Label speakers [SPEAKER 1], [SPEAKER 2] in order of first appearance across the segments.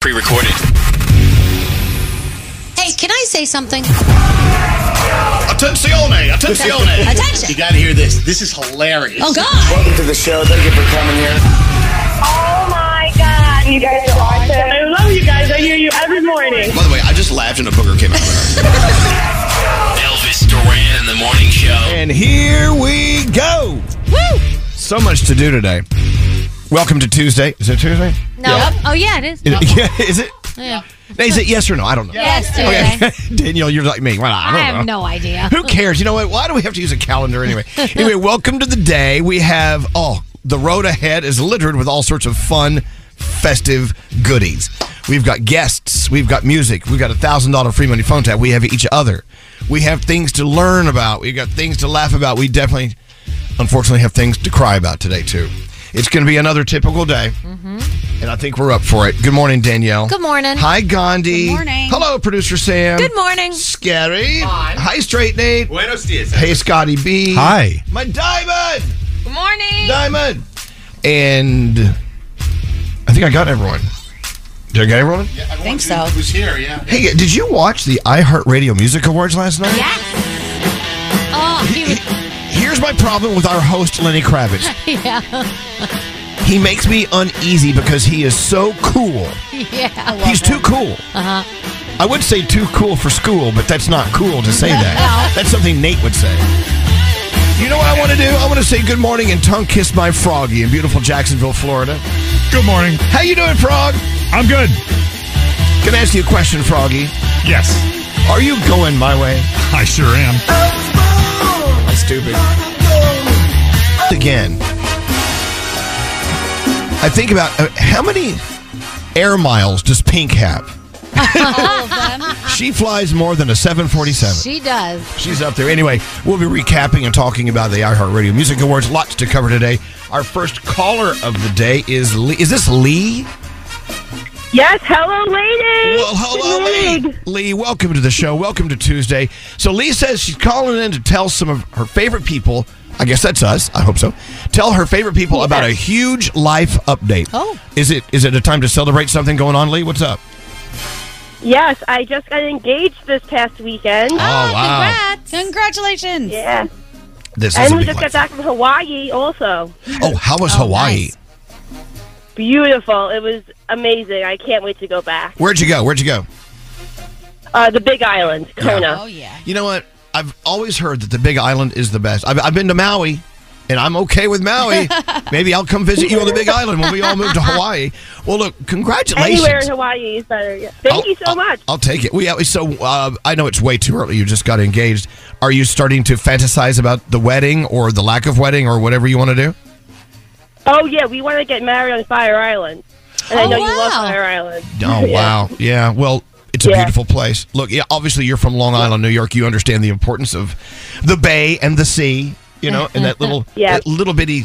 [SPEAKER 1] pre-recorded.
[SPEAKER 2] Hey, can I say something?
[SPEAKER 3] Attenzione! Attenzione!
[SPEAKER 2] Attention.
[SPEAKER 3] You gotta hear this. This is hilarious.
[SPEAKER 2] Oh, God.
[SPEAKER 4] Welcome to the show. Thank you for coming here.
[SPEAKER 5] Oh my god, you guys are awesome. I love you guys. I hear you every morning.
[SPEAKER 3] By the way, I just laughed and a booger came out.
[SPEAKER 1] Elvis Duran in the morning show.
[SPEAKER 6] And here we go.
[SPEAKER 2] Woo!
[SPEAKER 6] So much to do today. Welcome to Tuesday. Is it Tuesday?
[SPEAKER 2] No. Oh, yeah, it is.
[SPEAKER 6] Is it, yeah, is it? Is it yes or no? I don't know.
[SPEAKER 2] Yes, Tuesday.
[SPEAKER 6] Okay. Danielle, you're like me. Well, I
[SPEAKER 2] I
[SPEAKER 6] don't know.
[SPEAKER 2] have no idea.
[SPEAKER 6] Who cares? You know what? Why do we have to use a calendar anyway? anyway, welcome to the day. We have, oh, the road ahead is littered with all sorts of fun, festive goodies. We've got guests, we've got music, we've got a $1,000 free money phone tap, we have each other, we have things to learn about, we've got things to laugh about. We definitely, unfortunately, have things to cry about today, too. It's going to be another typical day, and I think we're up for it. Good morning, Danielle.
[SPEAKER 2] Mm-hmm. Good morning.
[SPEAKER 6] Hi, Gandhi.
[SPEAKER 7] Good morning.
[SPEAKER 6] Hello, producer Sam.
[SPEAKER 2] Good morning.
[SPEAKER 6] Scary. Hi, Straight Nate.
[SPEAKER 8] Buenos dias.
[SPEAKER 6] Hey, Scotty B.
[SPEAKER 8] Hi.
[SPEAKER 6] My diamond.
[SPEAKER 2] Good morning.
[SPEAKER 6] Diamond. And I think I got everyone. Did I get everyone?
[SPEAKER 3] I
[SPEAKER 7] Think so.
[SPEAKER 3] Who's here? Yeah.
[SPEAKER 6] Hey, did you watch the iHeartRadio Music Awards last night?
[SPEAKER 2] Yes. Oh, he was,
[SPEAKER 6] Here's my problem with our host, Lenny Kravitz.
[SPEAKER 2] yeah.
[SPEAKER 6] He makes me uneasy because he is so cool.
[SPEAKER 2] Yeah.
[SPEAKER 6] He's too cool. Uh-huh. I would say too cool for school, but that's not cool to say that. That's something Nate would say. You know what I want to do? I want to say good morning and tongue kiss my froggy in beautiful Jacksonville, Florida.
[SPEAKER 8] Good morning.
[SPEAKER 6] How you doing, Frog?
[SPEAKER 8] I'm good.
[SPEAKER 6] Can I ask you a question, Froggy?
[SPEAKER 8] Yes,
[SPEAKER 6] Are you going my way?
[SPEAKER 8] I sure am.
[SPEAKER 6] That's stupid. Again. I think about uh, how many air miles does Pink have? she flies more than a 747.
[SPEAKER 2] She does.
[SPEAKER 6] She's up there. Anyway, we'll be recapping and talking about the iHeartRadio Music Awards. Lots to cover today. Our first caller of the day is Lee. Is this Lee?
[SPEAKER 5] Yes, hello, ladies.
[SPEAKER 6] Well, hello, Lee. Lee, welcome to the show. Welcome to Tuesday. So, Lee says she's calling in to tell some of her favorite people. I guess that's us. I hope so. Tell her favorite people about a huge life update.
[SPEAKER 2] Oh.
[SPEAKER 6] is it is it a time to celebrate something going on, Lee? What's up?
[SPEAKER 5] Yes, I just got engaged this past weekend.
[SPEAKER 9] Ah,
[SPEAKER 6] Oh, wow!
[SPEAKER 7] Congratulations.
[SPEAKER 5] Yeah,
[SPEAKER 6] This is a
[SPEAKER 5] and we
[SPEAKER 6] big
[SPEAKER 5] just got
[SPEAKER 6] life.
[SPEAKER 5] back from Hawaii. Also,
[SPEAKER 6] Oh, how was Hawaii?
[SPEAKER 7] nice.
[SPEAKER 5] beautiful. It was amazing. I can't wait to go back.
[SPEAKER 6] Where'd you go? Where'd you go?
[SPEAKER 5] Uh, the Big Island, Kona.
[SPEAKER 7] yeah.
[SPEAKER 6] You know what? I I've always heard that the Big Island is the best. I've, I've been to Maui, and I'm okay with Maui. Maybe I'll come visit you on the Big Island when we all move to Hawaii. Well, look, congratulations. Oh.
[SPEAKER 5] Anywhere in Hawaii is better. yeah. Thank you so much.
[SPEAKER 6] I'll take it. We so uh, I know it's way too early. You just got engaged. Are you starting to fantasize about the wedding or the lack of wedding or whatever you want to do?
[SPEAKER 5] Oh yeah, we want to get married on Fire Island, and I
[SPEAKER 7] Oh,
[SPEAKER 5] know you love
[SPEAKER 7] wow.
[SPEAKER 5] Fire Island.
[SPEAKER 6] Oh wow, yeah. Well, it's a
[SPEAKER 5] Yeah.
[SPEAKER 6] beautiful place. Look, yeah. Obviously, you're from Long Island, New York. You understand the importance of the bay and the sea. You know, and that little,
[SPEAKER 5] Yeah.
[SPEAKER 6] that little bitty,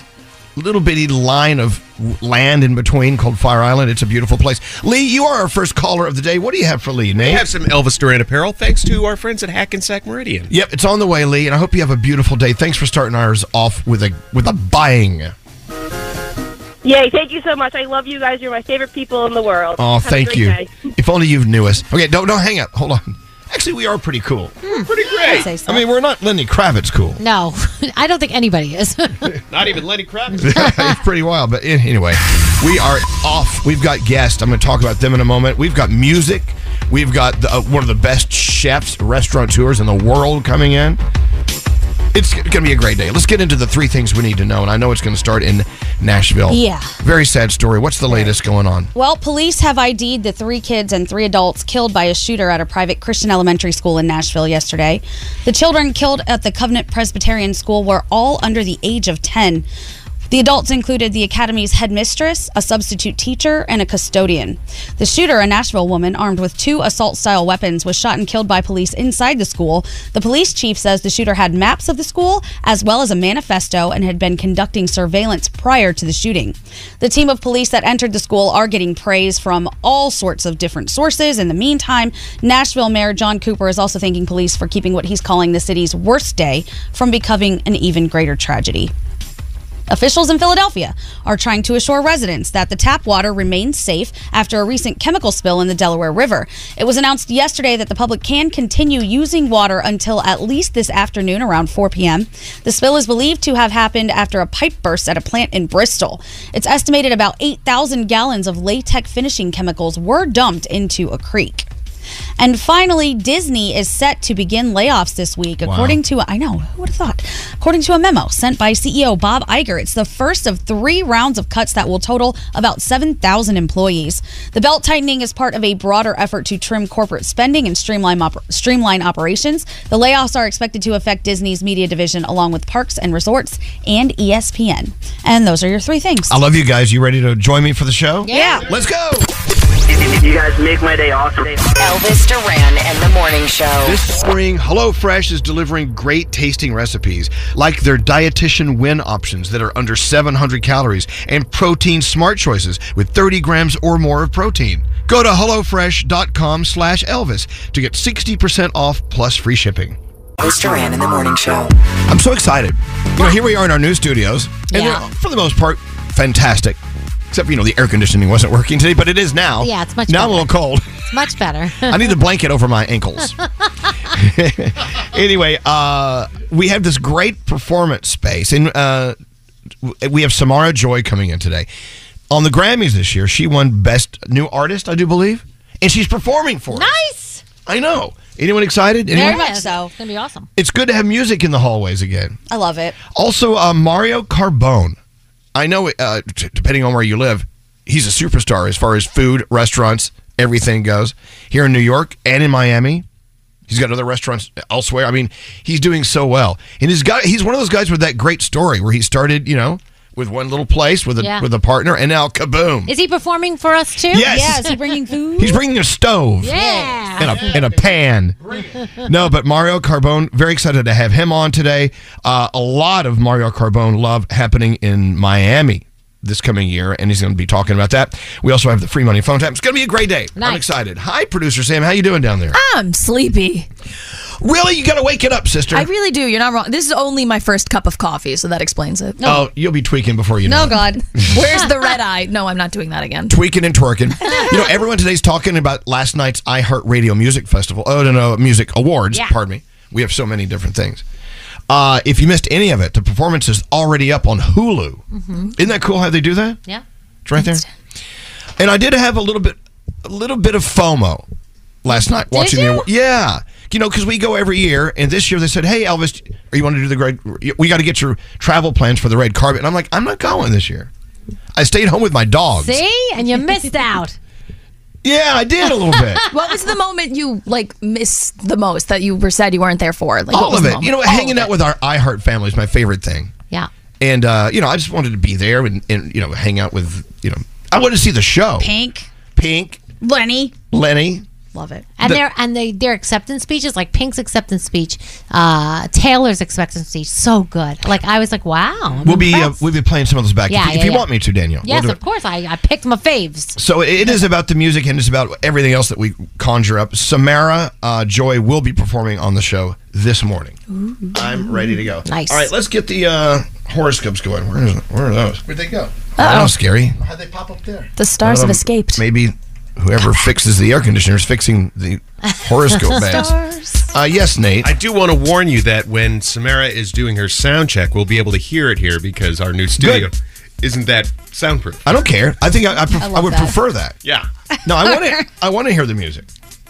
[SPEAKER 6] little bitty line of w- land in between called Fire Island. It's a beautiful place. Lee, you are our first caller of the day. What do you have for Lee? Nate?
[SPEAKER 10] We have some Elvis Duran apparel thanks to our friends at Hackensack Meridian.
[SPEAKER 6] Yep, it's on the way, Lee, and I hope you have a beautiful day. Thanks for starting ours off with a with a bang.
[SPEAKER 5] Yay! Thank you so much. I love you guys. You're my favorite people in the world.
[SPEAKER 6] Oh,
[SPEAKER 5] Have a
[SPEAKER 6] thank
[SPEAKER 5] great
[SPEAKER 6] you.
[SPEAKER 5] day.
[SPEAKER 6] If only you knew us. Okay, don't don't hang up. Hold on. Actually, we are pretty cool.
[SPEAKER 10] Pretty
[SPEAKER 7] I'd
[SPEAKER 10] great.
[SPEAKER 7] say so.
[SPEAKER 6] I mean, we're not Lenny Kravitz cool.
[SPEAKER 2] No, I don't think anybody is.
[SPEAKER 10] Not even Lenny Kravitz.
[SPEAKER 6] it's pretty wild, but eh, anyway, we are off. We've got guests. I'm going to talk about them in a moment. We've got music. We've got the, uh, one of the best chefs, restaurateurs in the world coming in. It's going to be a great day. Let's get into the three things we need to know, and I know it's going to start in Nashville.
[SPEAKER 7] Yeah.
[SPEAKER 6] Very sad story. What's the latest going on?
[SPEAKER 7] Well, police have ID'd the three kids and three adults killed by a shooter at a private Christian elementary school in Nashville yesterday. The children killed at the Covenant Presbyterian School were all under the age of 10. The adults included the academy's headmistress, a substitute teacher, and a custodian. The shooter, a Nashville woman armed with two assault style weapons, was shot and killed by police inside the school. The police chief says the shooter had maps of the school as well as a manifesto and had been conducting surveillance prior to the shooting. The team of police that entered the school are getting praise from all sorts of different sources. In the meantime, Nashville Mayor John Cooper is also thanking police for keeping what he's calling the city's worst day from becoming an even greater tragedy. Officials in Philadelphia are trying to assure residents that the tap water remains safe after a recent chemical spill in the Delaware River. It was announced yesterday that the public can continue using water until at least this afternoon around 4 p.m. The spill is believed to have happened after a pipe burst at a plant in Bristol. It's estimated about 8,000 gallons of latex finishing chemicals were dumped into a creek. And finally, Disney is set to begin layoffs this week, according to I know who would have thought. According to a memo sent by CEO Bob Iger, it's the first of three rounds of cuts that will total about seven thousand employees. The belt tightening is part of a broader effort to trim corporate spending and streamline op- streamline operations. The layoffs are expected to affect Disney's media division, along with parks and resorts and E ESPN. And those are your three things.
[SPEAKER 6] I love you guys. You ready to join me for the show?
[SPEAKER 2] yeah.
[SPEAKER 6] Let's go.
[SPEAKER 11] You guys make my day awesome.
[SPEAKER 12] Elvis Duran and the Morning Show.
[SPEAKER 6] This spring, HelloFresh is delivering great tasting recipes like their dietitian win options that are under 700 calories and protein smart choices with 30 grams or more of protein. Go to HelloFresh.com slash Elvis to get 60% off plus free shipping.
[SPEAKER 12] Elvis Duran and the Morning Show.
[SPEAKER 6] I'm so excited. You know, here we are in our new studios, and
[SPEAKER 2] Yeah.
[SPEAKER 6] they're, for the most part, fantastic. Except, you know, the air conditioning wasn't working today, but it is now.
[SPEAKER 2] Yeah, it's much
[SPEAKER 6] Now I'm a
[SPEAKER 2] better.
[SPEAKER 6] little cold.
[SPEAKER 2] It's much better.
[SPEAKER 6] I need a blanket over my ankles. anyway, uh, we have this great performance space, and uh, w- we have Samara Joy coming in today. On the Grammys this year, she won Best New Artist, I do believe, and she's performing for us.
[SPEAKER 2] nice.
[SPEAKER 6] I know. Anyone excited?
[SPEAKER 7] Very
[SPEAKER 6] Anyone?
[SPEAKER 7] much so.
[SPEAKER 2] It's gonna be awesome.
[SPEAKER 6] It's good to have music in the hallways again.
[SPEAKER 7] I love it.
[SPEAKER 6] Also, uh, Mario Carbone. I know, uh, t- depending on where you live, he's a superstar as far as food, restaurants, everything goes. Here in New York and in Miami, he's got other restaurants elsewhere. I mean, he's doing so well, and he's got he's one of those guys with that great story where he started, you know, with one little place with a
[SPEAKER 2] Yeah.
[SPEAKER 6] with a partner, and now kaboom,
[SPEAKER 2] Is he performing for us too?
[SPEAKER 6] Yes.
[SPEAKER 7] Yeah, is he bringing food?
[SPEAKER 6] he's bringing a stove
[SPEAKER 2] Yeah.
[SPEAKER 6] in a, in a pan. No, but Mario Carbone, very excited to have him on today. Uh, a lot of Mario Carbone love happening in Miami this coming year, and he's going to be talking about that. We also have the free money phone tap. It's going to be a great day. I'm
[SPEAKER 2] Nice.
[SPEAKER 6] excited. Hi, producer Sam. How you doing down there?
[SPEAKER 12] I'm sleepy.
[SPEAKER 6] Really, you got to wake it up, sister.
[SPEAKER 12] I really do. You're not wrong. This is only my first cup of coffee, so that explains it.
[SPEAKER 6] oh, you'll be tweaking before you know.
[SPEAKER 12] Oh
[SPEAKER 6] it.
[SPEAKER 12] God, where's the red eye? No, I'm not doing that again.
[SPEAKER 6] tweaking and twerking. you know, everyone today's talking about last night's iHeartRadio Music Festival. Oh, no, no, Music Awards.
[SPEAKER 2] Yeah.
[SPEAKER 6] Pardon me. We have so many different things. Uh, if you missed any of it, the performance is already up on Hulu. Isn't that cool how they do that?
[SPEAKER 2] Mm-hmm. Yeah.
[SPEAKER 6] It's right there. And I did have a little bit, a little bit of FOMO last night watching
[SPEAKER 2] you?
[SPEAKER 6] the award. Yeah, You know, because we go every year, and this year they said, "Hey, Elvis, are you want to do the great? We got to get your travel plans for the red carpet." And I'm like, "I'm not going this year. I stayed home with my dogs."
[SPEAKER 13] See? And you missed out.
[SPEAKER 6] Yeah, I did a little bit.
[SPEAKER 12] what was the moment you like missed the most that you were sad you weren't there for? Like what
[SPEAKER 6] All
[SPEAKER 12] was
[SPEAKER 6] of
[SPEAKER 12] the
[SPEAKER 6] it.
[SPEAKER 12] moment?
[SPEAKER 6] You know,
[SPEAKER 12] All
[SPEAKER 6] hanging
[SPEAKER 12] of
[SPEAKER 6] out with our iHeart family is my favorite thing.
[SPEAKER 12] it. Yeah.
[SPEAKER 6] And uh, you know, I just wanted to be there and, and you know, hang out with you know, I wanted to see the show.
[SPEAKER 2] Pink.
[SPEAKER 6] Pink,
[SPEAKER 2] Lenny.
[SPEAKER 6] Lenny.
[SPEAKER 12] Love it.
[SPEAKER 2] And
[SPEAKER 6] The-
[SPEAKER 2] their and they, their acceptance speeches, like Pink's acceptance speech, uh, Taylor's acceptance speech, so good. Like I was like, wow. I'm
[SPEAKER 6] We'll be
[SPEAKER 2] impressed.
[SPEAKER 6] uh, we'll be playing some of those back
[SPEAKER 2] Yeah,
[SPEAKER 6] if, you- if
[SPEAKER 2] yeah,
[SPEAKER 6] you
[SPEAKER 2] yeah.
[SPEAKER 6] want me to, Daniel. We'll
[SPEAKER 2] yes,
[SPEAKER 6] do
[SPEAKER 2] of course. I, I picked my faves.
[SPEAKER 6] So it is about the music and it's about everything else that we conjure up. Samara uh, Joy will be performing on the show this morning. I'm ready to go.
[SPEAKER 8] Nice.
[SPEAKER 6] All right, let's get the uh, horoscopes going. Where is where are those? Where'd they go?
[SPEAKER 8] Uh-oh.
[SPEAKER 6] Oh, scary.
[SPEAKER 8] How'd they pop up there?
[SPEAKER 12] The
[SPEAKER 6] stars have Um, escaped. Maybe whoever fixes the air conditioner is fixing the horoscope bands. Uh, yes, Nate.
[SPEAKER 10] I do want to warn you that when Samara is doing her sound check, we'll be able to hear it here because our new studio isn't that soundproof.
[SPEAKER 6] I don't care. I think I, I, pref-
[SPEAKER 10] I
[SPEAKER 6] I,
[SPEAKER 10] love
[SPEAKER 6] would
[SPEAKER 10] that.
[SPEAKER 6] prefer that.
[SPEAKER 10] Yeah.
[SPEAKER 6] No, I want to. I want to hear the music.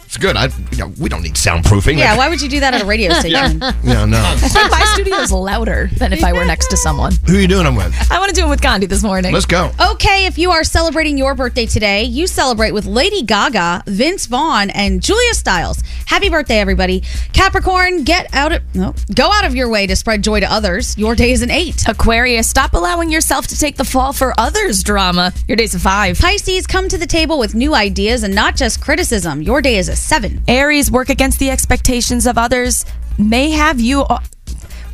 [SPEAKER 6] It's good. I. You know, we don't need soundproofing.
[SPEAKER 7] Yeah, why would you do that at a radio station?
[SPEAKER 6] Yeah, no.
[SPEAKER 12] I think my studio's louder than if I were next to someone.
[SPEAKER 6] Who are you doing them with?
[SPEAKER 12] I want to do it with Gandhi this morning.
[SPEAKER 6] Let's go.
[SPEAKER 7] Okay, if you are celebrating your birthday today, you celebrate with Lady Gaga, Vince Vaughn, and Julia Stiles. Happy birthday, everybody! Capricorn, get out of no, go out of your way to spread joy to others. Your day is an eight.
[SPEAKER 12] Aquarius, stop allowing yourself to take the fall for others' drama. Your day's a five.
[SPEAKER 7] Pisces, come to the table with new ideas and not just criticism. Your day is a seven.
[SPEAKER 12] Aries, work against the expectations of others may have you. uh,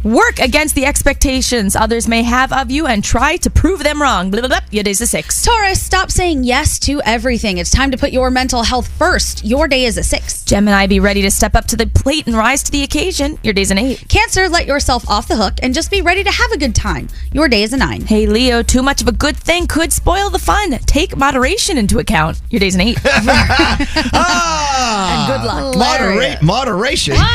[SPEAKER 12] Work against the expectations others may have of you and try to prove them wrong. Blah, blah, blah. Your day's a six.
[SPEAKER 7] Taurus, stop saying yes to everything. It's time to put your mental health first. Your day is a six.
[SPEAKER 12] Gemini, be ready to step up to the plate and rise to the occasion. Your day's an eight.
[SPEAKER 7] Cancer, let yourself off the hook and just be ready to have a good time. Your day is a nine.
[SPEAKER 12] Hey, Leo, too much of a good thing could spoil the fun. Take moderation into account. Your day's an eight.
[SPEAKER 7] and good luck.
[SPEAKER 6] Uh, Moderate moderation.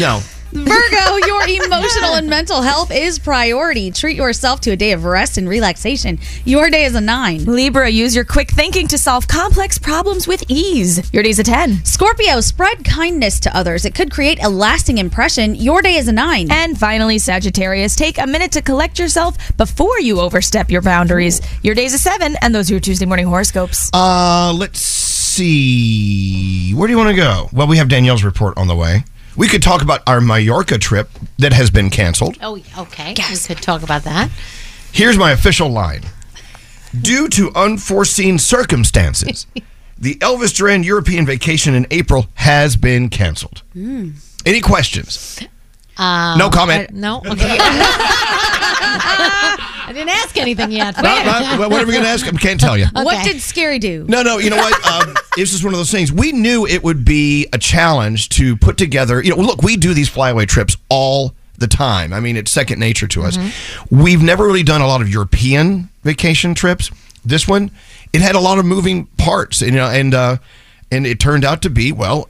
[SPEAKER 6] No.
[SPEAKER 7] Virgo, your emotional and mental health is priority. Treat yourself to a day of rest and relaxation. Your day is a nine.
[SPEAKER 12] Libra, use your quick thinking to solve complex problems with ease. Your day's a 10.
[SPEAKER 7] Scorpio, spread kindness to others. It could create a lasting impression. Your day is a nine.
[SPEAKER 12] And finally, Sagittarius, take a minute to collect yourself before you overstep your boundaries. Your day's a 7, and those are your Tuesday morning horoscopes.
[SPEAKER 6] Uh, let's see. Where do you want to go? Well, we have Danielle's report on the way. We could talk about our Mallorca trip that has been canceled.
[SPEAKER 2] Oh, okay. We could talk about that.
[SPEAKER 6] Here's my official line. Due to unforeseen circumstances, the Elvis Duran European vacation in April has been canceled.
[SPEAKER 2] Mm.
[SPEAKER 6] Any questions?
[SPEAKER 2] Um,
[SPEAKER 6] No comment.
[SPEAKER 2] I- no. Okay. I didn't ask anything yet.
[SPEAKER 6] Not- not- what are we going to ask? I can't tell you.
[SPEAKER 7] What did Scary do?
[SPEAKER 6] No, no, you know what? Um, it's just one of those things. We knew it would be a challenge to put together. You know, look, we do these flyaway trips all the time. I mean, it's second nature to us. We've never really done a lot of European vacation trips. This one, it had a lot of moving parts, you know, and uh, and it turned out to be well.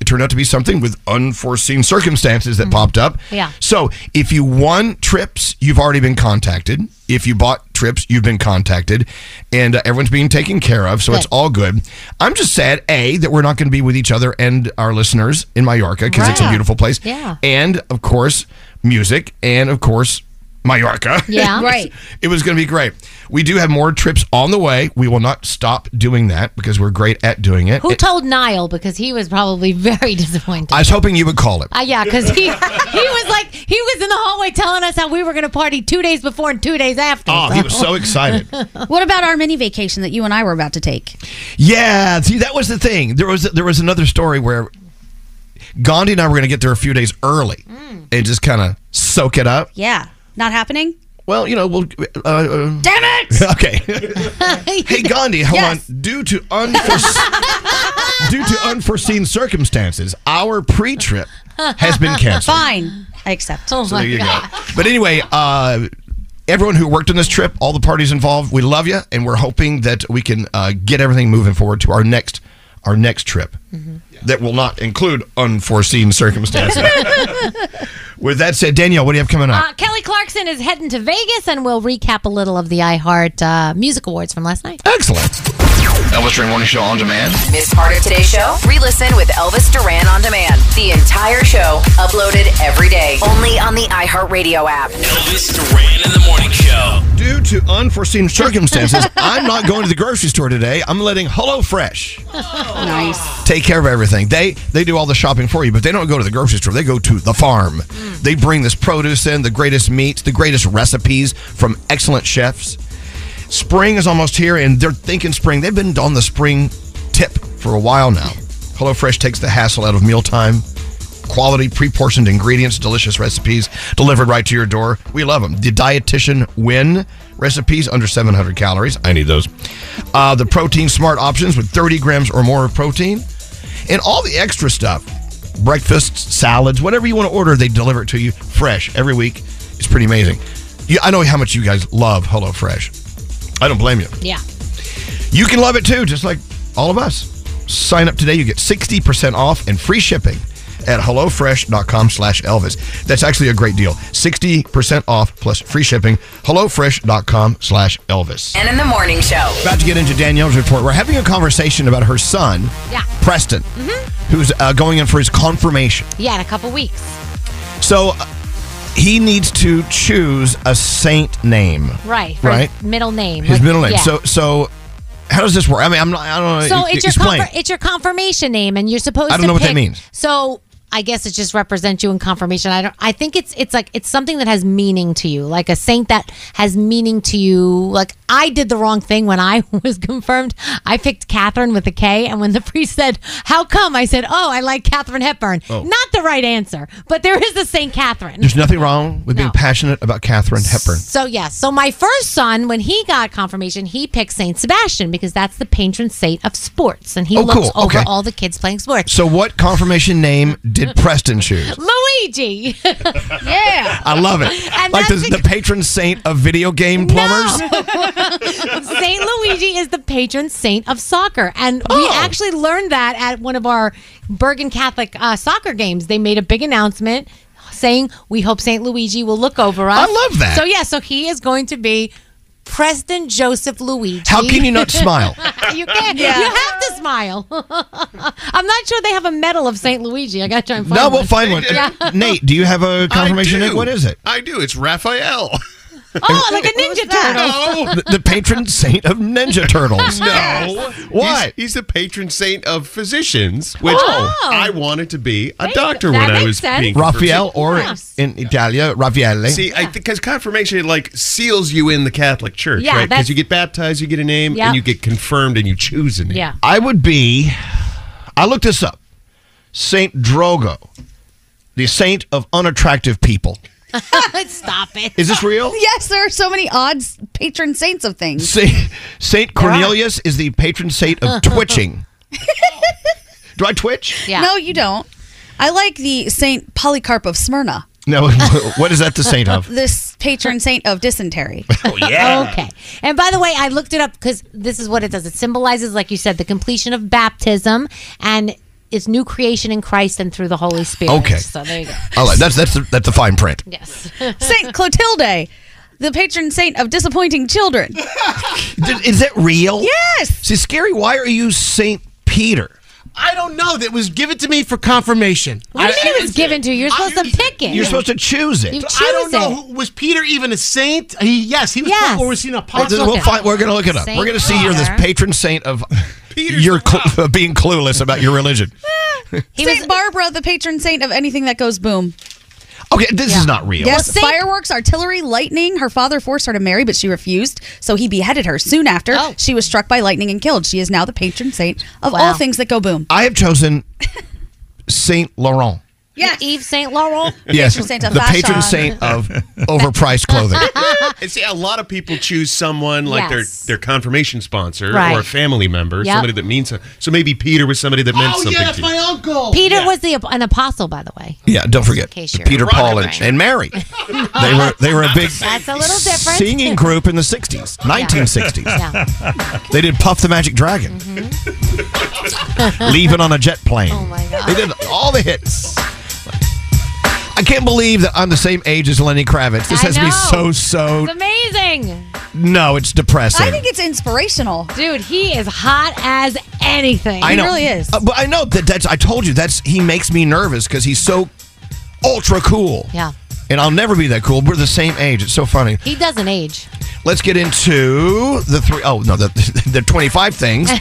[SPEAKER 6] It turned out to be something with unforeseen circumstances that popped up.
[SPEAKER 8] Mm. Yeah.
[SPEAKER 6] So if you won trips, you've already been contacted. If you bought trips, you've been contacted, and uh, everyone's being taken care of. So it's
[SPEAKER 8] Good.
[SPEAKER 6] all good. I'm just sad, a, that we're not going to be with each other and our listeners in Mallorca because it's a
[SPEAKER 8] Right.
[SPEAKER 6] beautiful place.
[SPEAKER 8] Yeah.
[SPEAKER 6] And of course, music, and of course. Mallorca.
[SPEAKER 8] Yeah. Right.
[SPEAKER 6] It was going to be great. We do have more trips on the way. We will not stop doing that because we're great at doing it.
[SPEAKER 2] Who
[SPEAKER 6] And
[SPEAKER 2] told Niall? Because he was probably very disappointed.
[SPEAKER 6] I was hoping you would call it.
[SPEAKER 2] Uh, yeah, because he he was like he was in the hallway telling us how we were going to party two days before and two days after.
[SPEAKER 6] Oh, he was so excited.
[SPEAKER 7] What about our mini vacation that you and I were about to take?
[SPEAKER 6] Yeah, see, that was the thing. There was there was another story where Gandhi and I were going to get there a few days early and just kind of soak it up.
[SPEAKER 7] Yeah. Not happening?
[SPEAKER 6] Well, you know, we'll. Uh, uh,
[SPEAKER 7] Damn it!
[SPEAKER 6] Okay. hey Gandhi, hold
[SPEAKER 8] Yes.
[SPEAKER 6] on. Due to unforeseen due to unforeseen circumstances, our pre-trip has been canceled.
[SPEAKER 7] Fine. I accept.
[SPEAKER 12] Oh,
[SPEAKER 6] So there you go. But anyway, uh, everyone who worked on this trip, all the parties involved, we love you, and we're hoping that we can uh, get everything moving forward to our next our next trip
[SPEAKER 2] Mm-hmm.
[SPEAKER 6] that will not include unforeseen circumstances. With that said, Danielle, what do you have coming up?
[SPEAKER 2] Uh, Kelly Clarkson is heading to Vegas, and we'll recap a little of the iHeart uh, Music Awards from last night.
[SPEAKER 6] Excellent.
[SPEAKER 14] Elvis Duran Morning Show on demand.
[SPEAKER 11] Miss part of today's show? Re-listen with Elvis Duran on demand. The entire show uploaded every day, only on the iHeartRadio app.
[SPEAKER 8] Elvis Duran in the morning show.
[SPEAKER 6] Due to unforeseen circumstances, I'm not going to the grocery store today. I'm letting HelloFresh
[SPEAKER 15] nice.
[SPEAKER 6] take care of everything. They they do all the shopping for you, but they don't go to the grocery store. They go to the farm. They bring this produce in, the greatest meats, the greatest recipes from excellent chefs. Spring is almost here, and they're thinking spring. They've been on the spring tip for a while now. HelloFresh takes the hassle out of mealtime. Quality, pre-portioned ingredients, delicious recipes delivered right to your door. We love them. The dietitian win recipes under 700 calories. I need those. Uh, the protein smart options with 30 grams or more of protein, and all the extra stuff. Breakfasts, salads, whatever you want to order, they deliver it to you fresh every week. It's pretty amazing. You, I know how much you guys love HelloFresh. I don't blame you.
[SPEAKER 2] Yeah.
[SPEAKER 6] You can love it too, just like all of us. Sign up today. You get 60% off and free shipping at HelloFresh.com slash Elvis. That's actually a great deal. 60% off plus free shipping. HelloFresh.com slash Elvis.
[SPEAKER 11] And in the morning show.
[SPEAKER 6] About to get into Danielle's report. We're having a conversation about her son,
[SPEAKER 2] Yeah.
[SPEAKER 6] Preston,
[SPEAKER 11] Mm-hmm.
[SPEAKER 6] who's uh, going in for his confirmation.
[SPEAKER 2] Yeah, in a couple weeks.
[SPEAKER 6] So uh, he needs to choose a saint name.
[SPEAKER 2] Right. for
[SPEAKER 6] Right.
[SPEAKER 2] His middle name.
[SPEAKER 6] His
[SPEAKER 2] Like,
[SPEAKER 6] middle name.
[SPEAKER 2] yeah.
[SPEAKER 6] So so how does this work? I mean, I'm not. I don't know.
[SPEAKER 2] So
[SPEAKER 6] E-
[SPEAKER 2] it's your
[SPEAKER 6] explain.
[SPEAKER 2] confir- it's your confirmation name, and you're supposed.
[SPEAKER 6] I don't
[SPEAKER 2] to
[SPEAKER 6] know what that
[SPEAKER 2] pick-
[SPEAKER 6] means.
[SPEAKER 2] So I guess it just represents you in confirmation. I don't. I think it's it's like it's something that has meaning to you, like a saint that has meaning to you. Like I did the wrong thing when I was confirmed. I picked Catherine with a K, and when the priest said, "How come?" I said, "Oh, I like Catherine Hepburn."
[SPEAKER 6] Oh.
[SPEAKER 2] Not the right answer, but there is a Saint Catherine.
[SPEAKER 6] There's nothing wrong with being passionate about Catherine Hepburn.
[SPEAKER 2] So yeah, so my first son, when he got confirmation, he picked Saint Sebastian because that's the patron saint of sports, and he
[SPEAKER 6] Oh,
[SPEAKER 2] looks
[SPEAKER 6] cool.
[SPEAKER 2] over
[SPEAKER 6] Okay.
[SPEAKER 2] all the kids playing sports.
[SPEAKER 6] So what confirmation name did Preston choose?
[SPEAKER 2] Luigi, yeah,
[SPEAKER 6] I love it.
[SPEAKER 2] And
[SPEAKER 6] like the,
[SPEAKER 2] that's
[SPEAKER 6] the patron saint of video game plumbers.
[SPEAKER 2] Saint Luigi is the patron saint of soccer, and
[SPEAKER 6] Oh.
[SPEAKER 2] we actually learned that at one of our Bergen Catholic uh, soccer games. They made a big announcement saying, "We hope Saint Luigi will look over us."
[SPEAKER 6] I love that.
[SPEAKER 2] So yeah, so he is going to be. President Joseph Luigi.
[SPEAKER 6] How can you not smile?
[SPEAKER 2] you can.
[SPEAKER 5] Yeah.
[SPEAKER 2] You have to smile. I'm not sure they have a medal of St. Luigi. I got to try and find
[SPEAKER 6] No,
[SPEAKER 2] one.
[SPEAKER 6] we'll find one.
[SPEAKER 2] Yeah.
[SPEAKER 6] Nate, do you have a confirmation name? What is it?
[SPEAKER 10] I do. It's Raphael.
[SPEAKER 2] Oh, like a Ninja Turtle.
[SPEAKER 6] The, the patron saint of Ninja Turtles.
[SPEAKER 10] No.
[SPEAKER 6] What?
[SPEAKER 10] He's, he's the patron saint of physicians, which
[SPEAKER 6] Oh.
[SPEAKER 10] I wanted to be a
[SPEAKER 6] Hey,
[SPEAKER 10] doctor
[SPEAKER 6] that
[SPEAKER 10] when I
[SPEAKER 6] makes
[SPEAKER 10] was
[SPEAKER 6] sense.
[SPEAKER 10] being
[SPEAKER 6] Raphael or
[SPEAKER 10] confirmed.
[SPEAKER 6] in Italia, Raffaele.
[SPEAKER 10] See, I because confirmation it like seals you in the Catholic Church,
[SPEAKER 2] Yeah,
[SPEAKER 10] right?
[SPEAKER 2] that's-
[SPEAKER 10] Because you get baptized, you get a name,
[SPEAKER 2] Yeah.
[SPEAKER 10] and you get confirmed, and you choose a name.
[SPEAKER 2] Yeah.
[SPEAKER 6] I would be. I looked this up. Saint Drogo, the saint of unattractive people.
[SPEAKER 7] Stop it.
[SPEAKER 6] Is this real?
[SPEAKER 7] Yes, there are so many odd s- patron saints of things.
[SPEAKER 6] Saint, saint Cornelius is the patron saint of twitching. Do I twitch?
[SPEAKER 7] No, you don't. I like the Saint Polycarp of Smyrna.
[SPEAKER 6] No. what is that the saint of? Oh,
[SPEAKER 7] This patron saint of dysentery.
[SPEAKER 6] yeah.
[SPEAKER 2] Okay. And by the way, I looked it up because this is what it does. It symbolizes, like you said, the completion of baptism and it's new creation in Christ and through the Holy Spirit.
[SPEAKER 6] Okay.
[SPEAKER 2] So there you go.
[SPEAKER 6] All right. That's that's the, that's the fine print.
[SPEAKER 2] Yes.
[SPEAKER 7] Saint Clotilde, Oh, the patron saint of disappointing children.
[SPEAKER 6] Th- Is that real?
[SPEAKER 7] Yes.
[SPEAKER 6] See, scary. Why are you Saint Peter?
[SPEAKER 3] I don't know. That was give it to me for confirmation.
[SPEAKER 2] What do you mean it was given to you? You're supposed to pick it.
[SPEAKER 6] You're supposed to choose it.
[SPEAKER 2] You
[SPEAKER 3] I don't
[SPEAKER 2] choose
[SPEAKER 3] know.
[SPEAKER 2] it.
[SPEAKER 3] Who, was Peter even a saint? He, yes, he was. Or was he an
[SPEAKER 6] Let's-
[SPEAKER 3] apostle?
[SPEAKER 6] We'll find, we're going to look it up. we're going to see you're this patron saint of you're cl- being clueless about your religion.
[SPEAKER 7] Saint Barbara, the patron saint of anything that goes boom.
[SPEAKER 6] Okay, this is not real.
[SPEAKER 7] Yes, fireworks, artillery, lightning. Her father forced her to marry, but she refused, so he beheaded her soon after. She was struck by lightning and killed. She is now the patron saint of all things that go boom.
[SPEAKER 6] I have chosen Saint Laurent.
[SPEAKER 7] Yeah,
[SPEAKER 2] Eve Saint Laurent.
[SPEAKER 6] Yes, the patron saint of overpriced clothing.
[SPEAKER 10] and see, a lot of people choose someone like
[SPEAKER 2] Yes.
[SPEAKER 10] their their confirmation sponsor
[SPEAKER 2] Right.
[SPEAKER 10] or a family member,
[SPEAKER 2] Yep. Oh,
[SPEAKER 10] somebody that means something. So maybe Peter was somebody that meant something to you.
[SPEAKER 3] uncle.
[SPEAKER 2] Peter was the an apostle, by the way.
[SPEAKER 6] Yeah, don't forget
[SPEAKER 2] case you're-
[SPEAKER 6] Peter Paul and, and Mary. They were they were a big
[SPEAKER 2] That's a little different.
[SPEAKER 6] singing group in the '60s, 1960s.
[SPEAKER 2] Yeah.
[SPEAKER 6] They did Puff the Magic Dragon, leaving on a jet plane.
[SPEAKER 2] Oh my God.
[SPEAKER 6] They did all the hits. I can't believe that I'm the same age as Lenny Kravitz. This
[SPEAKER 16] I
[SPEAKER 6] has me so,
[SPEAKER 16] know.
[SPEAKER 6] so.
[SPEAKER 16] amazing.
[SPEAKER 6] No, it's depressing.
[SPEAKER 16] I think
[SPEAKER 7] it's inspirational.
[SPEAKER 16] Dude, he is hot as anything.
[SPEAKER 6] I know. Uh, but I know that that's, I told you, that's, he makes me nervous because he's so ultra cool.
[SPEAKER 2] Yeah.
[SPEAKER 6] And I'll never be that cool. We're the same age. It's so funny.
[SPEAKER 2] He doesn't age.
[SPEAKER 6] Let's get into the three, oh, no, the, the 25 things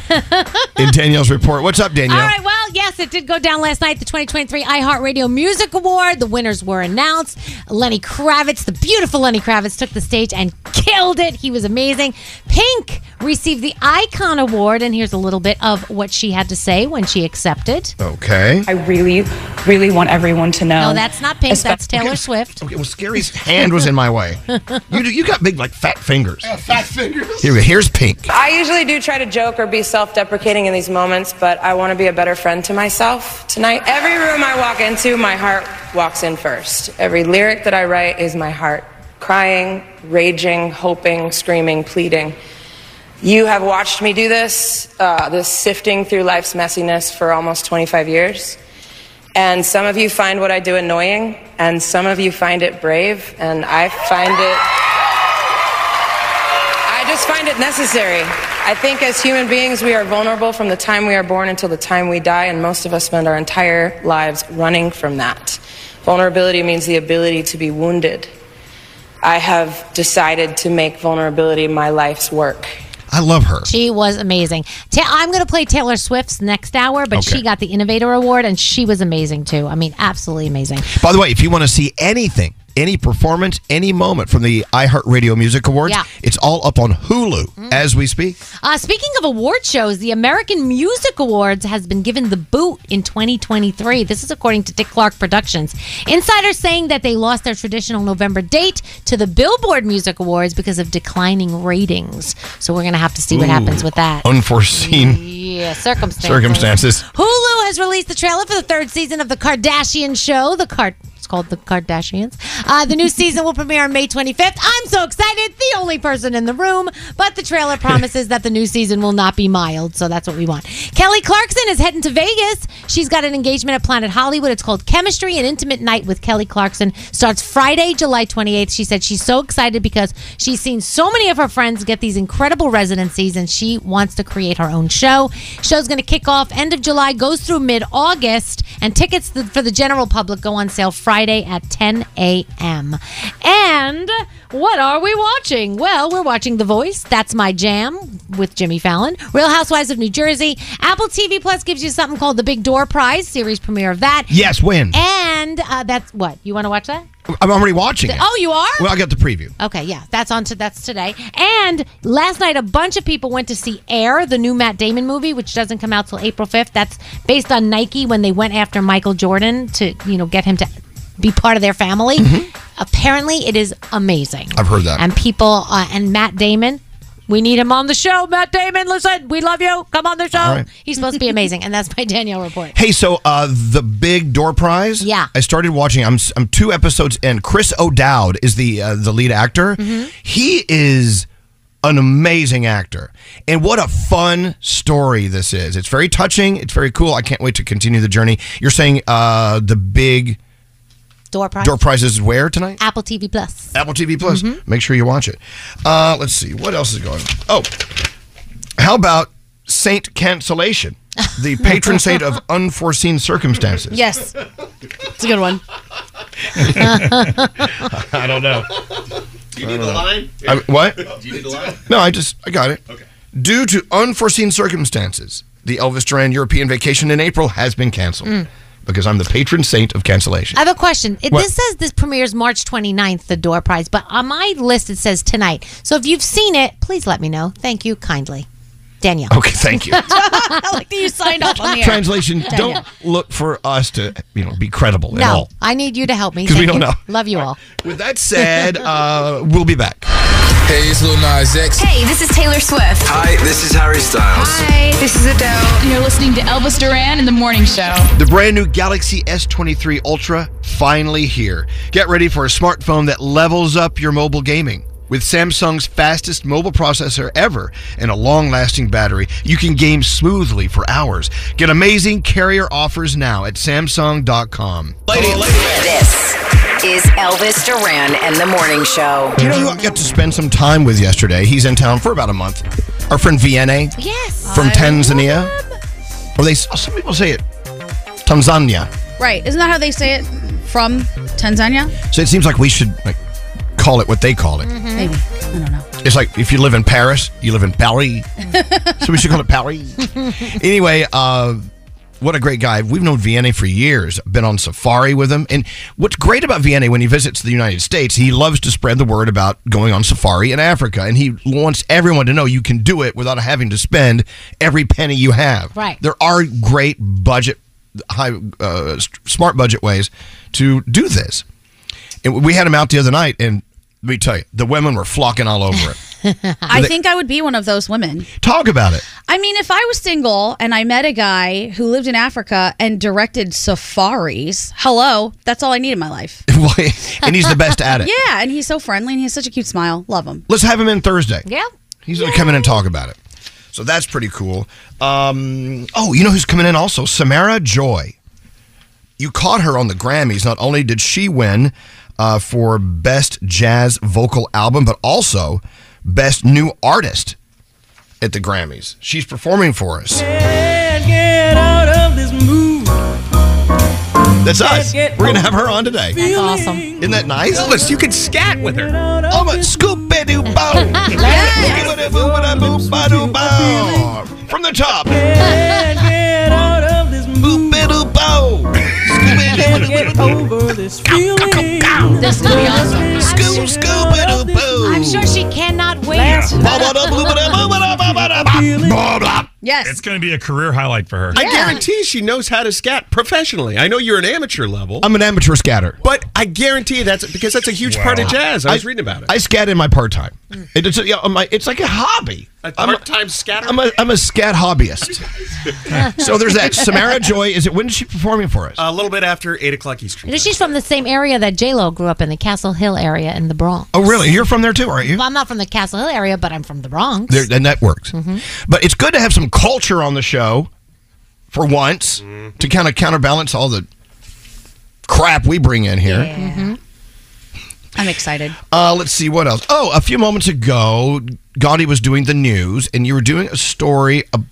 [SPEAKER 6] in Danielle's report. What's up, Danielle?
[SPEAKER 2] All right, well, yes, it did go down last night, the 2023 iHeartRadio Music Award. The winners were announced. Lenny Kravitz, the beautiful Lenny Kravitz, took the stage and killed it. He was amazing. Pink received the Icon Award, and here's a little bit of what she had to say when she accepted.
[SPEAKER 6] Okay.
[SPEAKER 17] I really, really want everyone to know.
[SPEAKER 18] Um,
[SPEAKER 2] No, that's not Pink, that's Taylor Swift.
[SPEAKER 6] Okay, well, Scary's hand was in my way. You, do- you got big, like, fat fingers.
[SPEAKER 17] fat fingers.
[SPEAKER 6] Here, we- here's Pink.
[SPEAKER 17] I usually do try to joke or be self deprecating in these moments, but I want to be a better friend to myself tonight. Every room I walk into, my heart walks in first. Every lyric that I write is my heart crying, raging, hoping, screaming, pleading. You have watched me do this, uh, this sifting through life's messiness for almost 25 years. And some of you find what I do annoying, and some of you find it brave, and I find it. I just find it necessary. I think as human beings, we are vulnerable from the time we are born until the time we die, and most of us spend our entire lives running from that. Vulnerability means the ability to be wounded. I have decided to make vulnerability my life's work.
[SPEAKER 6] I love her.
[SPEAKER 2] She was amazing. Ta- I'm going to play Taylor Swift's next hour, but
[SPEAKER 6] Okay.
[SPEAKER 2] she got the Innovator Award, and she was amazing too. I mean, absolutely amazing.
[SPEAKER 6] By the way, if you want to see anything, any performance, any moment from the iHeartRadio Music Awards,
[SPEAKER 2] Yeah. Mm.
[SPEAKER 6] it's all up on Hulu as we speak.
[SPEAKER 2] Uh, speaking of award shows, the American Music Awards has been given the boot in 2023. This is according to Dick Clark Productions. Insiders saying that they lost their traditional November date to the Billboard Music Awards because of declining ratings. So we're going to have to see what
[SPEAKER 6] Ooh.
[SPEAKER 2] happens with that.
[SPEAKER 6] Unforeseen
[SPEAKER 2] Yeah, circumstances.
[SPEAKER 6] circumstances.
[SPEAKER 2] Hulu has released the trailer for the third season of the Kardashian show. The Card. It's called The Kardashians. Uh, the new season will premiere on May 25th. I'm so excited, the only person in the room, but the trailer promises that the new season will not be mild, so that's what we want. Kelly Clarkson is heading to Vegas. She's got an engagement at Planet Hollywood. It's called Chemistry, an intimate night with Kelly Clarkson. Starts Friday, July 28th. She said she's so excited because she's seen so many of her friends get these incredible residencies and she wants to create her own show. Show's going to kick off end of July, goes through mid August, and tickets th- for the general public go on sale Friday at 10 a.m. And what are we watching? Well, we're watching The Voice. That's my jam with Jimmy Fallon. Real Housewives of New Jersey. Apple TV Plus gives you something called The Big Door Prize, series premiere of that.
[SPEAKER 6] Yes, when?
[SPEAKER 2] And uh, that's what? You want to watch that?
[SPEAKER 6] I'm already watching it.
[SPEAKER 2] Oh, you are?
[SPEAKER 6] Well, I got the preview.
[SPEAKER 2] Okay, yeah, that's on to that's today. And last night, a bunch of people went to see Air, the new Matt Damon movie, which doesn't come out till April fifth. That's based on Nike when they went after Michael Jordan to you know get him to be part of their family. Apparently, it is amazing.
[SPEAKER 6] Mm-hmm. I've heard that.
[SPEAKER 2] And people uh, and Matt Damon. We need him on the show, Matt Damon. Listen, we love you. Come on the show.
[SPEAKER 6] All right.
[SPEAKER 2] He's supposed to be amazing, and that's my Danielle report.
[SPEAKER 6] Hey, so uh, the big door prize.
[SPEAKER 2] Yeah.
[SPEAKER 6] I started watching. I'm I'm two episodes in. Chris O'Dowd is the uh, the lead actor.
[SPEAKER 2] Mm-hmm.
[SPEAKER 12] Mhm.
[SPEAKER 6] He is an amazing actor, and what a fun story this is. It's very touching. It's very cool. I can't wait to continue the journey. You're saying uh, the big
[SPEAKER 2] Door prize.
[SPEAKER 6] door prize is where tonight?
[SPEAKER 2] Apple TV Plus.
[SPEAKER 6] Apple TV Plus.
[SPEAKER 2] Mm-hmm.
[SPEAKER 6] Make sure you watch it. Uh, let's see what else is going. on. Oh, how about Saint Cancellation, the patron saint of unforeseen circumstances?
[SPEAKER 7] Yes. It's a good one.
[SPEAKER 6] I don't know.
[SPEAKER 3] Do you need
[SPEAKER 6] I don't
[SPEAKER 3] the
[SPEAKER 6] know.
[SPEAKER 3] line?
[SPEAKER 6] I, what?
[SPEAKER 3] Do you need the line?
[SPEAKER 6] No, I just I got it. Okay. Due to unforeseen circumstances, the Elvis Duran European vacation in April has been canceled
[SPEAKER 2] Mm.
[SPEAKER 6] because I'm the patron saint of cancellation.
[SPEAKER 2] I have a question. It,
[SPEAKER 6] What?
[SPEAKER 2] this says this premieres March 29th, the door prize, but on my list it says tonight. So if you've seen it, please let me know. Thank you kindly. Danielle.
[SPEAKER 6] Okay, thank you.
[SPEAKER 2] I
[SPEAKER 7] like that you signed off on the air.
[SPEAKER 6] Translation:
[SPEAKER 2] Danielle.
[SPEAKER 6] Don't look for us to you know be credible at
[SPEAKER 2] No,
[SPEAKER 6] all.
[SPEAKER 2] I need you to help me.
[SPEAKER 6] 'Cause we
[SPEAKER 2] Thank
[SPEAKER 6] don't
[SPEAKER 2] you.
[SPEAKER 6] know.
[SPEAKER 2] Love you all.
[SPEAKER 6] With that said, uh, we'll be back. Hey, it's Lil Nas X.
[SPEAKER 11] Hey, this is Taylor Swift.
[SPEAKER 19] Hi, this is Harry Styles.
[SPEAKER 11] Hi, this is Adele. And you're listening to Elvis Duran in the Morning Show.
[SPEAKER 6] The brand new Galaxy S23 Ultra finally here. Get ready for a smartphone that levels up your mobile gaming. With Samsung's fastest mobile processor ever and a long lasting battery, you can game smoothly for hours. Get amazing carrier offers now at Samsung.com.
[SPEAKER 11] This is Elvis Duran and the Morning Show.
[SPEAKER 6] You know who I got to spend some time with yesterday? He's in town for about a month. Our friend Vienna.
[SPEAKER 11] Yes.
[SPEAKER 6] From Tanzania. Or they some people say it Tanzania.
[SPEAKER 7] Right. Isn't that how they say it from Tanzania?
[SPEAKER 6] So it seems like we should like call it what they call
[SPEAKER 16] Mm-hmm.
[SPEAKER 6] it.
[SPEAKER 7] Maybe.
[SPEAKER 6] It's like if you live in Paris, you live in Paris. so we should call it Paris. anyway, uh, what a great guy. We've known Vianney for years, been on safari with him. And what's great about Vianney when he visits the United States, he loves to spread the word about going on safari in Africa. And he wants everyone to know you can do it without having to spend every penny you have.
[SPEAKER 2] Right.
[SPEAKER 6] There are great budget, high, uh, s- smart budget ways to do this. And we had him out the other night, and let me tell you, the women were flocking all over it.
[SPEAKER 7] I
[SPEAKER 6] They-
[SPEAKER 7] think I would be one of those women.
[SPEAKER 6] Talk about it.
[SPEAKER 7] I mean, if I was single and I met a guy who lived in Africa and directed safaris, hello, that's all I need in my life.
[SPEAKER 6] and he's the best at it.
[SPEAKER 7] Yeah, and he's so friendly and he has such a cute smile. Love him.
[SPEAKER 6] Let's have him in Thursday.
[SPEAKER 7] Yeah.
[SPEAKER 6] He's going to come in and talk about it. So that's pretty cool. Um, oh, you know who's coming in also? Samara Joy. You caught her on the Grammys. Not only did she win uh, for Best Jazz Vocal Album, but also Best New Artist at the Grammys. She's performing for us.
[SPEAKER 12] Get out of this mood.
[SPEAKER 6] That's us. We're going to have her on today.
[SPEAKER 12] That's awesome.
[SPEAKER 6] Isn't that nice?
[SPEAKER 12] Elvis,
[SPEAKER 6] you can scat with her.
[SPEAKER 12] Oh,
[SPEAKER 6] but scoop it, do From the top.
[SPEAKER 12] Get out of this mood. Can't get over this feeling.
[SPEAKER 2] This could be awesome.
[SPEAKER 6] Scoop, scoop, boo, boo.
[SPEAKER 2] I'm sure she cannot wait.
[SPEAKER 7] Yes.
[SPEAKER 20] It's going to be a career highlight for her.
[SPEAKER 10] I guarantee she knows how to scat professionally. I know you're an amateur level,
[SPEAKER 6] I'm an amateur scatter.
[SPEAKER 10] but I guarantee that's because that's a huge part of jazz. I was reading about it. Mm.
[SPEAKER 6] I scat in my part time. It's, yeah, my- it's like a hobby.
[SPEAKER 10] A
[SPEAKER 6] I'm a-
[SPEAKER 10] part-time scatter.
[SPEAKER 6] I'm a, I'm a scat hobbyist. so there's that. Samara Joy, is it when is she performing for us?
[SPEAKER 10] a little bit after eight o'clock Eastern.
[SPEAKER 2] You know, she's from the same area that J Lo grew up in, the Castle Hill area in the Bronx.
[SPEAKER 6] Oh, really? You're from there too, aren't you?
[SPEAKER 2] Well, I'm not from the Castle Hill area, but I'm from the Bronx.
[SPEAKER 6] There, and that works.
[SPEAKER 2] Mhm.
[SPEAKER 6] But it's good to have some culture on the show for once
[SPEAKER 10] Mm-hmm.
[SPEAKER 6] to kind of counterbalance all the crap we bring in here.
[SPEAKER 7] Mm-hmm. I'm excited.
[SPEAKER 6] Uh, let's see what else. Oh, a few moments ago, Gandhi was doing the news, and you were doing a story. Of,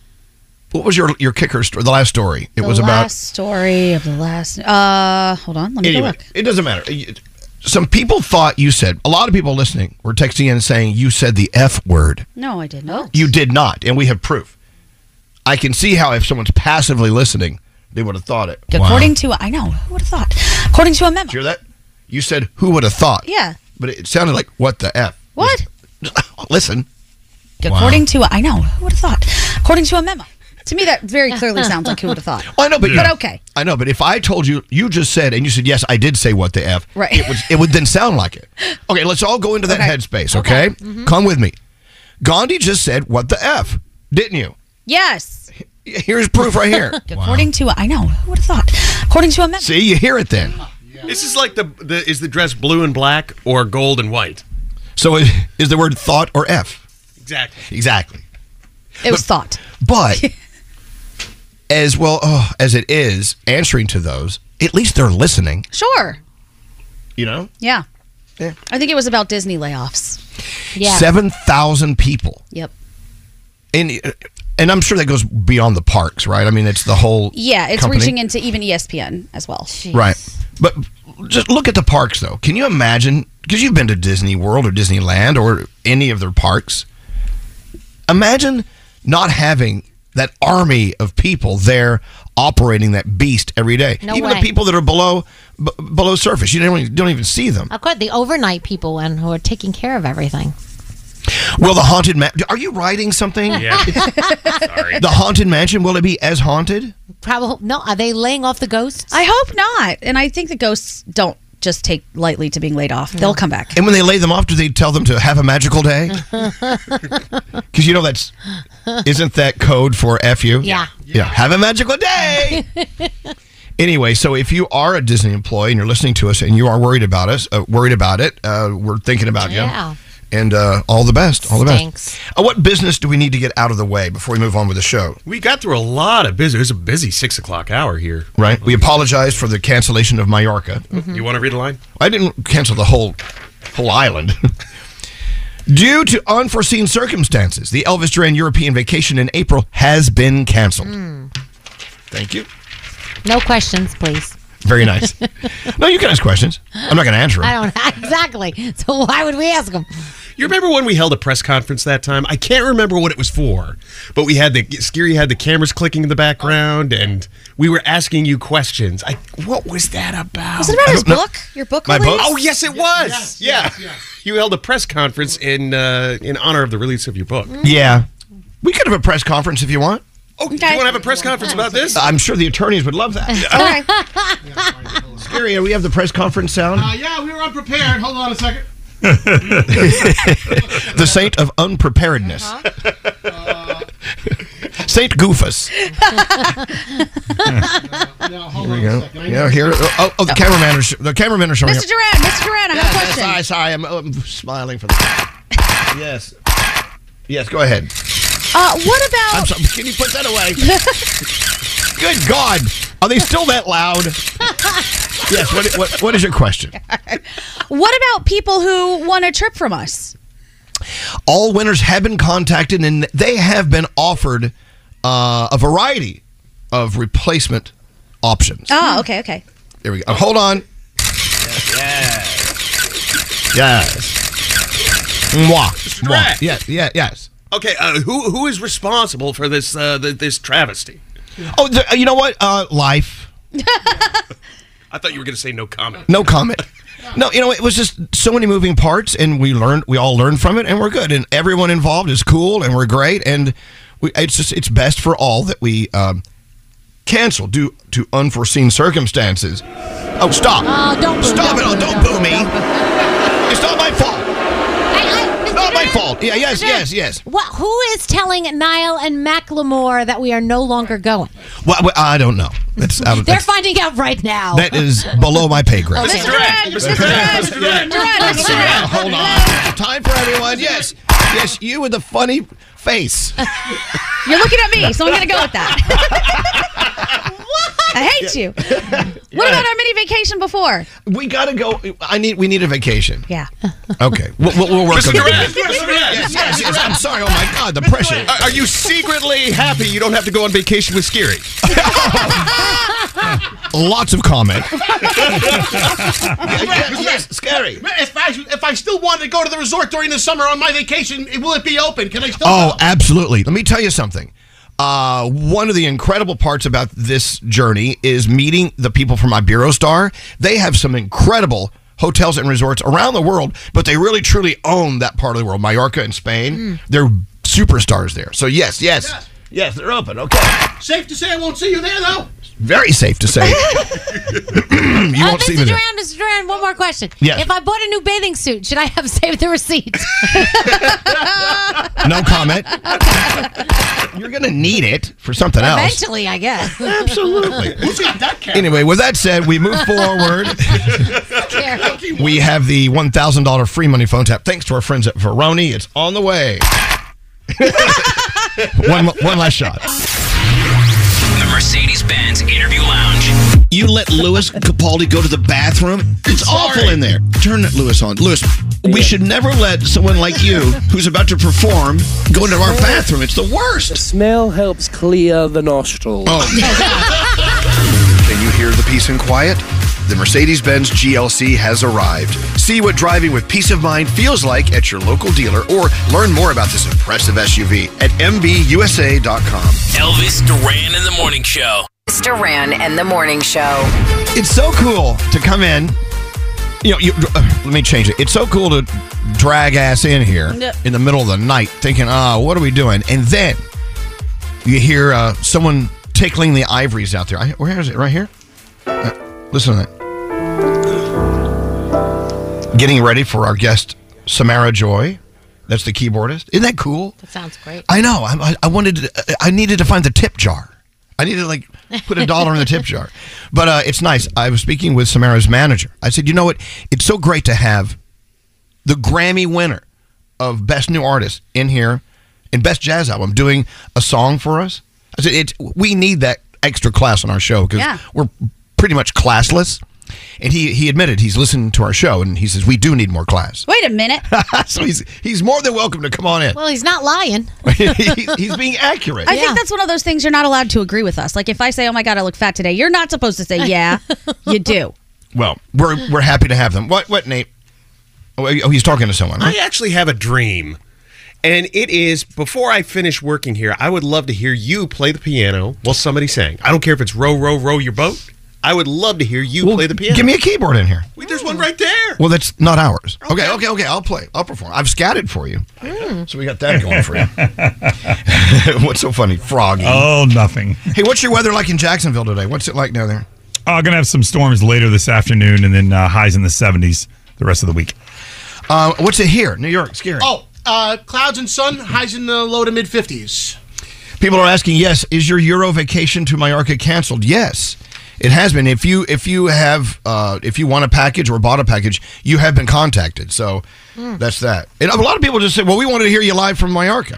[SPEAKER 6] what was your your kicker story? The last story. It
[SPEAKER 7] the
[SPEAKER 6] was about.
[SPEAKER 7] last story of the last. Uh, hold on. Let me go
[SPEAKER 6] anyway,
[SPEAKER 7] look.
[SPEAKER 6] it doesn't matter. You- Some people thought you said. A lot of people listening were texting in saying you said the f word.
[SPEAKER 7] No, I didn't.
[SPEAKER 6] You did not, and we have proof. I can see how if someone's passively listening, they would have thought it.
[SPEAKER 7] According to I know who would have thought. According to a memo.
[SPEAKER 6] Hear that? You said who would have thought?
[SPEAKER 7] Yeah.
[SPEAKER 6] But it sounded like what the f?
[SPEAKER 7] What?
[SPEAKER 6] Listen.
[SPEAKER 7] According to I know who would have thought. According to a memo. To me, that very clearly sounds like who would have thought.
[SPEAKER 6] I know, but
[SPEAKER 7] but okay.
[SPEAKER 6] I know, but if I told you, you just said, and you said, yes, I did say what the F,
[SPEAKER 7] Right.
[SPEAKER 6] it, would, it would then sound like it. Okay, let's all go into that
[SPEAKER 7] Okay. Mm-hmm.
[SPEAKER 6] headspace, okay? Come with me. Gandhi just said, what the F, didn't you?
[SPEAKER 7] Yes.
[SPEAKER 6] Here's proof right here.
[SPEAKER 7] According to I know who would have thought. According to a memo.
[SPEAKER 6] See, you hear it then.
[SPEAKER 10] This is like the, the is the dress blue and black or gold and white?
[SPEAKER 6] So i- is the word thought or F?
[SPEAKER 10] Exactly.
[SPEAKER 6] Exactly.
[SPEAKER 7] It was thought.
[SPEAKER 6] But as well oh, as it is answering to those, at least they're listening,
[SPEAKER 7] Sure.
[SPEAKER 6] you know?
[SPEAKER 7] Yeah. I think it was about Disney layoffs.
[SPEAKER 6] 7,000 people.
[SPEAKER 7] Yep.
[SPEAKER 6] And, and I'm sure that goes beyond the parks, right? I mean, it's the whole.
[SPEAKER 7] Yeah, it's
[SPEAKER 6] company.
[SPEAKER 7] reaching into even E ESPN as well.
[SPEAKER 6] Right. But just look at the parks, though. Can you imagine? Because you've been to Disney World or Disneyland or any of their parks. Imagine not having that army of people there operating that beast every day.
[SPEAKER 2] No
[SPEAKER 6] even
[SPEAKER 2] way.
[SPEAKER 6] the people that are below b- below surface, you don't even, don't even see them.
[SPEAKER 2] Of course, the overnight people and who are taking care of everything.
[SPEAKER 6] Will the haunted ma- are you writing something?
[SPEAKER 2] Yeah.
[SPEAKER 6] Sorry. The haunted mansion will it be as haunted?
[SPEAKER 2] Probably no. Are they laying off the ghosts?
[SPEAKER 7] I hope not. And I think the ghosts don't just take lightly to being laid off. They'll come back.
[SPEAKER 6] And when they lay them off, do they tell them to have a magical day? Because you know that's isn't that code for f you?
[SPEAKER 12] Yeah.
[SPEAKER 6] Yeah. Have a magical day. anyway, so if you are a Disney employee and you're listening to us and you are worried about us, uh, worried about it, uh, we're thinking about you.
[SPEAKER 2] Yeah.
[SPEAKER 6] And uh, all the best. All the
[SPEAKER 10] Stinks.
[SPEAKER 6] best. Uh, what business do we need to get out of the way before we move on with the show?
[SPEAKER 10] We got through a lot of busy. It was a busy six o'clock hour here.
[SPEAKER 6] Right? We apologize for the cancellation of Mallorca.
[SPEAKER 10] You want to read a line?
[SPEAKER 6] I didn't cancel the whole whole island. Due to unforeseen circumstances, the Elvis Duran European vacation in April has been canceled.
[SPEAKER 2] Mm.
[SPEAKER 6] Thank you.
[SPEAKER 2] Hmm. No questions, please.
[SPEAKER 6] Very nice. no, you can ask questions. I'm not going to answer them.
[SPEAKER 2] I don't exactly. So why would we ask them?
[SPEAKER 10] You remember when we held a press conference that time? I can't remember what it was for, but we had the Scary had the cameras clicking in the background, and we were asking you questions. I what was that about?
[SPEAKER 7] Was it about
[SPEAKER 10] I
[SPEAKER 7] his
[SPEAKER 10] don't know.
[SPEAKER 7] book? Your book?
[SPEAKER 10] My
[SPEAKER 7] release?
[SPEAKER 10] book? Oh, yes, it was. yeah. You held a press conference in uh, in honor of the release of your book.
[SPEAKER 6] Yeah. We could have a press conference if you want.
[SPEAKER 10] Oh, do you want to have a press conference about this?
[SPEAKER 6] I'm sure the attorneys would love that. Scary, we have the press conference sound.
[SPEAKER 3] Uh, yeah, we were unprepared. Hold on a second.
[SPEAKER 6] the saint of unpreparedness. saint Goofus. Here we go. Yeah, here. Oh, oh, the cameraman is the cameramen are showing up.
[SPEAKER 7] Mr. Duran, Mr. Duran, I have a question.
[SPEAKER 6] Sorry, sorry, I'm, oh, I'm smiling for that. Yes. Yes, go ahead.
[SPEAKER 7] Uh, what about?
[SPEAKER 6] I'm sorry, can you put that away? Good God, are they still that loud? yes. What, what, what is your question?
[SPEAKER 7] What about people who want a trip from us?
[SPEAKER 6] All winners have been contacted, and they have been offered uh, a variety of replacement options.
[SPEAKER 2] Hmm.
[SPEAKER 7] Oh, okay, okay.
[SPEAKER 6] There we go. Oh, hold on. Yes. Mwah. Mwah.
[SPEAKER 10] Correct.
[SPEAKER 6] Yeah. Yeah. Yes.
[SPEAKER 10] Okay, uh, who who is responsible for this uh, th- this travesty?
[SPEAKER 6] Oh, th- you know what? Uh, life.
[SPEAKER 10] I thought you were going to say no comment.
[SPEAKER 6] No comment. No, you know it was just so many moving parts, and we learned. We all learned from it, and we're good. And everyone involved is cool, and we're great. And we, it's just it's best for all that we um, cancel due to unforeseen circumstances. Oh, stop!
[SPEAKER 8] Oh, don't boo,
[SPEAKER 6] stop
[SPEAKER 8] don't
[SPEAKER 6] it!
[SPEAKER 8] boo,
[SPEAKER 6] oh, don't
[SPEAKER 8] don't
[SPEAKER 6] boo me. It's not my fault. It's not Oh, my fault. Yeah. Yes. Yes. Yes.
[SPEAKER 2] What? Who is telling Niall and Macklemore that we are no longer going?
[SPEAKER 6] Well, well, I don't know. That's, I,
[SPEAKER 2] They're
[SPEAKER 6] that's
[SPEAKER 2] finding out right now.
[SPEAKER 6] that is below my pay grade.
[SPEAKER 2] Mr. Duran,
[SPEAKER 6] Mr.
[SPEAKER 2] Duran, Mr.
[SPEAKER 6] Duran, Mr. Duran, Hold on. Time for everyone. Yes. Yes, you with the funny face.
[SPEAKER 7] You're looking at me, so I'm gonna go with that. I hate you. What about our mini vacation before?
[SPEAKER 6] We gotta go. I need. We need a vacation.
[SPEAKER 7] Yeah.
[SPEAKER 6] Okay, we'll, we'll, we'll work
[SPEAKER 10] Mr.
[SPEAKER 6] on
[SPEAKER 10] Duran,
[SPEAKER 6] that.
[SPEAKER 10] Mr. Duran.
[SPEAKER 6] Yes, yes, yes. I'm sorry. Oh my God, the pressure.
[SPEAKER 10] Are, are you secretly happy you don't have to go on vacation with Scary?
[SPEAKER 6] Lots of comment.
[SPEAKER 3] yes,
[SPEAKER 6] scary.
[SPEAKER 3] If I, if I still wanted to go to the resort during the summer on my vacation, it- will it be open? Can I still?
[SPEAKER 6] Oh,
[SPEAKER 3] go?
[SPEAKER 6] absolutely. Let me tell you something. Uh, one of the incredible parts about this journey is meeting the people from Iberostar. They have some incredible hotels and resorts around the world, but they really truly own that part of the world. Mallorca and Spain, they're superstars there. So, yes, yes, Yes, they're open. Okay.
[SPEAKER 3] Safe to say I won't see you there, though.
[SPEAKER 6] very safe to say.
[SPEAKER 3] Uh,
[SPEAKER 6] you
[SPEAKER 2] Uh,
[SPEAKER 6] won't see me
[SPEAKER 2] Mr.
[SPEAKER 6] there.
[SPEAKER 2] Duran, Mr. Duran, one more question.
[SPEAKER 6] Yes.
[SPEAKER 2] If I bought a new bathing suit, should I have saved the receipt?
[SPEAKER 6] No comment. You're going to need it for something else.
[SPEAKER 2] Eventually, I guess.
[SPEAKER 6] Absolutely.
[SPEAKER 3] Who's got that cat?
[SPEAKER 6] Anyway, with that said, we move forward. We have the $1,000 free money phone tap thanks to our friends at Veroni. It's on the way. one, one last shot.
[SPEAKER 8] The Mercedes Benz Interview Lounge.
[SPEAKER 6] You let Lewis Capaldi go to the bathroom? It's awful in there. Turn Lewis on. Lewis, we should never let someone like you, who's about to perform, go into our bathroom. It's the worst. Oh. The
[SPEAKER 21] smell helps clear the nostrils.
[SPEAKER 6] Can you hear the peace and quiet? The Mercedes Benz GLC has arrived. See what driving with peace of mind feels like at your local dealer or learn more about this impressive SUV at MBUSA.com.
[SPEAKER 8] Elvis Duran in the Morning Show.
[SPEAKER 11] Elvis Duran and the Morning Show.
[SPEAKER 6] It's so cool to come in. You know, you, uh, let me change it. It's so cool to drag ass in here
[SPEAKER 8] Yeah.
[SPEAKER 6] in the middle of the night thinking, ah, what are we doing? And then you hear uh, someone tickling the ivories out there. I, where is it? Right here? Uh, listen to that. Getting ready for our guest, Samara Joy. That's the keyboardist. Isn't that cool?
[SPEAKER 2] That sounds great.
[SPEAKER 6] I know. I, I- I wanted. To, I needed to find the tip jar. I needed to like put a dollar in the tip jar. But uh, it's nice. I was speaking with Samara's manager. I said, you know what? It's so great to have the Grammy winner of best new artist in here in best jazz album doing a song for us. I said, it, we need that extra class on our show because
[SPEAKER 7] Yeah.
[SPEAKER 6] we're pretty much classless. And he, he admitted he's listened to our show and he says, we do need more class.
[SPEAKER 7] Wait a minute.
[SPEAKER 6] so he's, he's more than welcome to come on in.
[SPEAKER 2] Well, he's not lying.
[SPEAKER 6] He- he's being accurate.
[SPEAKER 7] I think that's one of those things you're not allowed to agree with us. Like if I say, "Oh my god, I look fat today," you're not supposed to say, "Yeah, you do."
[SPEAKER 6] Well, we're we're happy to have them. What what Nate? Oh, oh, he's talking to someone.
[SPEAKER 10] I actually have a dream. And it is before I finish working here, I would love to hear you play the piano while somebody sang. I don't care if it's row, row, row your boat. I would love to hear you play the piano.
[SPEAKER 6] Give me a keyboard in here.
[SPEAKER 10] Wait, there's one right there.
[SPEAKER 6] Well, that's not ours. Okay, okay, okay. I'll play. I'll perform. I've scatted for you.
[SPEAKER 7] Hmm.
[SPEAKER 6] So we got that going for you. what's so funny, Froggy?
[SPEAKER 20] Oh, nothing.
[SPEAKER 6] Hey, what's your weather like in Jacksonville today? What's it like down there?
[SPEAKER 20] Oh, gonna have some storms later this afternoon, and then uh, highs in the 70s the rest of the week.
[SPEAKER 6] Uh, what's it here? New York, scary.
[SPEAKER 3] Oh, uh, clouds and sun, highs in the low to mid 50s.
[SPEAKER 6] People are asking, yes, is your Euro vacation to Mallorca canceled? Yes, it has been. If you if you have uh, if you want a package or bought a package, you have been contacted. So
[SPEAKER 9] Hmm.
[SPEAKER 6] that's that. And a lot of people just say, well, we wanted to hear you live from Mallorca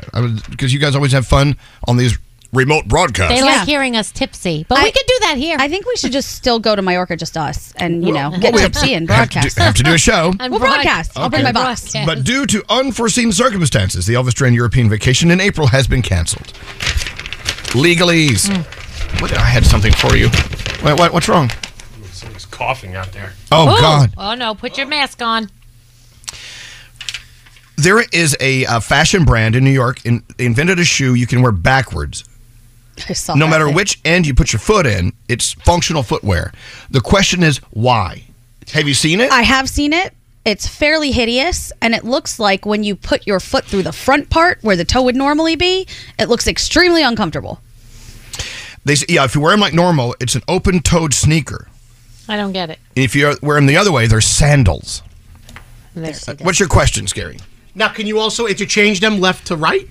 [SPEAKER 6] because you guys always have fun on these remote broadcasts.
[SPEAKER 2] They like hearing us tipsy, but we could do that here.
[SPEAKER 7] I think we should just still go to Mallorca, just us, and you know,
[SPEAKER 6] Well,
[SPEAKER 7] get
[SPEAKER 6] well, we
[SPEAKER 7] tipsy and
[SPEAKER 6] have to do-
[SPEAKER 7] broadcast.
[SPEAKER 6] have to do a show.
[SPEAKER 7] we'll broadcast. I'll bring my
[SPEAKER 6] Okay.
[SPEAKER 7] box.
[SPEAKER 6] But due to unforeseen circumstances, the Elvis Duran European vacation in April has been canceled. Legalese.
[SPEAKER 7] Hmm.
[SPEAKER 6] What, I had something for you. What, what, what's wrong?
[SPEAKER 10] Somebody's coughing out there.
[SPEAKER 6] Oh,
[SPEAKER 2] Ooh.
[SPEAKER 6] God.
[SPEAKER 2] Oh no! Put your mask on.
[SPEAKER 6] There is a, uh fashion brand in New York in, they invented a shoe you can wear backwards.
[SPEAKER 7] I saw
[SPEAKER 6] no
[SPEAKER 7] that
[SPEAKER 6] matter
[SPEAKER 7] thing.
[SPEAKER 6] which end you put your foot in, it's functional footwear. The question is why? Have you seen it?
[SPEAKER 7] I have seen it. It's fairly hideous, and it looks like when you put your foot through the front part where the toe would normally be, it looks extremely uncomfortable.
[SPEAKER 6] They say, yeah, if you wear them like normal, it's an open-toed sneaker.
[SPEAKER 2] I don't get it.
[SPEAKER 6] And if you wear them the other way, they're sandals. What's your question, Scary?
[SPEAKER 3] Now, can you also interchange them left to right?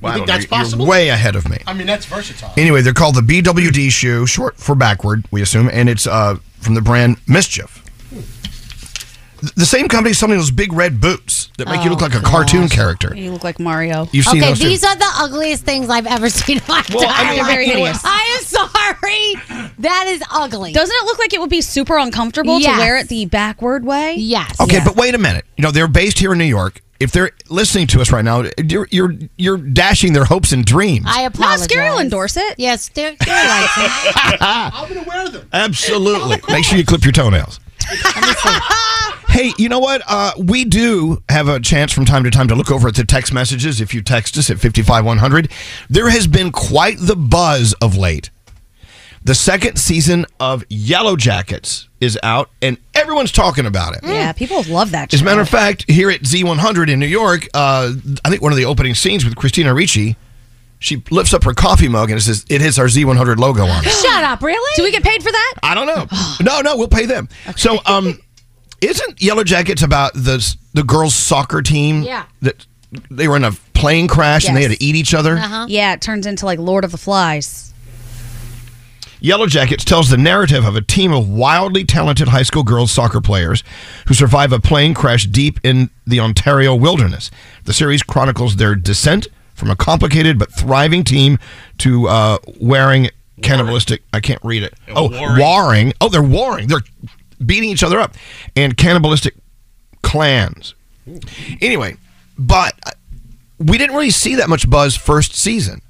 [SPEAKER 6] Wow,
[SPEAKER 3] you think that's possible?
[SPEAKER 6] way ahead of me.
[SPEAKER 3] I mean, that's versatile.
[SPEAKER 6] Anyway, they're called the BWD shoe, short for backward, we assume, and it's uh, from the brand Mischief. Th- The same company is selling those big red boots that make you look
[SPEAKER 7] Oh,
[SPEAKER 6] like a cartoon
[SPEAKER 7] gosh.
[SPEAKER 6] character.
[SPEAKER 7] You look like Mario.
[SPEAKER 6] You've seen
[SPEAKER 2] okay,
[SPEAKER 6] those too.
[SPEAKER 2] these are the ugliest things I've ever seen in my
[SPEAKER 6] Well, I
[SPEAKER 2] entire
[SPEAKER 6] mean,
[SPEAKER 2] life.
[SPEAKER 6] Very you know hideous. what?
[SPEAKER 2] I am sorry. That is ugly.
[SPEAKER 7] Doesn't it look like it would be super uncomfortable
[SPEAKER 2] Yes.
[SPEAKER 7] to wear it the backward way?
[SPEAKER 2] Yes.
[SPEAKER 6] Okay, but wait a minute. You know, they're based here in New York. If they're listening to us right now, you're you're, you're dashing their hopes and dreams.
[SPEAKER 2] I apologize.
[SPEAKER 7] No, Scary will endorse it.
[SPEAKER 2] Yes, Scary likes it.
[SPEAKER 3] I'm going to wear them.
[SPEAKER 6] Absolutely. Make sure you clip your toenails. hey, you know what? Uh, we do have a chance from time to time to look over at the text messages if you text us at 55100. There has been quite the buzz of late. The second season of Yellow Jackets is out, and everyone's talking about it.
[SPEAKER 7] Yeah, people love that.
[SPEAKER 6] As a matter
[SPEAKER 7] show.
[SPEAKER 6] of fact, here at Z100 in New York, uh, I think one of the opening scenes with Christina Ricci, she lifts up her coffee mug and it says, It has our Z100 logo on it.
[SPEAKER 2] Shut up, really?
[SPEAKER 7] Do we get paid for that?
[SPEAKER 6] I don't know. No, no, we'll pay them. So, um, isn't Yellow Jackets about the the girls' soccer team?
[SPEAKER 7] Yeah.
[SPEAKER 6] That they were in a plane crash and they had
[SPEAKER 7] Yes. Uh-huh.
[SPEAKER 6] to eat each other.
[SPEAKER 7] Yeah, it turns into like Lord of the Flies.
[SPEAKER 6] Yellow Jackets tells the narrative of a team of wildly talented high school girls soccer players who survive a plane crash deep in the Ontario wilderness. The series chronicles their descent from a complicated but thriving team to uh, wearing cannibalistic. I can't read it. Oh, warring. Oh, they're warring. They're beating each other up and cannibalistic clans. Anyway, but uh, we didn't really see that much buzz first season.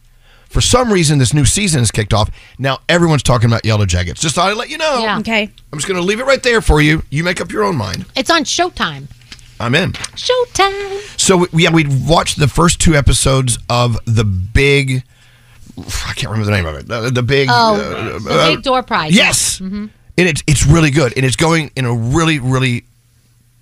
[SPEAKER 6] For some reason, this new season has kicked off. Now everyone's talking about Yellow Jackets. Just thought I'd let you know.
[SPEAKER 2] Yeah.
[SPEAKER 7] Okay.
[SPEAKER 6] I'm just going to leave it right there for you. You make up your own mind.
[SPEAKER 2] It's on Showtime.
[SPEAKER 6] I'm in.
[SPEAKER 2] Showtime.
[SPEAKER 6] So we- yeah, we watched the first two episodes of the big. I can't remember the name of it. The, the big.
[SPEAKER 2] Oh,
[SPEAKER 6] uh,
[SPEAKER 2] the
[SPEAKER 6] uh,
[SPEAKER 2] big door prize.
[SPEAKER 6] Yes.
[SPEAKER 7] Mm-hmm.
[SPEAKER 2] hmm
[SPEAKER 6] And it's it's really good, and it's going in a really really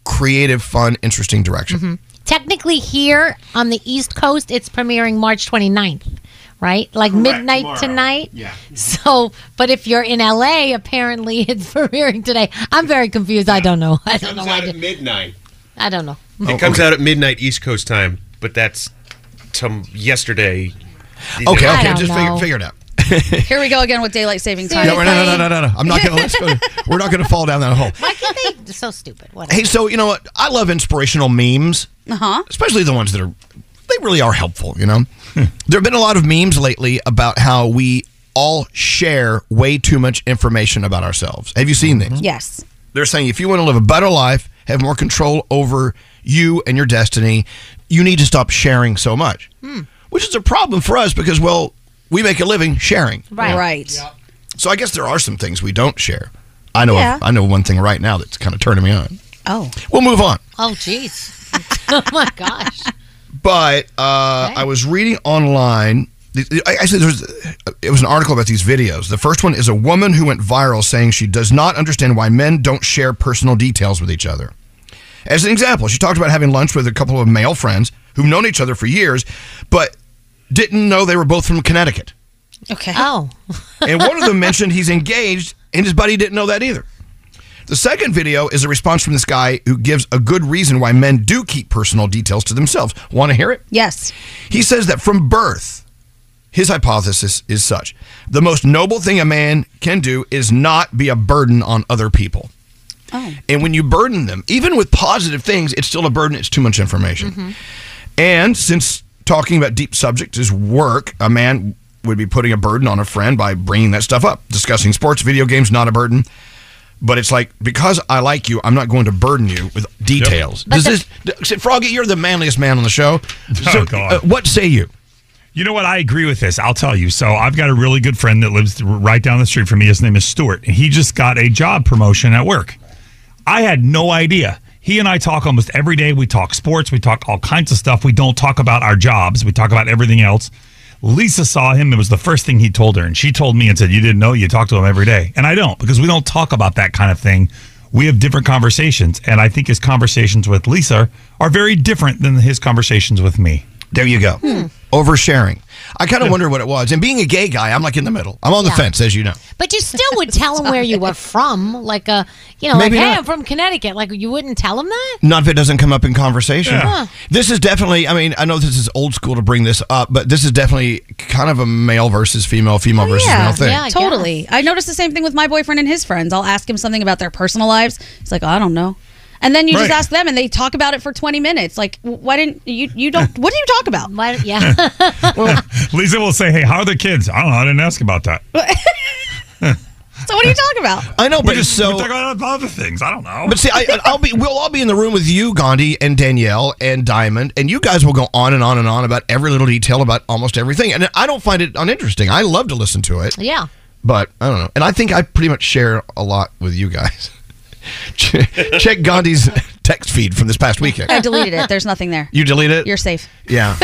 [SPEAKER 6] creative, fun, interesting direction.
[SPEAKER 2] Mm-hmm. Technically, here on the East Coast, it's premiering March 29th, right? Like midnight tonight.
[SPEAKER 6] Yeah.
[SPEAKER 2] So, but if you're in LA, apparently it's premiering today. I'm very confused. I don't know. I don't know.
[SPEAKER 10] out at midnight.
[SPEAKER 2] I don't know.
[SPEAKER 10] It
[SPEAKER 6] Oh,
[SPEAKER 10] comes out at midnight East Coast time, but that's some yesterday.
[SPEAKER 6] Okay,
[SPEAKER 10] I
[SPEAKER 6] okay,
[SPEAKER 10] don't
[SPEAKER 6] just
[SPEAKER 10] know.
[SPEAKER 6] figure, figure it out.
[SPEAKER 7] Here we go again with daylight saving time.
[SPEAKER 6] No, no, no, no, no, no, no. I'm not gonna. Let's go. We're not gonna fall down that hole.
[SPEAKER 2] Why can't they? So stupid. Whatever.
[SPEAKER 6] Hey, so you know what? I love inspirational memes.
[SPEAKER 7] Uh huh.
[SPEAKER 6] especially the ones that are they really are helpful you know there have been a lot of memes lately about how we all share way too much information about ourselves have you seen
[SPEAKER 7] Mm-hmm.
[SPEAKER 6] these
[SPEAKER 7] Yes.
[SPEAKER 6] they're saying if you want to live a better life have more control over you and your destiny you need to stop sharing so much
[SPEAKER 8] Hmm.
[SPEAKER 6] which is a problem for us because well we make a living sharing
[SPEAKER 7] Right. Right.
[SPEAKER 6] so i guess there are some things we don't share i know
[SPEAKER 2] Yeah.
[SPEAKER 6] i know one thing right now that's kind of turning me on
[SPEAKER 7] Oh.
[SPEAKER 6] we'll move on
[SPEAKER 2] Oh, jeez. oh my gosh.
[SPEAKER 6] but uh, I was reading online. th- th- Actually, there was, it was an article about these videos. The first one is a woman who went viral saying she does not understand why men don't share personal details with each other. As an example, she talked about having lunch with a couple of male friends who've known each other for years, but didn't know they were both from Connecticut.
[SPEAKER 7] Okay.
[SPEAKER 2] Oh.
[SPEAKER 6] And one of them mentioned he's engaged, and his buddy didn't know that either. The second video is a response from this guy who gives a good reason why men do keep personal details to themselves. Want to hear it?
[SPEAKER 7] Yes.
[SPEAKER 6] He says that from birth, his hypothesis is such the most noble thing a man can do is not be a burden on other people.
[SPEAKER 7] Oh.
[SPEAKER 6] And when you burden them, even with positive things, it's still a burden. It's too much information.
[SPEAKER 8] Mm-hmm.
[SPEAKER 6] And since talking about deep subjects is work, a man would be putting a burden on a friend by bringing that stuff up. Discussing sports, video games, not a burden. But it's like because I like you, I'm not going to burden you with details.
[SPEAKER 20] But
[SPEAKER 6] Does
[SPEAKER 20] the-
[SPEAKER 6] this, th- Froggy? You're the manliest man on the show.
[SPEAKER 20] Oh,
[SPEAKER 6] So,
[SPEAKER 20] God.
[SPEAKER 6] uh, what say you?
[SPEAKER 20] You know what? I agree with this. I'll tell you. So I've got a really good friend that lives right down the street from me. His name is Stuart, and he just got a job promotion at work. I had no idea. He and I talk almost every day. We talk sports. We talk all kinds of stuff. We don't talk about our jobs. We talk about everything else. Lisa saw him. It was the first thing he told her, and she told me and said, "You didn't know you talk to him every day." And I don't because we don't talk about that kind of thing. We have different conversations, and I think his conversations with Lisa are very different than his conversations with me.
[SPEAKER 6] There you go.
[SPEAKER 20] Hmm.
[SPEAKER 6] Oversharing. I kind of wonder what it was. And being a gay guy, I'm like in the middle. I'm on the
[SPEAKER 2] Yeah.
[SPEAKER 6] fence, as you know.
[SPEAKER 2] But you still would tell him where you were from, like a, you know,
[SPEAKER 6] Maybe
[SPEAKER 2] like, hey,
[SPEAKER 6] not.
[SPEAKER 2] I'm from Connecticut. Like you wouldn't tell him that.
[SPEAKER 6] Not if it doesn't come up in conversation.
[SPEAKER 2] Yeah. Huh.
[SPEAKER 6] This is definitely, I mean, I know this is old school to bring this up, but this is definitely kind of a male versus female, female
[SPEAKER 2] Oh,
[SPEAKER 6] versus male thing.
[SPEAKER 7] totally. I noticed the same thing with my boyfriend and his friends. I'll ask him something about their personal lives. He's like, I don't know. And then you
[SPEAKER 6] Right.
[SPEAKER 7] just ask them, and they talk about it for twenty minutes. Like, "W- why didn't you? You don't. What do you talk about?
[SPEAKER 2] yeah.
[SPEAKER 20] Lisa will say, "Hey, how are the kids?" I don't know. I didn't ask about that.
[SPEAKER 7] so what do you talk about?
[SPEAKER 6] I know, but
[SPEAKER 20] we
[SPEAKER 6] it's so-
[SPEAKER 20] we talk about other things. I don't know.
[SPEAKER 6] But see, I, I'll be, we'll all be in the room with you, Gandhi and Danielle and Diamond, and you guys will go on and on and on about every little detail about almost everything. And I don't find it uninteresting. I love to listen to it.
[SPEAKER 2] Yeah.
[SPEAKER 6] But I don't know. And I think I pretty much share a lot with you guys. Check check Gandhi's text feed from this past weekend.
[SPEAKER 7] I deleted it. There's nothing there.
[SPEAKER 6] You delete it?
[SPEAKER 7] You're safe.
[SPEAKER 6] Yeah.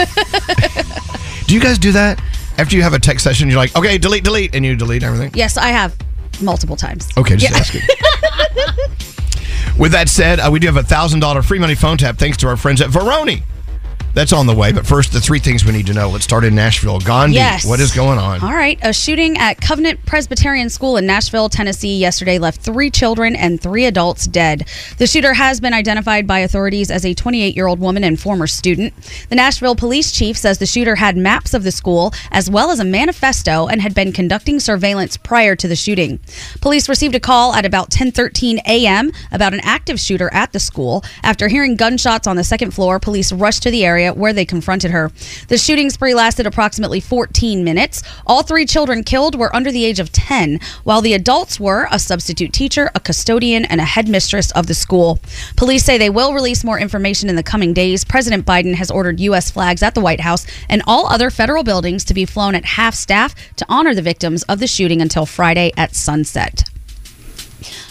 [SPEAKER 6] do you guys do that? After you have a text session, you're like, okay, delete, delete, and you delete everything?
[SPEAKER 7] Yes, I have multiple times.
[SPEAKER 6] Okay, just asking. With that said, uh, we do have a $1,000 free money phone tap thanks to our friends at Veroni. That's on the way, but first, the three things we need to know. Let's start in Nashville. Gandhi,
[SPEAKER 7] Yes.
[SPEAKER 6] what is going on?
[SPEAKER 7] All right. A shooting at Covenant Presbyterian School in Nashville, Tennessee, yesterday left three children and three adults dead. The shooter has been identified by authorities as a 28 year old woman and former student. The Nashville police chief says the shooter had maps of the school as well as a manifesto and had been conducting surveillance prior to the shooting. Police received a call at about 10:13 a.m. about an active shooter at the school. After hearing gunshots on the second floor, police rushed to the area where they confronted her. The shooting spree lasted approximately 14 minutes. All three children killed were under the age of 10, while the adults were a substitute teacher, a custodian, and a headmistress of the school. Police say they will release more information in the coming days. President Biden has ordered U.S. flags at the White House and all other federal buildings to be flown at half staff to honor the victims of the shooting until Friday at sunset.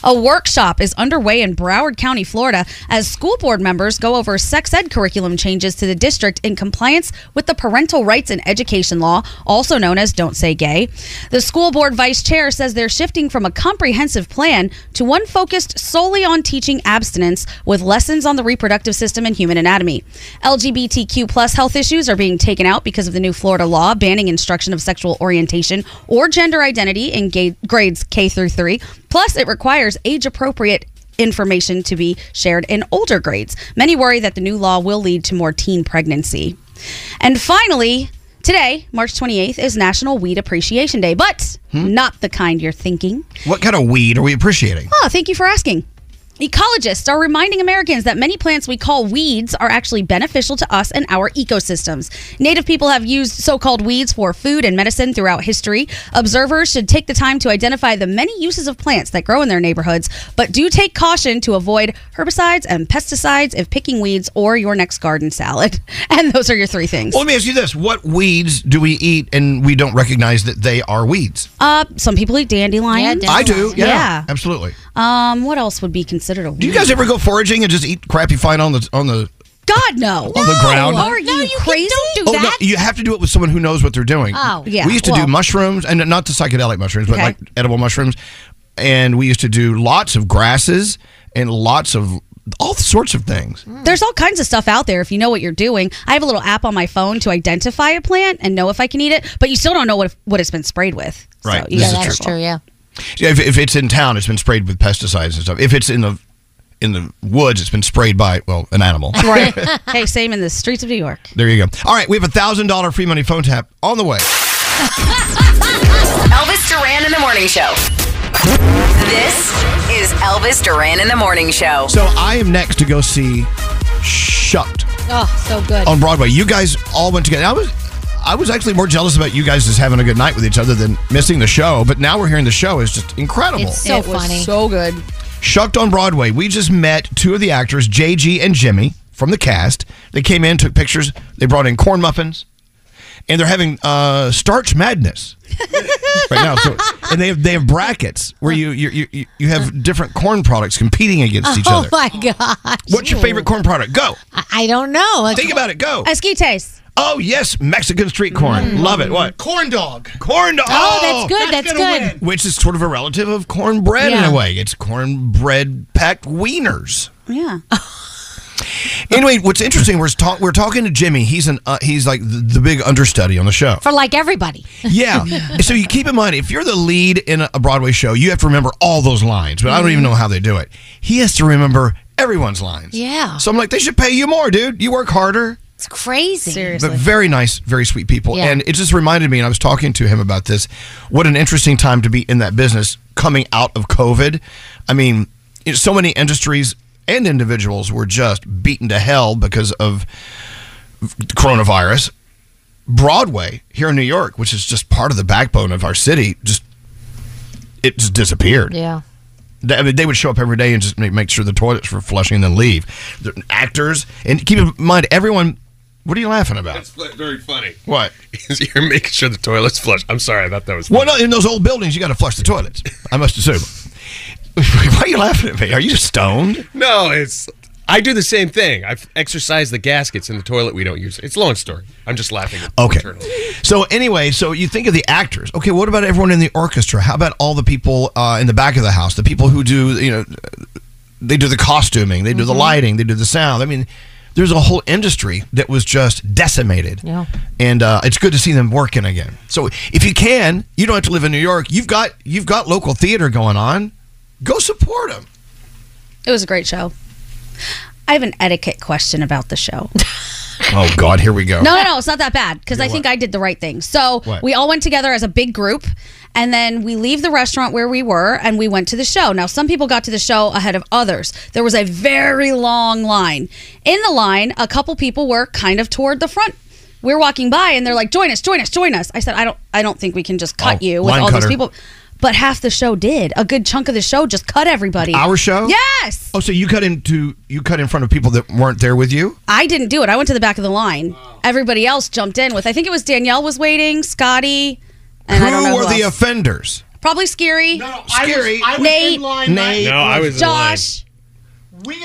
[SPEAKER 7] A workshop is underway in Broward County, Florida, as school board members go over sex ed curriculum changes to the district in compliance with the Parental Rights in Education Law, also known as Don't Say Gay. The school board vice chair says they're shifting from a comprehensive plan to one focused solely on teaching abstinence with lessons on the reproductive system and human anatomy. LGBTQ plus health issues are being taken out because of the new Florida law banning instruction of sexual orientation or gender identity in ga- grades K through 3. Plus, it requires age appropriate information to be shared in older grades. Many worry that the new law will lead to more teen pregnancy. And finally, today, March 28th, is National Weed Appreciation Day, but not the kind you're thinking.
[SPEAKER 6] What kind of weed are we appreciating?
[SPEAKER 7] Oh, thank you for asking. Ecologists are reminding Americans that many plants we call weeds are actually beneficial to us and our ecosystems. Native people have used so called weeds for food and medicine throughout history. Observers should take the time to identify the many uses of plants that grow in their neighborhoods, but do take caution to avoid herbicides and pesticides if picking weeds or your next garden salad. And those are your three things.
[SPEAKER 6] Well, let me ask you this: What weeds do we eat and we don't recognize that they are weeds?
[SPEAKER 7] Uh, some people eat dandelions.
[SPEAKER 6] I do. Yeah, absolutely.
[SPEAKER 7] Yeah. Um, what else would be considered a weed?
[SPEAKER 6] Do you guys ever go foraging and just eat crap you find on the on the?
[SPEAKER 7] God no.
[SPEAKER 6] On the ground?
[SPEAKER 7] Are you, crazy? don't
[SPEAKER 6] oh no, you have to do Ah. it with someone who knows what they're doing.
[SPEAKER 7] Oh. Yeah,
[SPEAKER 6] We used to
[SPEAKER 7] well-
[SPEAKER 6] do mushrooms, and not the psychedelic mushrooms, but
[SPEAKER 7] Okay.
[SPEAKER 6] like edible mushrooms, and we used to do lots of grasses and lots of all sorts of things.
[SPEAKER 7] There's all kinds of stuff out there if you know what you're doing. I have a little app on my phone to identify a plant and know if I can eat it, but you still don't know what what it's been sprayed with.
[SPEAKER 6] Right.
[SPEAKER 7] you
[SPEAKER 6] This
[SPEAKER 7] gotta
[SPEAKER 6] is
[SPEAKER 7] be
[SPEAKER 6] true.
[SPEAKER 7] careful.
[SPEAKER 2] Yeah.
[SPEAKER 6] Yeah, if, if it's in town, it's been sprayed with pesticides and stuff. If it's in the in the woods, it's been sprayed by well an animal.
[SPEAKER 7] Right. hey, same in the streets of New York.
[SPEAKER 6] There you go. All right, we have a thousand dollar free money phone tap on the way.
[SPEAKER 11] Elvis Duran in the Morning Show. This is Elvis Duran in the Morning Show.
[SPEAKER 6] So I am next to go see Shucked
[SPEAKER 16] Oh, so good.
[SPEAKER 6] on Broadway. You guys all went together. I was I was actually more jealous about you guys just having a good night with each other than missing the show. But now we're hearing the show is just incredible.
[SPEAKER 16] It's so
[SPEAKER 7] It was
[SPEAKER 16] funny.
[SPEAKER 7] so good.
[SPEAKER 6] Shucked on Broadway. We just met two of the actors, JG and Jimmy, from the cast. They came in, took pictures. They brought in corn muffins, and they're having uh, starch madness right now. So, and they have they have brackets where you you you- you, you have different corn products competing against each
[SPEAKER 2] oh
[SPEAKER 6] other.
[SPEAKER 2] my gosh.
[SPEAKER 6] What's your favorite corn product? Go.
[SPEAKER 2] I, I don't know.
[SPEAKER 6] Think about it. Go.
[SPEAKER 7] Esquites.
[SPEAKER 6] Oh yes, Mexican street corn. Love it. What?
[SPEAKER 3] Corn dog.
[SPEAKER 6] Corn dog.
[SPEAKER 2] Mm. Oh, that's good. That's, good.
[SPEAKER 6] Which is sort of a relative of cornbread in
[SPEAKER 2] Yeah.
[SPEAKER 6] a way. It's cornbread packed wieners.
[SPEAKER 7] Yeah.
[SPEAKER 6] Anyway, what's interesting was talk, we're talking to Jimmy. He's an uh, he's like the, the big understudy on the show.
[SPEAKER 2] For like everybody.
[SPEAKER 6] Yeah. so you keep in mind if you're the lead in a a Broadway show, you have to remember all those lines. But I don't even know how they do it. He has to remember everyone's lines.
[SPEAKER 2] Yeah.
[SPEAKER 6] So I'm like, they should pay you more, dude. You work harder.
[SPEAKER 2] It's crazy.
[SPEAKER 6] But very nice, very sweet people.
[SPEAKER 2] Yeah.
[SPEAKER 6] And it just reminded me, and I was talking to him about this, what an interesting time to be in that business coming out of COVID. I mean, it- so many industries and individuals were just beaten to hell because of coronavirus. Broadway here in New York, which is just part of the backbone of our city, just it just disappeared.
[SPEAKER 2] Yeah.
[SPEAKER 6] They, I mean, they would show up every day and just make, make sure the toilets were flushing and then leave. The actors, and keep in mind, everyone, what are you laughing about?
[SPEAKER 10] very funny.
[SPEAKER 6] What?
[SPEAKER 10] You're making sure the toilet's flush. I'm sorry, I thought that was.
[SPEAKER 6] Well, no, in those old buildings, you got to flush the toilets, I must assume. Why are you laughing at me? Are you stoned?
[SPEAKER 10] No, it's. I do the same thing. I've exercised the gaskets in the toilet we don't use. It's a long story. I'm just laughing. At
[SPEAKER 6] Okay.
[SPEAKER 10] Eternal.
[SPEAKER 6] So, anyway, so you think of the actors. Okay, what about everyone in the orchestra? How about all the people uh, in the back of the house, the people who do, you know, they do the costuming, they do the lighting, they do the sound. I mean, there's a whole industry that was just decimated.
[SPEAKER 2] Yeah.
[SPEAKER 6] and uh, it's good to see them working again. So if you can, you don't have to live in New York. You've got you've got local theater going on. Go support them.
[SPEAKER 7] It was a great show. I have an etiquette question about the show.
[SPEAKER 6] Oh God, here we go.
[SPEAKER 7] No, no, no, it's not that bad because I think I did the right thing. So
[SPEAKER 6] What?
[SPEAKER 7] we all went together as a big group, and then we leave the restaurant where we were and we went to the show. Now, some people got to the show ahead of others. There was a very long line. In the line, a couple people were kind of toward the front. We are walking by, and they're like, "Join us, join us, join us." I said, "I don't, I don't think we can just cut
[SPEAKER 6] Oh,
[SPEAKER 7] you with
[SPEAKER 6] line
[SPEAKER 7] all
[SPEAKER 6] cutter.
[SPEAKER 7] these people." But half the show did. A good chunk of the show just cut everybody.
[SPEAKER 6] Our show.
[SPEAKER 7] Yes.
[SPEAKER 6] Oh, so you cut into you cut in front of people that weren't there with you.
[SPEAKER 7] I didn't do it. I went to the back of the line. Everybody else jumped in with. I think it was Danielle was waiting, Scotty, and
[SPEAKER 6] who
[SPEAKER 7] I don't know
[SPEAKER 6] were
[SPEAKER 7] who
[SPEAKER 6] the
[SPEAKER 7] else.
[SPEAKER 6] offenders?
[SPEAKER 7] probably scary. No,
[SPEAKER 6] Scary.
[SPEAKER 3] I was, I was
[SPEAKER 7] Nate.
[SPEAKER 3] in line.
[SPEAKER 6] Nate.
[SPEAKER 3] Right?
[SPEAKER 6] No, I was in line.
[SPEAKER 7] Josh.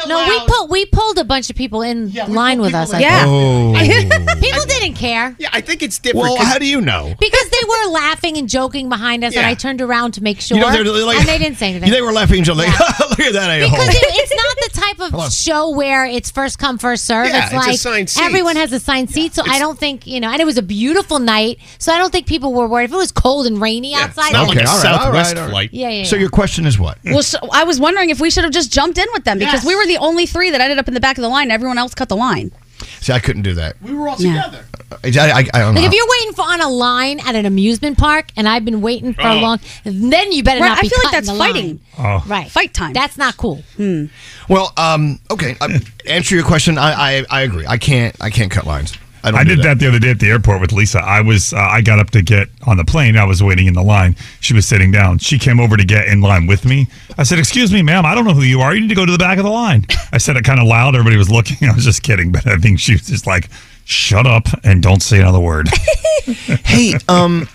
[SPEAKER 2] No, we pulled we pulled a bunch of people in line with us. I
[SPEAKER 7] Yeah.
[SPEAKER 2] think.
[SPEAKER 6] Oh.
[SPEAKER 2] people didn't care.
[SPEAKER 10] Yeah, I think it's
[SPEAKER 6] Well, how do you know?
[SPEAKER 2] Because they were laughing and joking behind us, and
[SPEAKER 6] Yeah.
[SPEAKER 2] I turned around to make sure,
[SPEAKER 6] You know, they're like-
[SPEAKER 2] and they didn't say anything.
[SPEAKER 6] They were laughing until they look at that a hole.
[SPEAKER 2] because it, it's not the type of
[SPEAKER 6] Hold on.
[SPEAKER 2] show where it's first come first serve.
[SPEAKER 6] Yeah, it's
[SPEAKER 2] it's like
[SPEAKER 6] assigned seats.
[SPEAKER 2] everyone has assigned seats, so I don't think you know. And it was a beautiful night, so I don't think people were worried. If it was cold and rainy outside, I
[SPEAKER 6] Okay,
[SPEAKER 2] don't think-
[SPEAKER 6] all right, all
[SPEAKER 10] Southwest
[SPEAKER 6] all
[SPEAKER 10] flight.
[SPEAKER 2] Yeah, yeah,
[SPEAKER 6] So
[SPEAKER 2] yeah.
[SPEAKER 6] your question is what?
[SPEAKER 7] Well, so I was wondering if we should have just jumped in with them because we were the only three that ended up in the back of the line. Everyone else cut the line.
[SPEAKER 6] See, I couldn't do that. Uh,
[SPEAKER 3] We were all
[SPEAKER 7] Yeah.
[SPEAKER 3] together.
[SPEAKER 6] I, I, I don't know.
[SPEAKER 2] Like if you're waiting for on a line at an amusement park, and I've been waiting for a
[SPEAKER 6] Oh.
[SPEAKER 2] long, then you better
[SPEAKER 7] Right,
[SPEAKER 2] not
[SPEAKER 7] I
[SPEAKER 2] be
[SPEAKER 7] feel like
[SPEAKER 2] cutting
[SPEAKER 7] that's
[SPEAKER 2] the
[SPEAKER 7] fighting.
[SPEAKER 6] Oh.
[SPEAKER 2] line. Right, fight time. That's not cool.
[SPEAKER 7] Hmm.
[SPEAKER 6] Well, um, okay. Um, answer your question. I, I, I agree. I can't. I can't cut lines. I don't.
[SPEAKER 20] I
[SPEAKER 6] do
[SPEAKER 20] did that. the other day at the airport with Lisa. I was uh, I got up to get on the plane. I was waiting in the line. She was sitting down. She came over to get in line with me. I said, "Excuse me, ma'am. I don't know who you are. You need to go to the back of the line." I said it kind of loud. Everybody was looking. I was just kidding, but I think she was just like, "Shut up and don't say another word."
[SPEAKER 6] hey, um,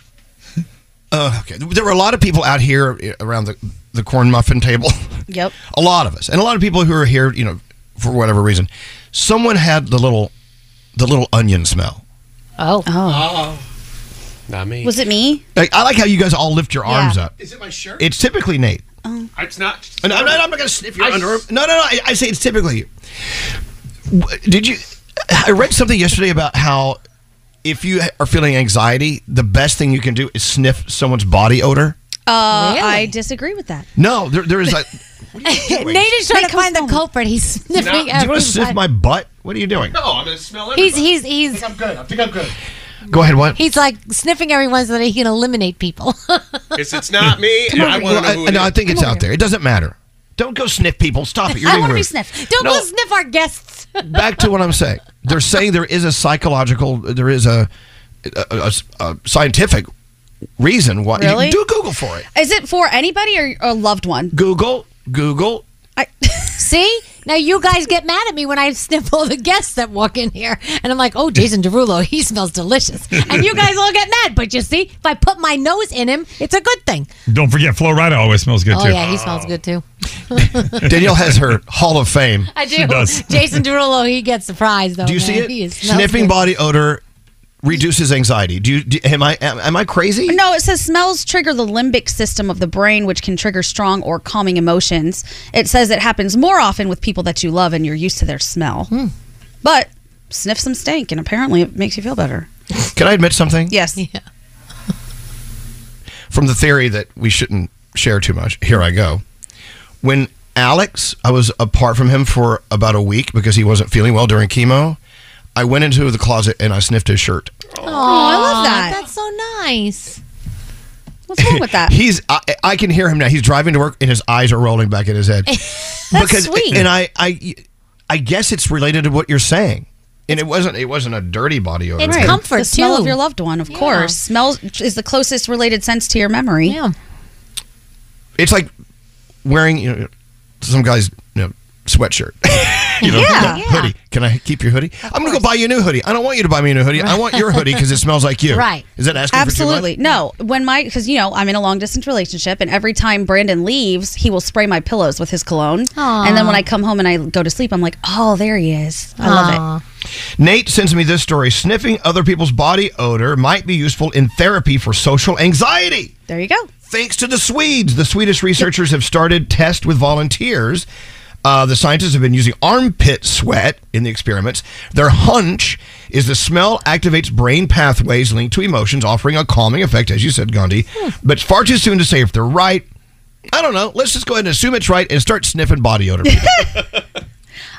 [SPEAKER 6] uh, okay. There were a lot of people out here uh, around the the corn muffin table.
[SPEAKER 7] Yep.
[SPEAKER 6] a lot of us, and a lot of people who are here, you know, for whatever reason. Someone had the little, the little onion smell.
[SPEAKER 2] Oh.
[SPEAKER 3] Uh-huh.
[SPEAKER 7] Oh.
[SPEAKER 6] Not me.
[SPEAKER 7] Was it me?
[SPEAKER 6] Like, I like how you guys all lift your arms
[SPEAKER 7] Yeah. Oh.
[SPEAKER 6] up.
[SPEAKER 7] Is it my shirt?
[SPEAKER 6] It's typically Nate.
[SPEAKER 3] It's not.
[SPEAKER 6] And I'm not, I'm not going to sniff your
[SPEAKER 3] I-
[SPEAKER 6] underarm. No, no, no. I, I say it's typically. W- Did you? I read something yesterday about how if you are feeling anxiety, the best thing you can do is sniff someone's body odor.
[SPEAKER 7] Uh, I disagree with that.
[SPEAKER 6] No, there, there is like.
[SPEAKER 2] Nate is trying to find the culprit. He's
[SPEAKER 6] do
[SPEAKER 2] sniffing.
[SPEAKER 6] you want to sniff my butt? What are you doing?
[SPEAKER 3] No, I'm gonna smell it.
[SPEAKER 2] He's he's he's.
[SPEAKER 3] I'm good. I think I'm good.
[SPEAKER 6] Go ahead. What?
[SPEAKER 2] He's like sniffing everyone so that he can eliminate people.
[SPEAKER 3] It's, it's not me.
[SPEAKER 6] Come
[SPEAKER 3] and I
[SPEAKER 6] over
[SPEAKER 3] want to
[SPEAKER 6] here.
[SPEAKER 3] know who
[SPEAKER 6] Well, I- no, I think it's out there. It doesn't matter. Don't go sniff people. Stop it. You're
[SPEAKER 2] I
[SPEAKER 6] being
[SPEAKER 2] want to be
[SPEAKER 6] rude.
[SPEAKER 2] sniffed. Don't
[SPEAKER 6] No.
[SPEAKER 2] go sniff our guests.
[SPEAKER 6] back to what I'm saying. They're saying there is a psychological, there is a a, a- a scientific reason why.
[SPEAKER 7] Really?
[SPEAKER 6] You do Google for it.
[SPEAKER 7] Is it for anybody or a loved one?
[SPEAKER 6] Google, Google.
[SPEAKER 2] See? Now you guys get mad at me when I sniff all the guests that walk in here. And I'm like, oh, Jason Derulo, he smells delicious. And you guys all get mad. But you see, if I put my nose in him, it's a good thing.
[SPEAKER 20] don't forget, Flo Rida always smells good
[SPEAKER 2] oh,
[SPEAKER 20] too.
[SPEAKER 2] yeah, he smells good too.
[SPEAKER 6] Danielle has her Hall of Fame.
[SPEAKER 2] I do. Jason Derulo, he gets the prize, though.
[SPEAKER 6] Do you see
[SPEAKER 2] man.
[SPEAKER 6] it?
[SPEAKER 2] He is smells
[SPEAKER 6] Sniffing
[SPEAKER 2] good.
[SPEAKER 6] body odor reduces anxiety. Do you? Do, am I? Am, am I crazy?
[SPEAKER 7] No, it says smells trigger the limbic system of the brain, which can trigger strong or calming emotions. It says it happens more often with people that you love and you're used to their smell.
[SPEAKER 6] Hmm.
[SPEAKER 7] But sniff some stank, and apparently it makes you feel better.
[SPEAKER 6] Can I admit something
[SPEAKER 7] Yes.
[SPEAKER 6] from the theory that we shouldn't share too much? Here I go. When Alex, I was apart from him for about a week because he wasn't feeling well during chemo. I went into the closet and I sniffed his shirt.
[SPEAKER 2] Oh, I love
[SPEAKER 7] that.
[SPEAKER 2] That's so nice.
[SPEAKER 7] What's wrong with that?
[SPEAKER 6] He's I, I can hear him now. He's driving to work and his eyes are rolling back in his head. That's
[SPEAKER 7] sweet.
[SPEAKER 6] And I I I guess it's related to what you're saying. And it wasn't it wasn't a dirty body odor.
[SPEAKER 7] Right. The smell of your loved one, of course. Smell is the closest related sense to your memory.
[SPEAKER 2] Yeah.
[SPEAKER 6] It's like wearing you know, some guy's you know, sweatshirt. you know,
[SPEAKER 7] Yeah.
[SPEAKER 6] hoodie. Can I keep your hoodie? I'm going to go buy you a new hoodie. I don't want you to buy me a new hoodie. I want your hoodie because it smells like you.
[SPEAKER 7] Right.
[SPEAKER 6] Is that asking
[SPEAKER 7] Absolutely.
[SPEAKER 6] for too much?
[SPEAKER 7] No, when my, because, you know, I'm in a long distance relationship, and every time Brandon leaves, he will spray my pillows with his cologne.
[SPEAKER 2] Aw.
[SPEAKER 7] And then when I come home and I go to sleep, I'm like, oh, there he is. I love it.
[SPEAKER 6] Nate sends me this story. Sniffing other people's body odor might be useful in therapy for social anxiety.
[SPEAKER 7] There you go.
[SPEAKER 6] Thanks to the Swedes, the Swedish researchers have started tests with volunteers. Uh, the scientists have been using armpit sweat in the experiments. Their hunch is the smell activates brain pathways linked to emotions, offering a calming effect, as you said, Gandhi.
[SPEAKER 7] Hmm.
[SPEAKER 6] But it's far too soon to say if they're right. I don't know. Let's just go ahead and assume it's right and start sniffing body odor. people.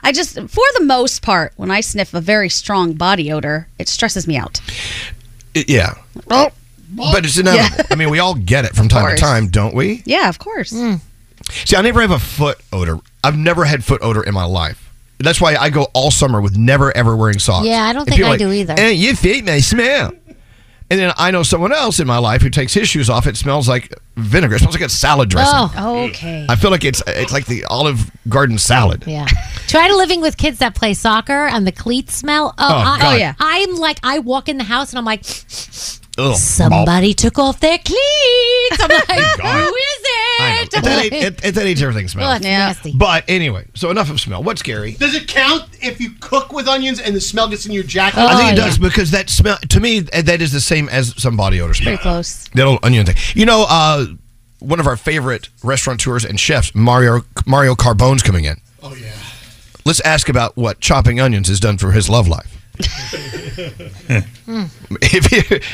[SPEAKER 7] I just, for the most part, when I sniff a very strong body odor, it stresses me out.
[SPEAKER 6] It- yeah. But it's inevitable. I mean, we all get it from time
[SPEAKER 7] course.
[SPEAKER 6] to time, don't we?
[SPEAKER 7] Yeah, of course.
[SPEAKER 6] See, I never have a foot odor. I've never had foot odor in my life. That's why I go all summer with never ever wearing socks.
[SPEAKER 2] Yeah, I don't
[SPEAKER 6] And
[SPEAKER 2] think
[SPEAKER 6] people are
[SPEAKER 2] I do either.
[SPEAKER 6] "Eh, you feet may smell. And then I know someone else in my life who takes his shoes off. It smells like vinegar. It smells like a salad dressing.
[SPEAKER 7] oh, okay.
[SPEAKER 6] I feel like it's it's like the Olive Garden salad.
[SPEAKER 2] Yeah. Try to living with kids that play soccer and the cleat smell. Oh,
[SPEAKER 6] Oh,
[SPEAKER 2] I,
[SPEAKER 6] God. Oh, yeah.
[SPEAKER 2] I'm like, I walk in the house and I'm like,
[SPEAKER 6] Ugh.
[SPEAKER 2] somebody took off their cleats. I'm like,
[SPEAKER 6] God.
[SPEAKER 2] who is
[SPEAKER 6] I
[SPEAKER 2] it?
[SPEAKER 6] know. At, that age, at, at that age, everything
[SPEAKER 2] Oh,
[SPEAKER 6] smells.
[SPEAKER 2] it's Yeah. nasty.
[SPEAKER 6] But anyway, so enough of smell. What's scary?
[SPEAKER 3] Does it count if you cook with onions and the smell gets in your jacket?
[SPEAKER 2] Oh,
[SPEAKER 6] I think it
[SPEAKER 7] Oh,
[SPEAKER 6] does because that smell to me eh, that is the same as some body odor smell.
[SPEAKER 7] Pretty close.
[SPEAKER 6] That old onion thing. You know, uh, one of our favorite restaurateurs and chefs, Mario Mario Carbone's coming in. Oh yeah. Let's ask about what chopping onions has done for his love life. Mm. if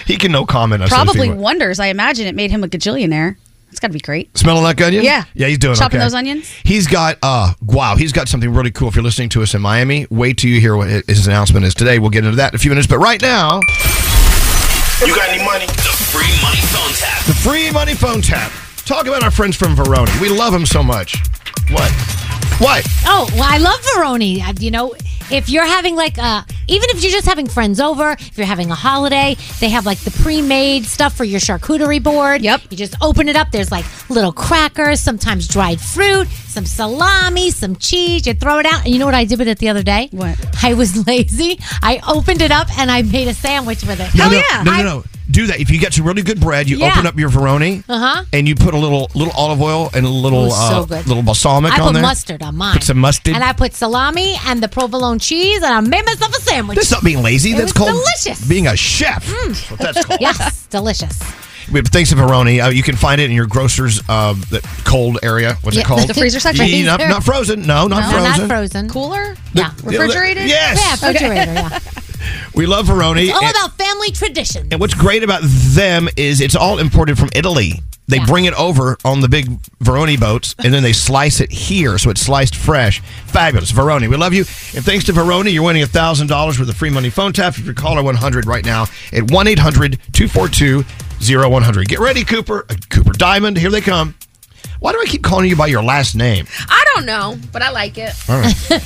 [SPEAKER 6] he, he can no comment on
[SPEAKER 7] Probably
[SPEAKER 6] something.
[SPEAKER 7] wonders. I imagine it made him a gajillionaire. It's got to be great.
[SPEAKER 6] Smelling like onion?
[SPEAKER 7] Yeah.
[SPEAKER 6] Yeah, he's doing
[SPEAKER 7] Chopping
[SPEAKER 6] okay.
[SPEAKER 7] those onions?
[SPEAKER 6] He's got uh wow, he's got something really cool. If you're listening to us in Miami, wait till you hear what hi- his announcement is today. We'll get into that in a few minutes, but right now,
[SPEAKER 8] You got any money? The free money phone tap.
[SPEAKER 6] the free money phone tap. Talk about our friends from Veroni. We love them so much. What? What?
[SPEAKER 2] Oh, well, I love Veroni. Uh, You know, if you're having like, uh, even if you're just having friends over, if you're having a holiday, they have like the pre-made stuff for your charcuterie board. Yep. You just open it up. There's like little crackers, sometimes dried fruit, some salami, some cheese. You throw it out, and you know what I did with it the other day? What? I was lazy. I opened it up and I made a sandwich with it.
[SPEAKER 6] No, no, No, no, no. Do that. If you get some really good bread, you
[SPEAKER 2] Yeah.
[SPEAKER 6] open up your Veroni
[SPEAKER 2] Uh huh.
[SPEAKER 6] and you put a little little olive oil and a little
[SPEAKER 2] Oh, so
[SPEAKER 6] uh,
[SPEAKER 2] good.
[SPEAKER 6] little balsamic
[SPEAKER 2] I
[SPEAKER 6] on
[SPEAKER 2] put
[SPEAKER 6] there.
[SPEAKER 2] mustard on mine.
[SPEAKER 6] Put some mustard.
[SPEAKER 2] And I put salami and the provolone cheese, and I made myself a sandwich.
[SPEAKER 6] That's not being lazy.
[SPEAKER 2] It
[SPEAKER 6] That's
[SPEAKER 2] was
[SPEAKER 6] called
[SPEAKER 2] delicious.
[SPEAKER 6] being a chef.
[SPEAKER 2] Mm.
[SPEAKER 6] What that's called.
[SPEAKER 2] yes, delicious.
[SPEAKER 6] But Thanks to Veroni. Uh, you can find it in your grocer's uh, the cold area. What's
[SPEAKER 2] Yeah,
[SPEAKER 6] it called?
[SPEAKER 2] the freezer section.
[SPEAKER 6] Yeah, Not, not frozen. No, Oh, not
[SPEAKER 2] No, Not
[SPEAKER 6] frozen.
[SPEAKER 2] frozen.
[SPEAKER 7] Cooler?
[SPEAKER 6] Yeah.
[SPEAKER 2] Refrigerated?
[SPEAKER 6] Yes.
[SPEAKER 2] Yeah, refrigerator,
[SPEAKER 6] Okay.
[SPEAKER 2] yeah.
[SPEAKER 6] We love Veroni.
[SPEAKER 2] It's all
[SPEAKER 6] and,
[SPEAKER 2] about family tradition.
[SPEAKER 6] and what's great about them is it's all imported from Italy. They bring it over on the big Veroni boats, and then they slice it here, so it's sliced fresh. Fabulous, Veroni. We love you, and thanks to Veroni, you're winning thousand dollars worth of free money phone tap if you call our 100 right now at 1-800-242-0100. Get ready, Cooper. Uh, Cooper Diamond, here they come. Why do I keep calling you by your last name?
[SPEAKER 9] I don't know, but I like it.
[SPEAKER 6] All right.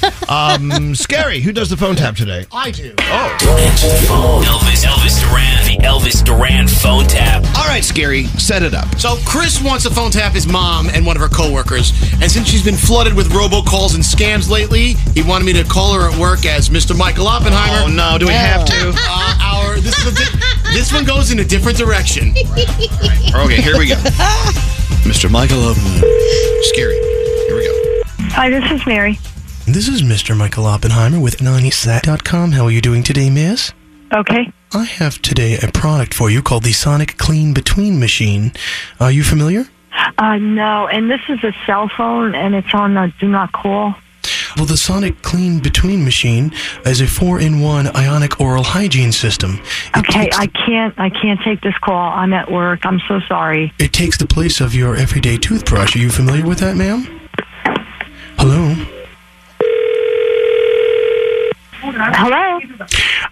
[SPEAKER 6] Um, scary. Who does the phone tap today?
[SPEAKER 9] I do.
[SPEAKER 8] Answer the phone. Elvis, Elvis Duran, the Elvis Duran phone tap.
[SPEAKER 6] All right, Scary, set it up.
[SPEAKER 3] So Chris wants to phone tap his mom and one of her coworkers, and since she's been flooded with robocalls and scams lately, he wanted me to call her at work as Mr. Michael Oppenheimer.
[SPEAKER 6] Oh, no, do we have to?
[SPEAKER 3] Uh, our this is a di- this one goes in a different direction.
[SPEAKER 6] Okay, here we go. Mr. Michael Oppenheimer. Scary. Here we go.
[SPEAKER 22] Hi, this is Mary.
[SPEAKER 23] This is Mr. Michael Oppenheimer with AnonySat.com. How are you doing today, miss?
[SPEAKER 22] Okay.
[SPEAKER 23] I have today a product for you called the Sonic Clean Between Machine. Are you familiar?
[SPEAKER 22] Uh, no, and this is a cell phone, and it's on uh, Do Not Call.
[SPEAKER 23] Well, the Sonic Clean Between Machine is a four in one ionic oral hygiene system.
[SPEAKER 22] Okay, I can't. I can't take this call. I'm at work. I'm so sorry.
[SPEAKER 23] It takes the place of your everyday toothbrush. Are you familiar with that, ma'am? Hello?
[SPEAKER 22] Hello.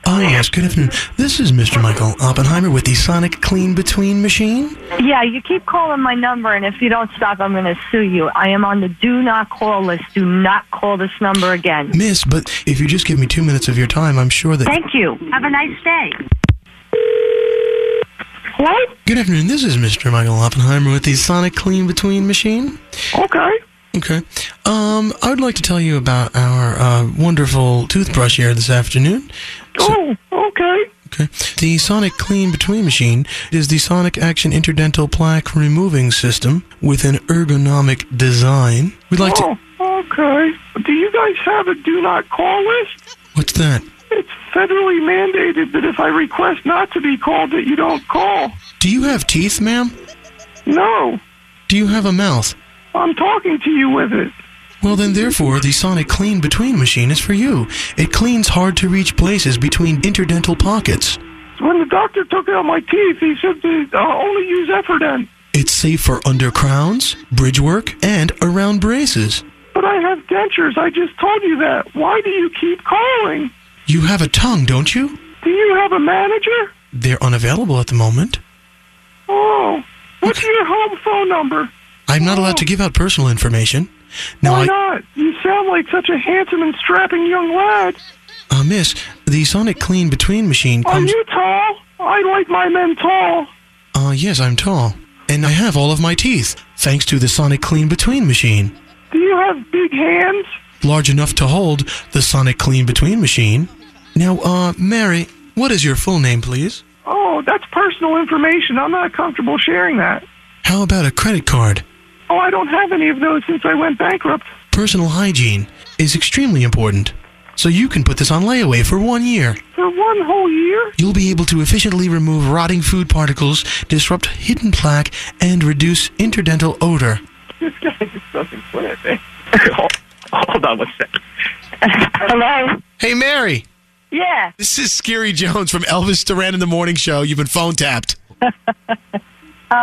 [SPEAKER 23] Oh, yes, good afternoon. This is Mr. Michael Oppenheimer with the Sonic Clean Between Machine.
[SPEAKER 22] Yeah, you keep calling my number, and if you don't stop, I'm going to sue you. I am on the Do Not Call list. Do not call this number again.
[SPEAKER 23] Miss, but if you just give me two minutes of your time, I'm sure that.
[SPEAKER 22] Thank you. Have a nice day. Hello?
[SPEAKER 23] Good afternoon. This is Mr. Michael Oppenheimer with the Sonic Clean Between Machine.
[SPEAKER 22] Okay.
[SPEAKER 23] Okay. Um, I would like to tell you about our uh, wonderful toothbrush here this afternoon.
[SPEAKER 22] oh, okay.
[SPEAKER 23] Okay. The Sonic Clean Between Machine is the Sonic Action Interdental Plaque Removing System with an ergonomic design. We'd like to.
[SPEAKER 24] Oh, Okay. Do you guys have a do not call list?
[SPEAKER 23] What's that?
[SPEAKER 24] It's federally mandated that if I request not to be called, that you don't call.
[SPEAKER 23] Do you have teeth, ma'am?
[SPEAKER 24] No,
[SPEAKER 23] Do you have a mouth?
[SPEAKER 24] I'm talking to you with it.
[SPEAKER 23] Well, then, therefore, the Sonic Clean Between machine is for you. It cleans hard to reach places between interdental pockets.
[SPEAKER 24] When the doctor took out my teeth, he said to uh, only use Efferdent.
[SPEAKER 23] It's safe for under crowns, bridge work, and around braces.
[SPEAKER 24] But I have dentures. I just told you that. Why do you keep calling?
[SPEAKER 23] You have a tongue, don't you?
[SPEAKER 24] Do you have a manager?
[SPEAKER 23] They're unavailable at the moment.
[SPEAKER 24] Oh, what's your home phone number?
[SPEAKER 23] I'm not allowed to give out personal information. Now,
[SPEAKER 24] Why
[SPEAKER 23] I,
[SPEAKER 24] not? You sound like such a handsome and strapping young lad.
[SPEAKER 23] uh, miss, the Sonic Clean Between machine
[SPEAKER 24] Are
[SPEAKER 23] comes.
[SPEAKER 24] you tall? I like my men tall.
[SPEAKER 23] Uh, yes, I'm tall. And I have all of my teeth, thanks to the Sonic Clean Between machine.
[SPEAKER 24] Do you have big hands?
[SPEAKER 23] Large enough to hold the Sonic Clean Between machine. Now, uh, Mary, what is your full name, please?
[SPEAKER 24] Oh, that's personal information. I'm not comfortable sharing that.
[SPEAKER 23] How about a credit card?
[SPEAKER 24] Oh, I don't have any of those since I went bankrupt.
[SPEAKER 23] Personal hygiene is extremely important. So you can put this on layaway for one year.
[SPEAKER 24] For one whole year?
[SPEAKER 23] You'll be able to efficiently remove rotting food particles, disrupt hidden plaque, and reduce interdental odor.
[SPEAKER 24] This guy just doesn't quit. hold, hold on one second.
[SPEAKER 22] Hello?
[SPEAKER 23] Hey, Mary.
[SPEAKER 22] Yeah.
[SPEAKER 23] This is Scary Jones from Elvis Duran in the Morning Show. You've been phone tapped.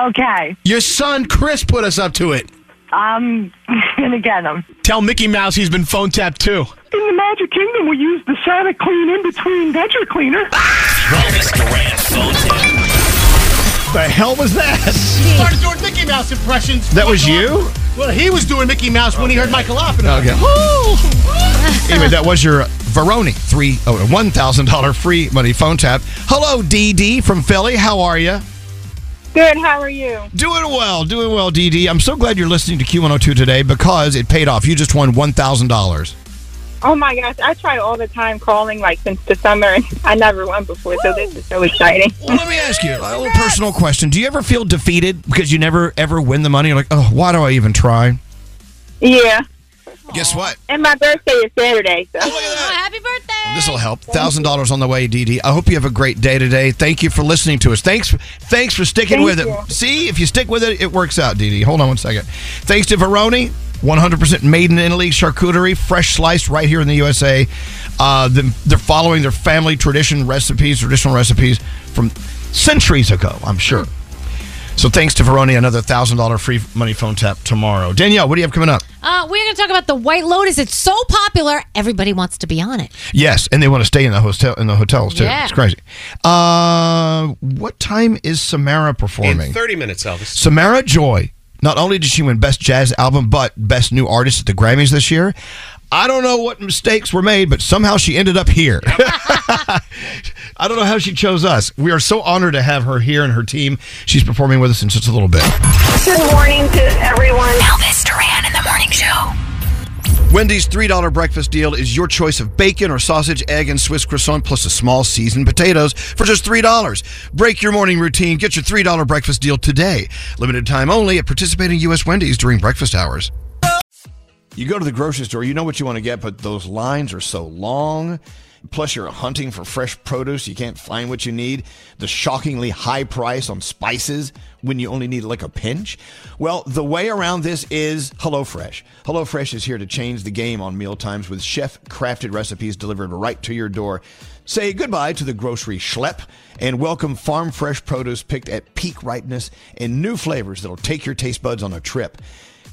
[SPEAKER 22] Okay.
[SPEAKER 3] Your son Chris put us up to it.
[SPEAKER 22] I'm gonna get him.
[SPEAKER 3] Tell Mickey Mouse he's been phone tapped too.
[SPEAKER 25] In the Magic Kingdom, we use the Sonic Clean in between Venture Cleaner.
[SPEAKER 3] Ah! The hell was that?
[SPEAKER 26] He started doing Mickey Mouse impressions.
[SPEAKER 3] That was you?
[SPEAKER 26] Well, he was doing Mickey Mouse when he heard Michael Offenbach.
[SPEAKER 3] Okay. anyway, that was your Veroni three oh, one thousand dollar free money phone tap. Hello, DD from Philly. How are you?
[SPEAKER 5] Good. How are you?
[SPEAKER 3] Doing well, doing well, DD. I'm so glad you're listening to Q102 today because it paid off. You just won one thousand dollars.
[SPEAKER 5] Oh my gosh, I try all the time calling like since the summer, and I never won before, so this is so exciting.
[SPEAKER 3] Let me ask you a little personal question. Do you ever feel defeated because you never ever win the money? You're like, oh, why do I even try?
[SPEAKER 5] Yeah.
[SPEAKER 3] Guess what?
[SPEAKER 5] And my birthday is Saturday,
[SPEAKER 8] Oh,
[SPEAKER 5] so. happy
[SPEAKER 8] birthday!
[SPEAKER 3] This will help. Thousand dollars on the way, DD. I hope you have a great day today. Thank you for listening to us. Thanks, thanks for sticking
[SPEAKER 5] Thank
[SPEAKER 3] with
[SPEAKER 5] you.
[SPEAKER 3] it. See, if you stick with it, it works out, DD. Hold on one second. Thanks to Veroni, 100% made in Italy charcuterie, fresh sliced right here in the USA. Uh, the, they're following their family tradition recipes, traditional recipes from centuries ago. I'm sure. So thanks to Veroni, another thousand dollar free money phone tap tomorrow. Danielle, what do you have coming up?
[SPEAKER 2] Uh, we're going to talk about the White Lotus. It's so popular, everybody wants to be on it.
[SPEAKER 3] Yes, and they want to stay in the hotel in the hotels too.
[SPEAKER 2] Yeah.
[SPEAKER 3] It's crazy. Uh, what time is Samara performing?
[SPEAKER 27] In 30 minutes, Elvis.
[SPEAKER 3] Samara Joy. Not only did she win Best Jazz Album, but Best New Artist at the Grammys this year. I don't know what mistakes were made, but somehow she ended up here. I don't know how she chose us. We are so honored to have her here and her team. She's performing with us in just a little bit.
[SPEAKER 28] Good morning to everyone.
[SPEAKER 11] Elvis Duran in the morning show.
[SPEAKER 6] Wendy's $3 breakfast deal is your choice of bacon or sausage, egg, and Swiss croissant, plus a small seasoned potatoes for just $3. Break your morning routine. Get your $3 breakfast deal today. Limited time only at participating U.S. Wendy's during breakfast hours. You go to the grocery store, you know what you want to get, but those lines are so long. Plus, you're hunting for fresh produce. You can't find what you need. The shockingly high price on spices when you only need like a pinch. Well, the way around this is HelloFresh. HelloFresh is here to change the game on mealtimes with chef crafted recipes delivered right to your door. Say goodbye to the grocery schlep and welcome farm fresh produce picked at peak ripeness and new flavors that'll take your taste buds on a trip.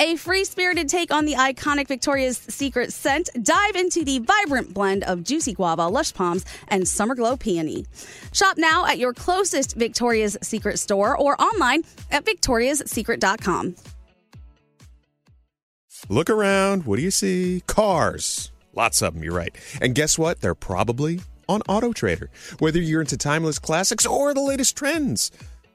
[SPEAKER 7] a free spirited take on the iconic Victoria's Secret scent. Dive into the vibrant blend of juicy guava, lush palms, and summer glow peony. Shop now at your closest Victoria's Secret store or online at victoriassecret.com.
[SPEAKER 10] Look around. What do you see? Cars. Lots of them, you're right. And guess what? They're probably on Auto Trader. Whether you're into timeless classics or the latest trends.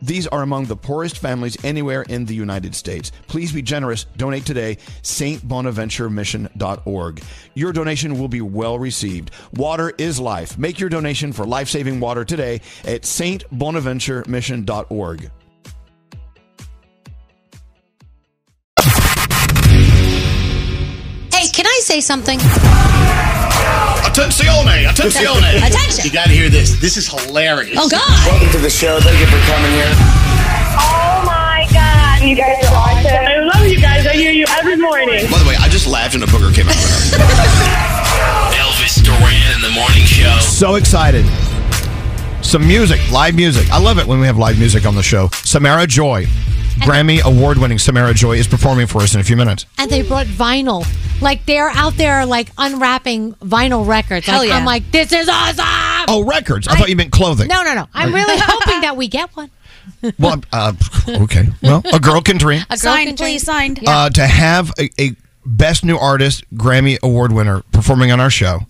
[SPEAKER 6] These are among the poorest families anywhere in the United States. Please be generous. Donate today, stbonaventuremission.org. Your donation will be well received. Water is life. Make your donation for life saving water today at stbonaventuremission.org.
[SPEAKER 2] Hey, can I say something?
[SPEAKER 3] Attenzione!
[SPEAKER 2] attenzione. Attention.
[SPEAKER 3] You gotta hear this. This is hilarious.
[SPEAKER 2] Oh, God.
[SPEAKER 3] Welcome to the show. Thank you for coming here.
[SPEAKER 8] Oh my god, you guys are awesome. I love you guys. I hear you every morning.
[SPEAKER 29] By the way, I just laughed and a booger came out. of my mouth.
[SPEAKER 30] Elvis Duran in the morning show.
[SPEAKER 6] So excited. Some music, live music. I love it when we have live music on the show. Samara Joy, Grammy award winning Samara Joy, is performing for us in a few minutes.
[SPEAKER 2] and they brought vinyl. Like they're out there like unwrapping vinyl records.
[SPEAKER 6] Hell
[SPEAKER 2] Like,
[SPEAKER 6] yeah.
[SPEAKER 2] I'm like, this is awesome.
[SPEAKER 6] Oh, records. I, thought you meant clothing.
[SPEAKER 2] No, no, no. I'm really hoping that we get one.
[SPEAKER 6] Well, uh, okay. Well, a girl can dream.
[SPEAKER 2] A girl can
[SPEAKER 7] Signed,
[SPEAKER 2] drink-
[SPEAKER 7] please, signed.
[SPEAKER 6] uh, to have a, a best new artist Grammy award winner performing on our show,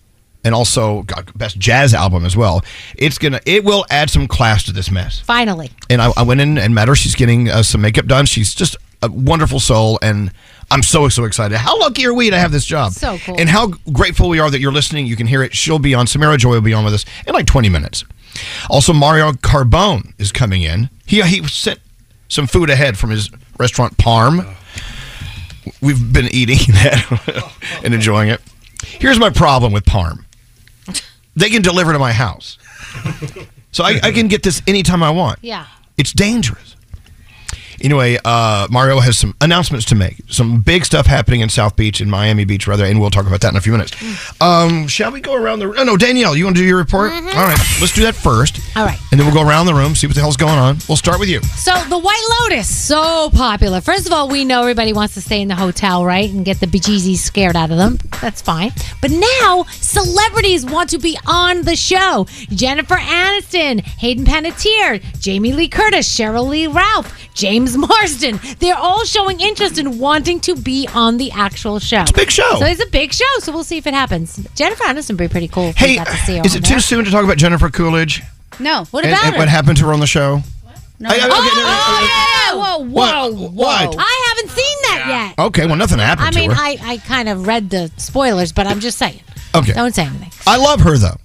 [SPEAKER 6] and also God, best jazz album as well. It's gonna it will add some class to this mess.
[SPEAKER 2] Finally.
[SPEAKER 6] And I, I went in and met her. She's getting uh, some makeup done. She's just a wonderful soul, and I'm so so excited. How lucky are we to have this job?
[SPEAKER 2] So cool.
[SPEAKER 6] And how grateful we are that you're listening. You can hear it. She'll be on. Samara Joy will be on with us in like 20 minutes. Also, Mario Carbone is coming in. He uh, he sent some food ahead from his restaurant Parm. We've been eating that and enjoying it. Here's my problem with Parm. They can deliver to my house. So I, I can get this anytime I want.
[SPEAKER 2] Yeah.
[SPEAKER 6] It's dangerous. Anyway, uh, Mario has some announcements to make. Some big stuff happening in South Beach, in Miami Beach, rather, and we'll talk about that in a few minutes. Um, shall we go around the room? Oh, no, Danielle, you want to do your report? All right, let's do that first.
[SPEAKER 2] Mm-hmm. All right.
[SPEAKER 6] And then we'll go around the room, see what the hell's going on. We'll start with you.
[SPEAKER 2] So the White Lotus, so popular. First of all, we know everybody wants to stay in the hotel, right, and get the bejeezies scared out of them. That's fine. But now celebrities want to be on the show: Jennifer Aniston, Hayden Panettiere, Jamie Lee Curtis, Cheryl Lee Ralph, James Marsden. They're all showing interest in wanting to be on the actual show. It's a
[SPEAKER 6] big show.
[SPEAKER 2] So it's a big show. So we'll see if it happens. Jennifer Aniston would be pretty cool. If we
[SPEAKER 6] Hey,
[SPEAKER 2] got to see her
[SPEAKER 6] is
[SPEAKER 2] on
[SPEAKER 6] it
[SPEAKER 2] there.
[SPEAKER 6] too soon to talk about Jennifer Coolidge?
[SPEAKER 7] No.
[SPEAKER 2] What
[SPEAKER 6] and,
[SPEAKER 2] about
[SPEAKER 6] and
[SPEAKER 2] her?
[SPEAKER 6] what happened to her on the show?
[SPEAKER 7] No.
[SPEAKER 6] I- I- okay, no, no, no,
[SPEAKER 2] Oh, yeah! Whoa,
[SPEAKER 6] What? What?
[SPEAKER 2] I haven't seen that yet.
[SPEAKER 6] Okay, well, nothing happened
[SPEAKER 2] I mean,
[SPEAKER 6] to her.
[SPEAKER 2] I, I kind of read the spoilers, but I'm just saying.
[SPEAKER 6] okay.
[SPEAKER 2] Don't say anything.
[SPEAKER 6] I love her, though.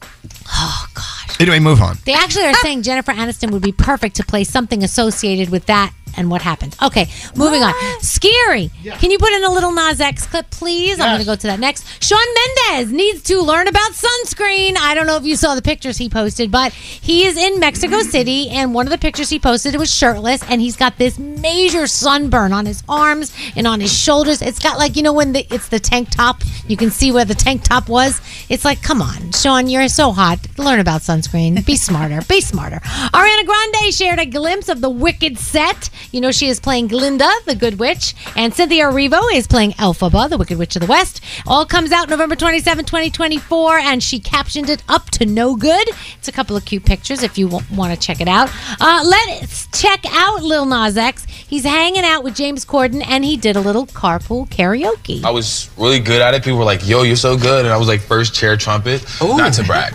[SPEAKER 6] Oh, gosh. Anyway, move on.
[SPEAKER 2] They actually are saying Jennifer Aniston would be perfect to play something associated with that and what happened. Okay, moving on. Scary. Can you put in a little Nas X clip, please? I'm going to go to that next. Sean Mendez needs to learn about sunscreen. I don't know if you saw the pictures he posted, but he is in Mexico City, and one of the pictures he posted was shirtless, and he's got this major sunburn on his arms and on his shoulders. It's got like you know when the, it's the tank top, you can see where the tank top was. It's like, come on, Sean, you're so hot. Learn about sunscreen. Be smarter. Be smarter. Ariana Grande shared a glimpse of the Wicked set. You know she is playing Glinda, the Good Witch, and Cynthia Erivo is playing Elphaba, the Wicked Witch of the West. All comes out November 27, 2024, and she captioned it "Up to No Good." It's a couple of cute pictures if you want to check it out. Uh, let's check out Lil Nas X. He's hanging out with James Corden, and he did a little carpool karaoke.
[SPEAKER 14] I was really good at it. People were like, yo, you're so good. And I was like, first chair trumpet. Not to brag.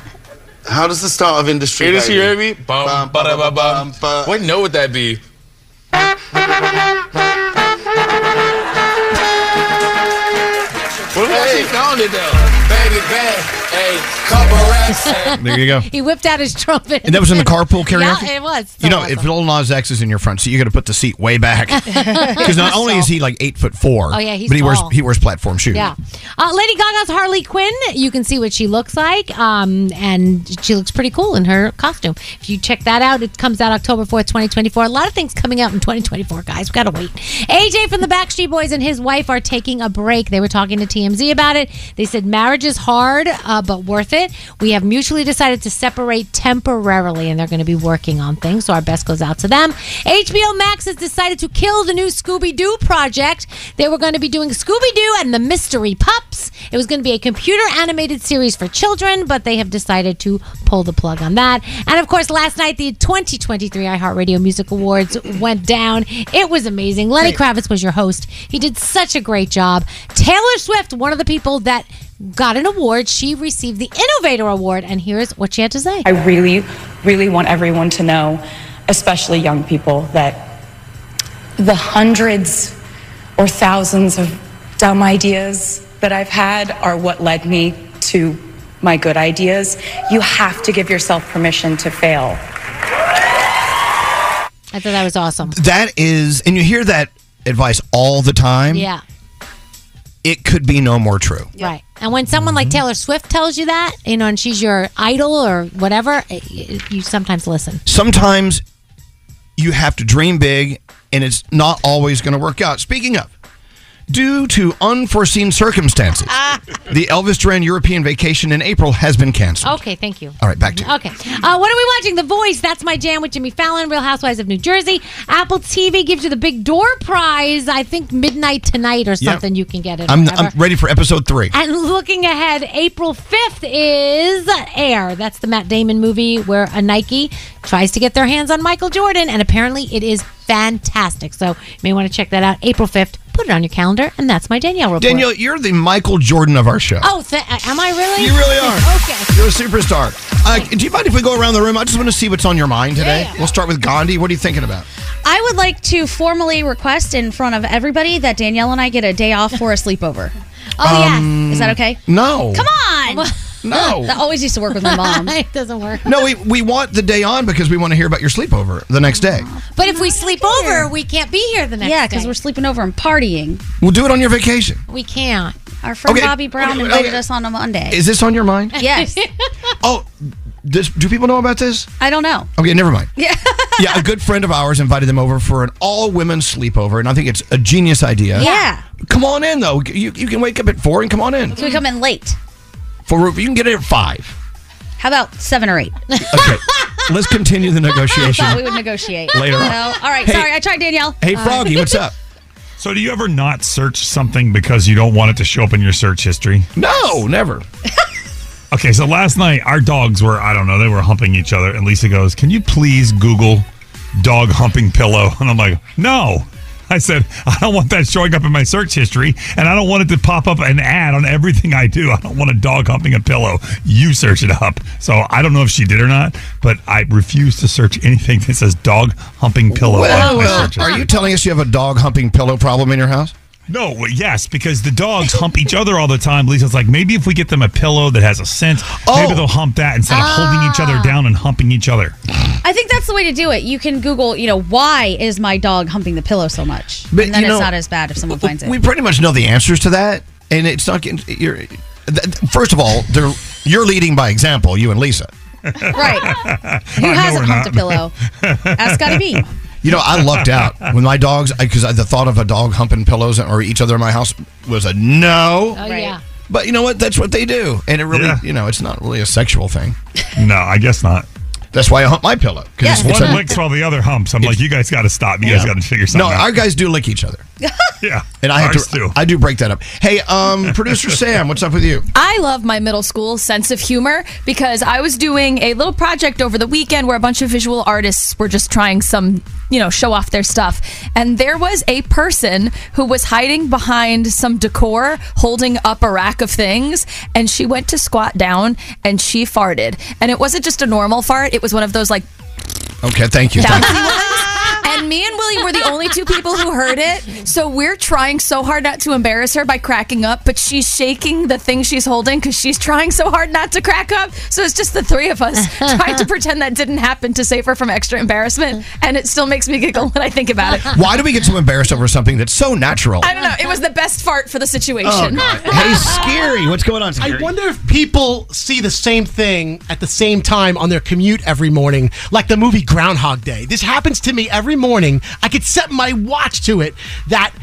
[SPEAKER 3] How does the start of industry?
[SPEAKER 14] Here this
[SPEAKER 3] baby?
[SPEAKER 14] year, baby. Bum, bum, ba, bum, bum, bum. What note would that be?
[SPEAKER 3] What was hey. she found it though? Baby, bad.
[SPEAKER 14] Hey,
[SPEAKER 6] There you go.
[SPEAKER 2] he whipped out his trumpet.
[SPEAKER 6] And that was in the carpool karaoke?
[SPEAKER 2] Yeah, it was.
[SPEAKER 6] you know, if Lil Nas X is in your front seat, you got to put the seat way back because not only is he like eight foot four,
[SPEAKER 2] Oh, yeah, he's
[SPEAKER 6] but he
[SPEAKER 2] tall.
[SPEAKER 6] wears he wears platform shoes.
[SPEAKER 2] Yeah. Uh, Lady Gaga's Harley Quinn. You can see what she looks like. Um, and she looks pretty cool in her costume. If you check that out, it comes out October 4th, 2024. A lot of things coming out in 2024, guys. we got to wait. AJ from the Backstreet Boys and his wife are taking a break. They were talking to TMZ about it. They said marriage is hard, uh, but worth it. We have mutually decided to separate temporarily, and they're going to be working on things. So our best goes out to them. HBO Max has decided to kill the new Scooby Doo project. They were going to be doing Scooby Doo and the Mystery Pups. It was going to be a computer animated series for children, but they have decided to pull the plug on that. And of course, last night, the 2023 iHeartRadio Music Awards went down. It was amazing. Lenny Kravitz was your host. He did such a great job. Taylor Swift, one of the people that got an award, she received the Innovator Award. And here's what she had to say.
[SPEAKER 18] I really, really want everyone to know, especially young people, that the hundreds or thousands of dumb ideas that I've had are what led me to my good ideas. You have to give yourself permission to fail.
[SPEAKER 2] I thought that was awesome.
[SPEAKER 6] That is, and you hear that advice all the time.
[SPEAKER 2] Yeah.
[SPEAKER 6] It could be no more true.
[SPEAKER 2] Right. And when someone
[SPEAKER 6] Mm-hmm.
[SPEAKER 2] like Taylor Swift tells you that, you know, and she's your idol or whatever, it, it, you sometimes listen.
[SPEAKER 6] Sometimes you have to dream big, and it's not always going to work out. Speaking of. Due to unforeseen circumstances,
[SPEAKER 2] Ah.
[SPEAKER 6] the Elvis Duran European vacation in April has been canceled.
[SPEAKER 2] Okay, thank you.
[SPEAKER 6] All right, back to you.
[SPEAKER 2] Okay. Uh, what are we watching? The Voice. That's my jam with Jimmy Fallon, Real Housewives of New Jersey. Apple TV gives you the big door prize. I think midnight tonight or
[SPEAKER 6] Yeah.
[SPEAKER 2] something you can get it. or
[SPEAKER 6] I'm,
[SPEAKER 2] whatever.
[SPEAKER 6] I'm ready for episode three.
[SPEAKER 2] And looking ahead, April 5th is Air. That's the Matt Damon movie where a Nike tries to get their hands on Michael Jordan, and apparently it is fantastic. So you may want to check that out. April 5th, put it on your calendar, and that's my Danielle report.
[SPEAKER 6] Danielle, you're the Michael Jordan of our show.
[SPEAKER 2] Oh, th- am I really?
[SPEAKER 6] You really are.
[SPEAKER 2] okay.
[SPEAKER 6] You're a superstar. Uh, do you mind if we go around the room? I just want to see what's on your mind today. We'll start with Gandhi. What are you thinking about?
[SPEAKER 7] I would like to formally request in front of everybody that Danielle and I get a day off for a sleepover.
[SPEAKER 6] Oh, Um,
[SPEAKER 7] Is that okay?
[SPEAKER 6] No.
[SPEAKER 7] Come on.
[SPEAKER 6] No.
[SPEAKER 7] That always used to work with my mom.
[SPEAKER 2] it doesn't work.
[SPEAKER 6] No, we, we want the day on because we want to hear about your sleepover the next day.
[SPEAKER 2] But if we sleep over, we can't be here the next
[SPEAKER 7] Yeah, because we're sleeping over and partying.
[SPEAKER 6] We'll do it on your vacation.
[SPEAKER 2] We can't.
[SPEAKER 7] Our friend
[SPEAKER 6] Okay.
[SPEAKER 7] Bobby Brown
[SPEAKER 6] Okay,
[SPEAKER 7] invited
[SPEAKER 6] okay.
[SPEAKER 7] us on a Monday.
[SPEAKER 6] Is this on your mind?
[SPEAKER 7] Yes.
[SPEAKER 6] Oh, this, do people know about this?
[SPEAKER 7] I don't know.
[SPEAKER 6] Okay, never mind.
[SPEAKER 7] Yeah.
[SPEAKER 6] yeah, a good friend of ours invited them over for an all women sleepover, and I think it's a genius idea.
[SPEAKER 7] Yeah.
[SPEAKER 6] Come on in, though. You, you can wake up at four and come on in.
[SPEAKER 7] So we come in late.
[SPEAKER 6] For You can get in at five.
[SPEAKER 7] How about seven or eight?
[SPEAKER 6] Okay. Let's continue the negotiation.
[SPEAKER 7] Thought we would negotiate
[SPEAKER 6] Later on.
[SPEAKER 7] No. All right.
[SPEAKER 20] Hey-
[SPEAKER 7] Sorry, I tried Danielle. All right.
[SPEAKER 6] up?
[SPEAKER 20] So, do you ever not search something because you don't want it to show up in your search history?
[SPEAKER 6] No, never.
[SPEAKER 20] okay, so last night our dogs were, I don't know, they were humping each other. And Lisa goes, Can you please Google dog humping pillow? And I'm like, No. I said, I don't want that showing up in my search history. And I don't want it to pop up an ad on everything I do. I don't want a dog humping a pillow. You search it up. So I don't know if she did or not, but I refuse to search anything that says dog humping pillow.
[SPEAKER 6] Well,
[SPEAKER 20] on my
[SPEAKER 6] well,
[SPEAKER 20] search
[SPEAKER 6] are
[SPEAKER 20] history.
[SPEAKER 6] you telling us you have a dog humping pillow problem in your house?
[SPEAKER 20] No, well, yes, because the dogs hump each other all the time. Lisa's like, maybe if we get them a pillow that has a scent,
[SPEAKER 6] Oh.
[SPEAKER 20] maybe they'll hump that instead of holding each
[SPEAKER 6] Ah.
[SPEAKER 20] other down and humping each other.
[SPEAKER 7] I think that's the way to do it. You can Google, you know, why is my dog humping the pillow so much?
[SPEAKER 6] But
[SPEAKER 7] and then
[SPEAKER 6] you know-
[SPEAKER 7] it's not as bad if someone finds it.
[SPEAKER 6] We pretty much know the answers to that, and it's not getting. You're, th- th- first of all, they're, you're leading by example, you and Lisa.
[SPEAKER 7] right. Who
[SPEAKER 6] I know
[SPEAKER 7] hasn't
[SPEAKER 6] we're
[SPEAKER 7] humped a
[SPEAKER 6] not.
[SPEAKER 7] pillow? Ask Scotty B.
[SPEAKER 6] You know, I lucked out when my dogs, because the thought of a dog humping pillows or each other in my house was a no.
[SPEAKER 2] Oh, yeah.
[SPEAKER 6] But you know what? That's what they do, and it really, you know, it's not really a sexual thing.
[SPEAKER 20] No, I guess not.
[SPEAKER 6] That's why I hump my pillow. 'cause
[SPEAKER 20] Because
[SPEAKER 6] it's-
[SPEAKER 20] one
[SPEAKER 6] it's a-
[SPEAKER 20] licks while the other humps. I'm like, you guys got to stop. You guys
[SPEAKER 6] Yeah.
[SPEAKER 20] got to figure something
[SPEAKER 6] No,
[SPEAKER 20] out.
[SPEAKER 6] our guys do lick each other.
[SPEAKER 20] yeah.
[SPEAKER 6] And I have
[SPEAKER 20] Ours
[SPEAKER 6] to, I do break that up. Hey, um, producer Sam, what's up with you?
[SPEAKER 12] I love my middle school sense of humor because I was doing a little project over the weekend where a bunch of visual artists were just trying some, you know, show off their stuff. And there was a person who was hiding behind some decor holding up a rack of things. And she went to squat down and she farted. And it wasn't just a normal fart, it was one of those like
[SPEAKER 6] Okay, thank you. Thank you.
[SPEAKER 12] bouncy ones. And me and William were the only two people who heard it. So we're trying so hard not to embarrass her by cracking up, but she's shaking the thing she's holding because she's trying so hard not to crack up. So it's just the three of us trying to pretend that didn't happen to save her from extra embarrassment. And it still makes me giggle when I think about it.
[SPEAKER 6] Why do we get so embarrassed over something that's so natural?
[SPEAKER 12] I don't know. It was the best fart for the
[SPEAKER 3] Oh,
[SPEAKER 6] Oh,
[SPEAKER 12] situation.
[SPEAKER 6] Hey, scary. What's going on?
[SPEAKER 3] I wonder if people see the same thing at the same time on their commute every morning, like the movie Groundhog Day. This happens to me every morning. I could set my watch to it that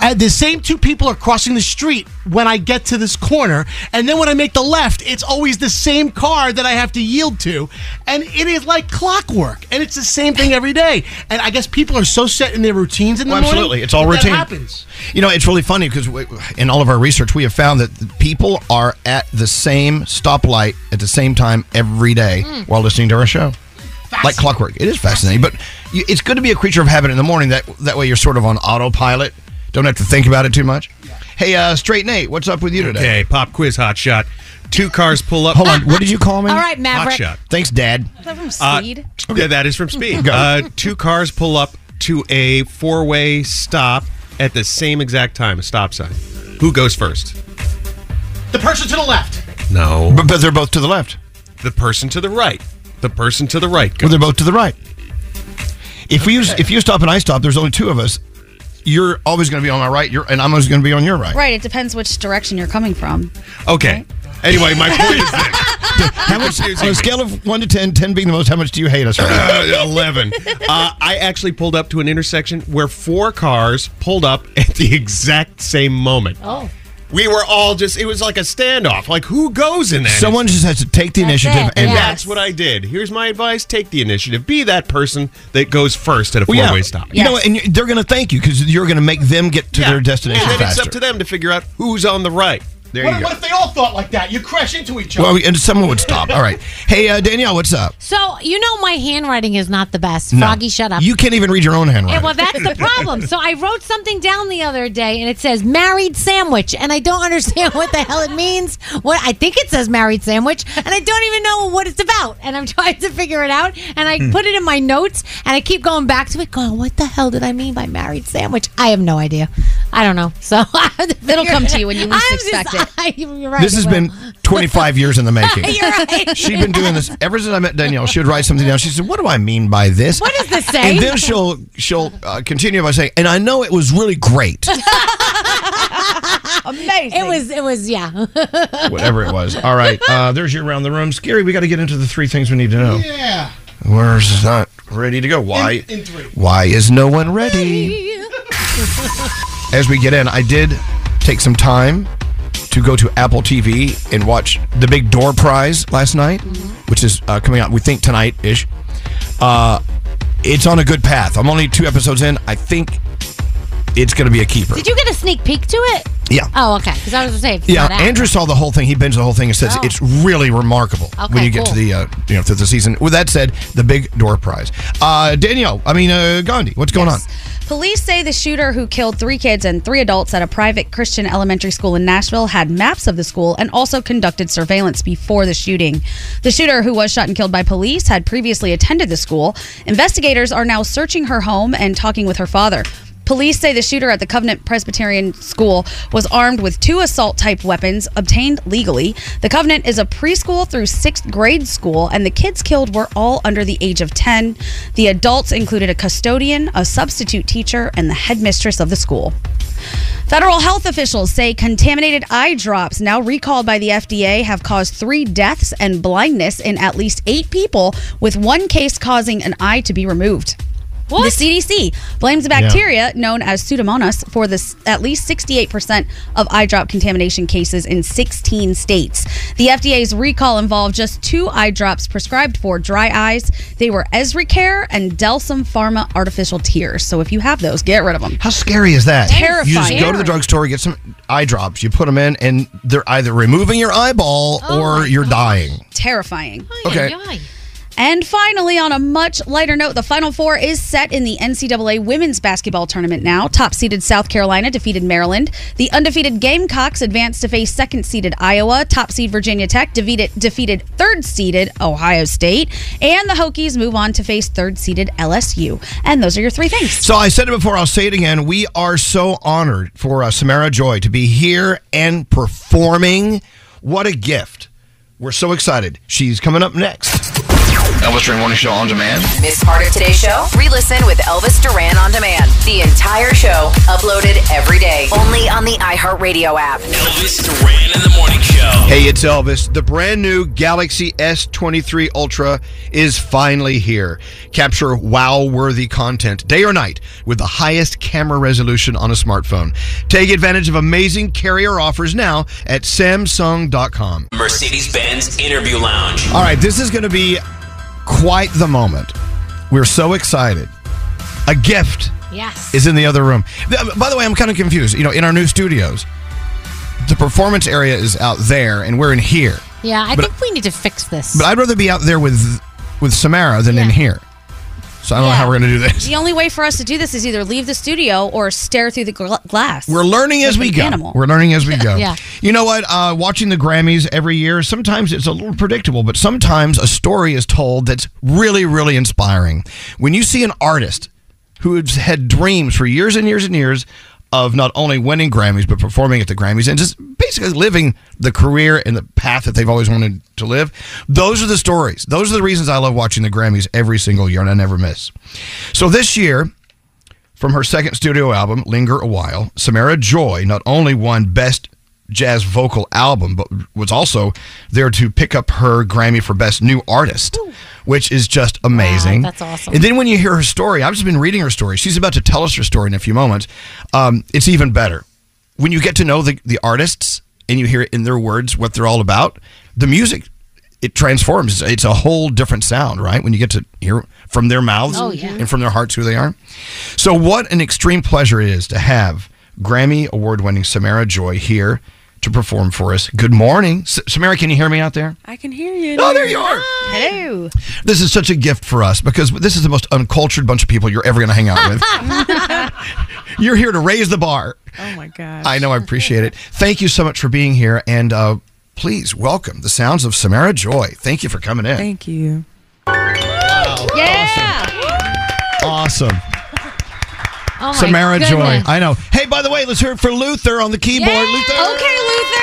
[SPEAKER 3] uh, the same two people are crossing the street when I get to this corner, and then when I make the left, it's always the same car that I have to yield to, and it is like clockwork, and it's the same thing every day. And I guess people are so set in their routines in the
[SPEAKER 6] Well,
[SPEAKER 3] morning.
[SPEAKER 6] absolutely. It's all
[SPEAKER 3] that
[SPEAKER 6] routine.
[SPEAKER 3] That happens.
[SPEAKER 6] You know, it's really funny because we, in all of our research, we have found that the people are at the same stoplight at the same time every day
[SPEAKER 10] Hmm.
[SPEAKER 3] Mm.
[SPEAKER 6] while listening to our show. Like clockwork. It is fascinating, but you, it's good to be a creature of habit in the morning. That that way you're sort of on autopilot. Don't have to think about it too much. Hey, uh, Straight Nate, what's up with you today?
[SPEAKER 10] Okay, pop quiz hot shot. Two cars pull up.
[SPEAKER 6] Hold on, what did you call me?
[SPEAKER 10] All right, Maverick. Hot shot.
[SPEAKER 6] Thanks, Dad.
[SPEAKER 10] Uh, yeah, that is from Speed.
[SPEAKER 6] Go.
[SPEAKER 10] Uh, two cars pull up to a four way stop at the same exact time, a stop sign. Who goes first?
[SPEAKER 3] The person to the left.
[SPEAKER 10] No.
[SPEAKER 6] But, they're both to the left.
[SPEAKER 10] The person to the right. The person to the right.
[SPEAKER 6] Well, they're both to the right. If we use, if you stop and I stop, there's only two of us. You're always going to be on my right, you're, and I'm always going to be on your right.
[SPEAKER 7] Right. It depends which direction you're coming from.
[SPEAKER 10] Okay. Anyway, my point is
[SPEAKER 6] How much, on a scale of 1 to 10, 10 being the most, how much do you hate us right now?
[SPEAKER 10] Uh, 11. Uh, I actually pulled up to an intersection where four cars pulled up at the exact same moment.
[SPEAKER 2] Oh.
[SPEAKER 10] We were all just, it was like a standoff. Like, who goes in that?
[SPEAKER 6] Someone just has to take the initiative
[SPEAKER 10] and
[SPEAKER 6] and
[SPEAKER 10] that's what I did. Here's my advice: take the initiative. Be that person that goes first at a
[SPEAKER 6] Well, yeah.
[SPEAKER 10] four-way stop.
[SPEAKER 6] You know, what, and you- they're going to thank you because you're going to make them get to their destination
[SPEAKER 10] and then
[SPEAKER 6] faster.
[SPEAKER 10] it's up to them to figure out who's on the right. There
[SPEAKER 3] What, what if they all thought like that? You crash into each other.
[SPEAKER 6] well, and someone would stop. All right. Hey, uh, Danielle, what's up?
[SPEAKER 2] So you know my handwriting is not the best.
[SPEAKER 6] No.
[SPEAKER 2] Froggy, shut up.
[SPEAKER 6] You can't even read your own handwriting.
[SPEAKER 2] And well, that's the problem. So I wrote something down the other day, and it says "married sandwich," and I don't understand what the hell it means. What I think it says "married sandwich," and I don't even know what it's about. And I'm trying to figure it out. And I
[SPEAKER 5] Hmm.
[SPEAKER 2] put it in my notes, and I keep going back to it, going, "What the hell did I mean by married sandwich?" I have no idea. I don't know. So I have to
[SPEAKER 7] It'll
[SPEAKER 2] figure
[SPEAKER 7] come
[SPEAKER 2] it
[SPEAKER 7] to you when you least
[SPEAKER 2] I'm
[SPEAKER 7] expect
[SPEAKER 2] just- I, you're right,
[SPEAKER 6] this has
[SPEAKER 2] it will.
[SPEAKER 6] been 25 years in the making.
[SPEAKER 2] You're right.
[SPEAKER 6] She's been doing this ever since I met Danielle. She would write something down. She said, "What do I mean by this?" What
[SPEAKER 2] does this say?
[SPEAKER 6] And then she'll she'll uh, continue by saying, "And I know it was really great,
[SPEAKER 2] Amazing. It was. It was. Yeah.
[SPEAKER 6] whatever it was." All right, uh, there's your round the room. Scary. We got to get into the three things we need to know.
[SPEAKER 3] Yeah.
[SPEAKER 6] We're not ready to go. Why?
[SPEAKER 3] In- in three.
[SPEAKER 6] Why is no one ready? As we get in, I did take some time to go to Apple TV and watch the big door prize last night,
[SPEAKER 2] Mm-hmm.
[SPEAKER 6] which is uh, coming out, we think, tonight ish. Uh, it's on a good path. I'm only two episodes in. I think it's going to be a keeper.
[SPEAKER 2] Did you get a sneak peek to it?
[SPEAKER 6] Yeah.
[SPEAKER 2] Oh, okay. Because I was gonna say. if it's
[SPEAKER 6] Yeah,
[SPEAKER 2] not out.
[SPEAKER 6] Andrew saw the whole thing. He binged the whole thing and says
[SPEAKER 2] Oh.
[SPEAKER 6] it's really remarkable
[SPEAKER 2] Okay,
[SPEAKER 6] when you get
[SPEAKER 2] cool.
[SPEAKER 6] to the uh, you know through the season. With that said, the big door prize. Uh, Danielle, I mean uh, Gandhi, what's going on?
[SPEAKER 7] Police say the shooter who killed three kids and three adults at a private Christian elementary school in Nashville had maps of the school and also conducted surveillance before the shooting. The shooter, who was shot and killed by police, had previously attended the school. Investigators are now searching her home and talking with her father. Police say the shooter at the Covenant Presbyterian School was armed with two assault type weapons obtained legally. The Covenant is a preschool through sixth grade school, and the kids killed were all under the age of 10. The adults included a custodian, a substitute teacher, and the headmistress of the school. Federal health officials say contaminated eye drops, now recalled by the FDA, have caused three deaths and blindness in at least eight people, with one case causing an eye to be removed. The CDC blames bacteria known as Pseudomonas for this at least 68% of eye drop contamination cases in 16 states. The FDA's recall involved just two eye drops prescribed for dry eyes. They were Ezricare and Delsum Pharma artificial tears. So if you have those, get rid of them.
[SPEAKER 6] How scary is that?
[SPEAKER 7] Terrifying.
[SPEAKER 6] You just go to the drugstore, get some eye drops, you put them in, and they're either removing your eyeball or you're dying.
[SPEAKER 7] Terrifying.
[SPEAKER 6] Okay.
[SPEAKER 7] And finally, on a much lighter note, the Final Four is set in the NCAA women's basketball tournament now. Top seeded South Carolina defeated Maryland. The undefeated Gamecocks advanced to face second seeded Iowa. Top seed Virginia Tech defeated, defeated third seeded Ohio State. And the Hokies move on to face third seeded LSU. And those are your three things.
[SPEAKER 6] So I said it before, I'll say it again. We are so honored for uh, Samara Joy to be here and performing. What a gift. We're so excited. She's coming up next. Elvis Duran Morning Show on demand.
[SPEAKER 11] Miss part of today's show? Re-listen with Elvis Duran on demand. The entire show uploaded every day, only on the iHeartRadio app.
[SPEAKER 8] Elvis Duran in the morning show.
[SPEAKER 6] Hey, it's Elvis. The brand new Galaxy S23 Ultra is finally here. Capture wow worthy content day or night with the highest camera resolution on a smartphone. Take advantage of amazing carrier offers now at Samsung.com.
[SPEAKER 8] Mercedes Benz Interview Lounge.
[SPEAKER 6] All right, this is going to be quite the moment. We're so excited. A gift
[SPEAKER 8] Yes.
[SPEAKER 6] is in the other room. Th- By the way, I'm kind of confused. You know, in our new studios, the performance area is out there and we're in here.
[SPEAKER 2] Yeah, I
[SPEAKER 6] But-
[SPEAKER 2] think we need to fix this.
[SPEAKER 6] But I'd rather be out there with with Samara than in here. So I don't know how we're going to do this.
[SPEAKER 7] The only way for us to do this is either leave the studio or stare through the gl- glass.
[SPEAKER 6] We're learning as
[SPEAKER 7] Like
[SPEAKER 6] we
[SPEAKER 7] an
[SPEAKER 6] go.
[SPEAKER 7] animal.
[SPEAKER 6] We're learning as we go.
[SPEAKER 7] Yeah.
[SPEAKER 6] You know what? Uh, watching the Grammys every year, sometimes it's a little predictable, but sometimes a story is told that's really, really inspiring. When you see an artist who has had dreams for years and years and years of not only winning Grammys, but performing at the Grammys and just basically living the career and the path that they've always wanted to live, those are the stories. Those are the reasons I love watching the Grammys every single year and I never miss. So this year, from her second studio album, Linger a While, Samara Joy not only won Best Jazz Vocal Album, but was also there to pick up her Grammy for Best New Artist, which is just amazing.
[SPEAKER 2] that's awesome.
[SPEAKER 6] And then when you hear her story, I've just been reading her story. She's about to tell us her story in a few moments. Um, it's even better. When you get to know the, the artists and you hear in their words what they're all about, the music, it transforms. It's a whole different sound, right? When you get to hear from their mouths
[SPEAKER 10] Oh, yeah.
[SPEAKER 6] and from their hearts who they are. So, what an extreme pleasure it is to have Grammy award winning Samara Joy here to perform for us. Good morning. S- Samara, can you hear me out there?
[SPEAKER 21] I can hear you.
[SPEAKER 6] Oh, there you are.
[SPEAKER 21] Hello.
[SPEAKER 6] This is such a gift for us because this is the most uncultured bunch of people you're ever going to hang out with. you're here to raise the bar.
[SPEAKER 21] Oh my gosh.
[SPEAKER 6] I know, I appreciate it. Thank you so much for being here. And uh, please welcome the sounds of Samara Joy. Thank you for coming in.
[SPEAKER 21] Thank you.
[SPEAKER 6] Yeah. Awesome.
[SPEAKER 2] Oh my
[SPEAKER 6] Samara Joy.
[SPEAKER 2] goodness.
[SPEAKER 6] I know. Hey, by the way, let's hear it for Luther on the keyboard. Luther.
[SPEAKER 2] Okay, Luther.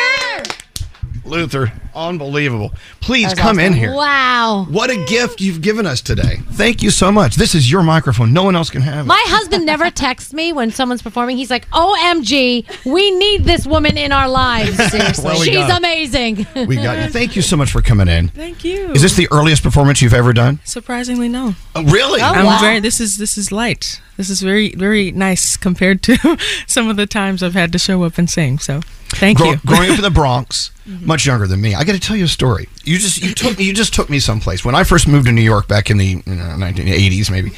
[SPEAKER 6] Luther. Unbelievable. Please
[SPEAKER 2] That was
[SPEAKER 6] come in
[SPEAKER 2] awesome.
[SPEAKER 6] here.
[SPEAKER 2] Wow.
[SPEAKER 6] What a gift you've given us today. Thank you so much. This is your microphone. No one else can have it.
[SPEAKER 2] My husband never texts me when someone's performing. He's like, "OMG, we need this woman in our lives. Seriously,
[SPEAKER 6] Well, we
[SPEAKER 2] she's
[SPEAKER 6] got it.
[SPEAKER 2] amazing."
[SPEAKER 6] we got you. Thank you so much for coming in.
[SPEAKER 21] Thank you.
[SPEAKER 6] Is this the earliest performance you've ever done?
[SPEAKER 21] Surprisingly, no.
[SPEAKER 6] Oh, really?
[SPEAKER 21] I'm very. This is this is light. This is very very nice compared to some of the times I've had to show up and sing. So, thank
[SPEAKER 6] Grow-
[SPEAKER 21] you. Mm-hmm.
[SPEAKER 6] growing up in the Bronx, much younger than me, I got to tell you a story. You just you took you just took me someplace. When I first moved to New York back in the you know, 1980s, maybe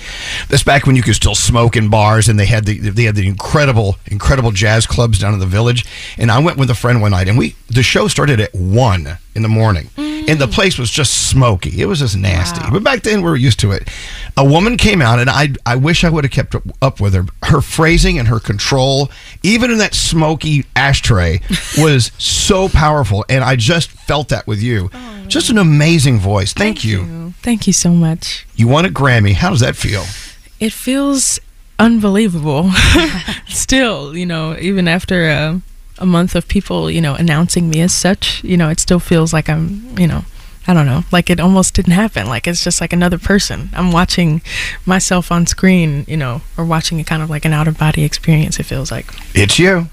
[SPEAKER 6] that's back when you could still smoke in bars, and they had the they had the incredible incredible jazz clubs down in the village. And I went with a friend one night, and we the show started at one in the morning, and
[SPEAKER 21] Mm.
[SPEAKER 6] the place was just smoky. It was just nasty. But back then we were used to it. A woman came out, and I I wish I would have kept up with her. Her phrasing and her control, even in that smoky ashtray, was so powerful, and I just felt that with you. just an amazing voice. Thank, you. you.
[SPEAKER 21] Thank you so much.
[SPEAKER 6] won a Grammy. How does that feel?
[SPEAKER 21] It feels unbelievable. still, you know, even after a, a month of people, you know, announcing me as such, you know, it still feels like I'm, you know, I don't know, like it almost didn't happen. Like it's just like another person. I'm watching myself on screen, you know, or watching it kind of like an out of body experience, it feels like.
[SPEAKER 6] It's you.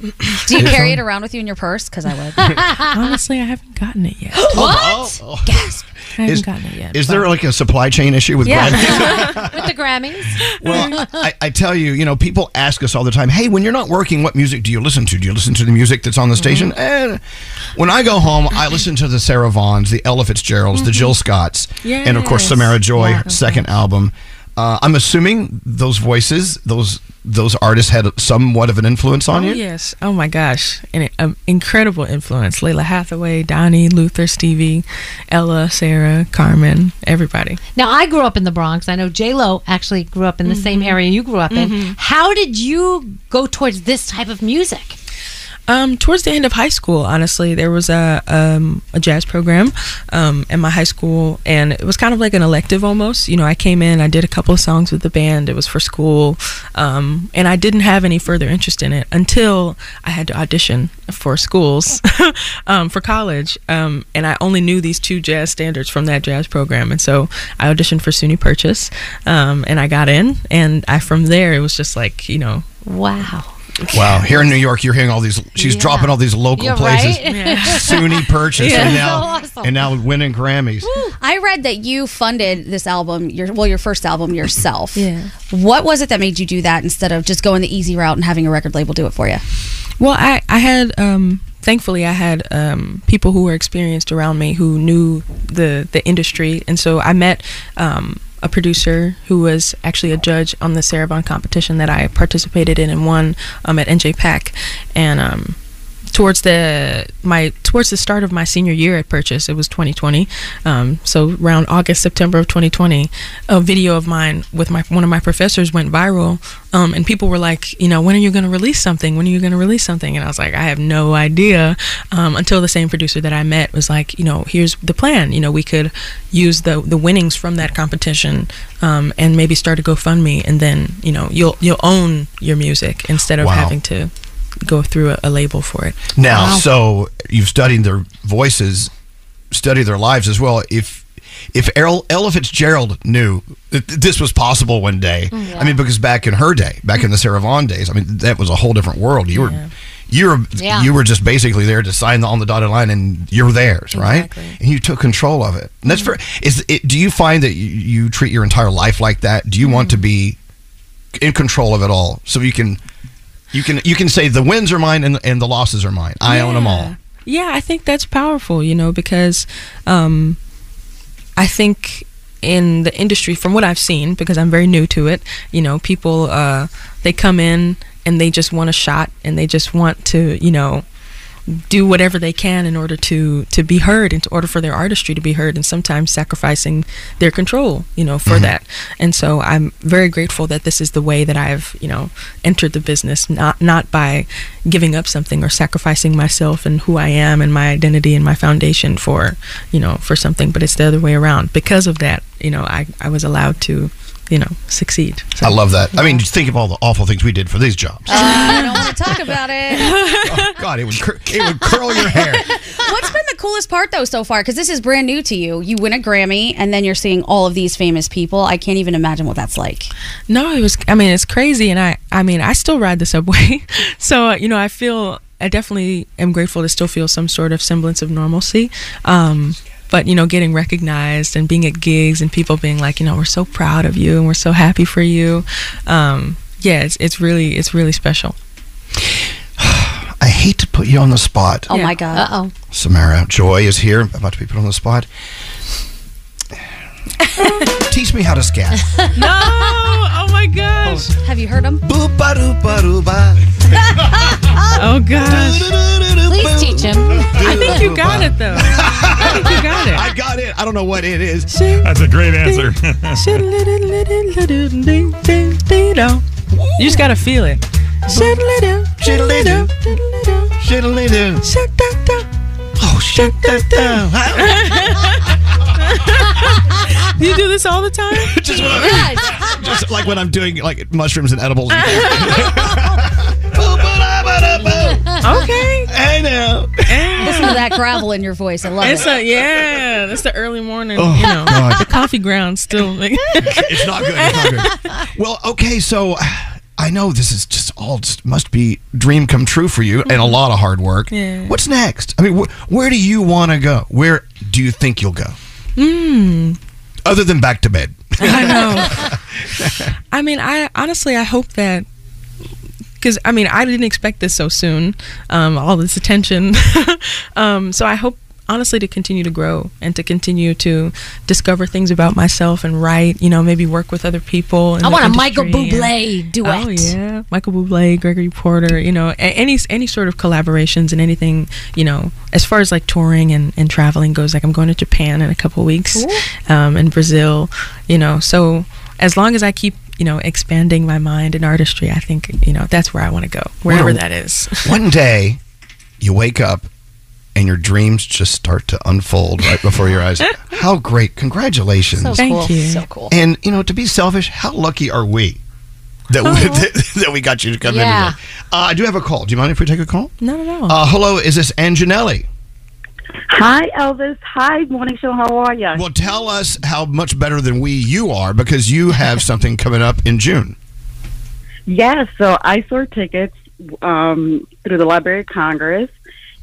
[SPEAKER 21] Do you
[SPEAKER 7] Carry it around with you in your purse because I would.
[SPEAKER 21] Honestly, I haven't gotten it yet.
[SPEAKER 7] what? Gasp.
[SPEAKER 21] I haven't
[SPEAKER 6] Is-
[SPEAKER 21] gotten it yet.
[SPEAKER 6] Is there like a supply chain issue with Grammy?
[SPEAKER 2] with the Grammys.
[SPEAKER 6] Well, I, I tell you, you know, people ask us all the time, hey, when you're not working, what music do you listen to? Do you listen to the music that's on
[SPEAKER 21] Mm-hmm.
[SPEAKER 6] the station? Eh, when I go home, I listen to the Sarah Vaughns, the Ella Fitzgeralds, the Jill Scotts, and of
[SPEAKER 21] Mm-hmm.
[SPEAKER 6] course,
[SPEAKER 21] Yes.
[SPEAKER 6] Samara Joy,
[SPEAKER 21] Yeah. Mm-hmm.
[SPEAKER 6] second album. Uh, I'm assuming those voices, those those artists had somewhat of an influence on
[SPEAKER 21] oh,
[SPEAKER 6] you.
[SPEAKER 21] Yes. Oh my gosh, an um, incredible influence. Leila Hathaway, Donnie, Luther, Stevie, Ella, Sarah, Carmen, everybody.
[SPEAKER 2] Now, I grew up in the Bronx. I know J Lo actually grew up in the same
[SPEAKER 7] Mm-hmm.
[SPEAKER 2] area you grew up in.
[SPEAKER 21] Mhm.
[SPEAKER 2] How did you go towards this type of music?
[SPEAKER 21] Um, towards the end of high school, honestly, there was a um, a jazz program um, in my high school, and it was kind of like an elective almost. You know, I came in, I did a couple of songs with the band. It was for school, um, and I didn't have any further interest in it until I had to audition for schools um, for college, um, and I only knew these two jazz standards from that jazz program, and so I auditioned for SUNY Purchase, um, and I got in, and I from there it was just like you know,
[SPEAKER 2] wow.
[SPEAKER 6] Wow, here in New York, you're hearing all these. She's
[SPEAKER 21] Yeah.
[SPEAKER 6] dropping all these local
[SPEAKER 21] You're
[SPEAKER 6] places.
[SPEAKER 21] right. Yeah.
[SPEAKER 6] SUNY purchase
[SPEAKER 21] Yeah.
[SPEAKER 6] and now
[SPEAKER 7] That's so awesome.
[SPEAKER 6] and now winning Grammys.
[SPEAKER 7] I read that you funded this album, your well, your first album yourself. Yeah. What was it that made you do that instead of just going the easy route and having a record label do it for you?
[SPEAKER 21] Well, I, I had, um, thankfully, I had um, people who were experienced around me who knew the, the industry. And so I met um, a producer who was actually a judge on the Sarabon competition that I participated in and won um, at NJ PAC. And um, towards the my towards the start of my senior year at Purchase, it was 2020. Um, so around August September of 2020, a video of mine with my one of my professors went viral, um, and people were like, you know, when are you going to release something? When are you going to release something? And I was like, I have no idea. Um, until the same producer that I met was like, you know, here's the plan. You know, we could use the the winnings from that competition um, and maybe start a GoFundMe, and then you know you'll you'll own your music instead of
[SPEAKER 6] Wow.
[SPEAKER 21] having to go through a, a label for it.
[SPEAKER 6] Now, so you've studied their voices, studied their lives as well. If if Errol, Ella Fitzgerald knew that th- this was possible one day, I mean, because back in her day, back in the Sarah Vaughan days, I mean, that was a whole different world. You were. You were
[SPEAKER 10] Yeah.
[SPEAKER 6] you were just basically there to sign on the dotted line, and you're theirs, right? And you took control of it. And that's for is it, do you find that you, you treat your entire life like that? Do you want to be in control of it all, so you can you can you can say the wins are mine and and the losses are mine. I own 'em own them all.
[SPEAKER 21] Yeah, I think that's powerful, you know, because um, I think in the industry, from what I've seen, because I'm very new to it, you know, people uh, they come in and they just want a shot and they just want to, you know, do whatever they can in order to to be heard, in order for their artistry to be heard, and sometimes sacrificing their control, you know,
[SPEAKER 6] Mm-hmm.
[SPEAKER 21] for that. And so I'm very grateful that this is the way that I've, you know, entered the business, not not by giving up something or sacrificing myself and who I am and my identity and my foundation for, you know, for something, but it's the other way around. Because of that, you know, I I was allowed to, you know, succeed.
[SPEAKER 6] I love that. I mean, just think of all the awful things we did for these
[SPEAKER 21] Uh,
[SPEAKER 6] jobs.
[SPEAKER 7] I don't want to talk about it.
[SPEAKER 6] God, it would cur- it would curl your hair.
[SPEAKER 7] What's been the coolest part though so far? Because this is brand new to you. You win a Grammy and then you're seeing all of these famous people. I can't even imagine what that's like.
[SPEAKER 21] No, it was. I mean, it's crazy, and I. I mean, I still ride the subway, so you know, I feel. I definitely am grateful to still feel some sort of semblance of normalcy. Um, but you know, getting recognized and being at gigs and people being like, you know, we're so proud of you and we're so happy for you. Um, yeah, it's, it's really it's really special.
[SPEAKER 6] I hate to put you on the spot.
[SPEAKER 7] Oh my god. Uh oh.
[SPEAKER 6] Samara Joy is here, about to be put on the spot. Teach me how to scat.
[SPEAKER 21] no. Oh my gosh.
[SPEAKER 7] Have you heard them?
[SPEAKER 21] oh gosh.
[SPEAKER 2] Please teach him.
[SPEAKER 21] I think you got it though. I think you got it.
[SPEAKER 6] I got it. I don't know what it is.
[SPEAKER 8] That's a great answer.
[SPEAKER 21] You just gotta feel it.
[SPEAKER 6] Oh, shut that
[SPEAKER 21] down. you do this all the time?
[SPEAKER 6] Just when I'm- Just like when I'm doing like mushrooms and edibles.
[SPEAKER 21] okay.
[SPEAKER 6] I know.
[SPEAKER 7] Listen to that gravel in your voice. I love
[SPEAKER 21] It's
[SPEAKER 7] it.
[SPEAKER 21] a yeah. That's the early morning.
[SPEAKER 6] Oh,
[SPEAKER 21] you know,
[SPEAKER 6] God.
[SPEAKER 21] the coffee ground still. Like,
[SPEAKER 6] it's not good. It's not good. Well, okay,
[SPEAKER 21] Oh,
[SPEAKER 6] so I know this is just all just must be dream come true for you and a lot of hard work.
[SPEAKER 21] Yeah.
[SPEAKER 6] What's next? I mean, wh- where do you want to go? Where do you think you'll go?
[SPEAKER 21] Mm.
[SPEAKER 6] Other than back to bed.
[SPEAKER 21] I know. I mean, I honestly, I hope that because I mean, I didn't expect this so soon. Um, all this attention. um, so I hope honestly to continue to grow and to continue to discover things about myself and write. You know, maybe work with other people. in
[SPEAKER 8] I
[SPEAKER 21] the
[SPEAKER 8] want a Michael
[SPEAKER 21] industry and-
[SPEAKER 8] Bublé duet.
[SPEAKER 21] Oh yeah, Michael Bublé, Gregory Porter. You know, a- any any sort of collaborations and anything. You know, as far as like touring and, and traveling goes, like I'm going to Japan in a couple weeks,
[SPEAKER 8] Ooh.
[SPEAKER 21] um, and Brazil. You know, so as long as I keep you know expanding my mind and artistry, I think you know that's where I want to go, wherever
[SPEAKER 6] What a-
[SPEAKER 21] that is.
[SPEAKER 6] one day, you wake up and your dreams just start to unfold right before your eyes. How great! Congratulations!
[SPEAKER 8] So Thank cool. you. So cool.
[SPEAKER 6] And you know, to be selfish, how lucky are we that we, that,
[SPEAKER 21] Uh-huh.
[SPEAKER 6] we got you to come
[SPEAKER 8] Yeah.
[SPEAKER 6] in today? Uh, I do have a call. Do you mind if we take a call?
[SPEAKER 21] No, no,
[SPEAKER 6] Uh, hello, is this Anginelli?
[SPEAKER 19] Hi, Elvis. Hi, morning show. How are you?
[SPEAKER 6] Well, tell us how much better than we you are because you have something coming up in June.
[SPEAKER 19] Yeah, so I sold tickets um, through the Library of Congress,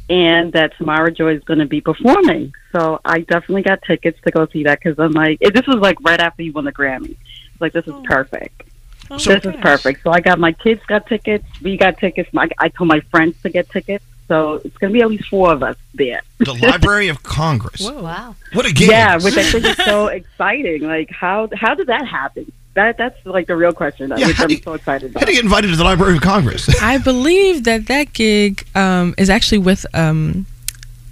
[SPEAKER 19] and that Tamara Joy is going to be performing. So I definitely got tickets to go see that because I'm like, it, this was like right after you won the Grammy. It's Like this is perfect.
[SPEAKER 24] Oh
[SPEAKER 19] this is perfect. So I got my kids got tickets. We got tickets. My, I told my friends to get tickets. So it's going to be at least four of us there.
[SPEAKER 6] The Library of Congress.
[SPEAKER 8] wow.
[SPEAKER 6] What a gig.
[SPEAKER 19] Yeah, which I think is so exciting. Like how how did that happen? That that's like the real question.
[SPEAKER 6] Yeah,
[SPEAKER 19] which
[SPEAKER 6] how
[SPEAKER 19] I'm
[SPEAKER 6] do you-
[SPEAKER 19] so excited
[SPEAKER 6] How
[SPEAKER 19] about.
[SPEAKER 6] do you get invited to the Library of Congress?
[SPEAKER 21] I believe that that gig um, is actually with um,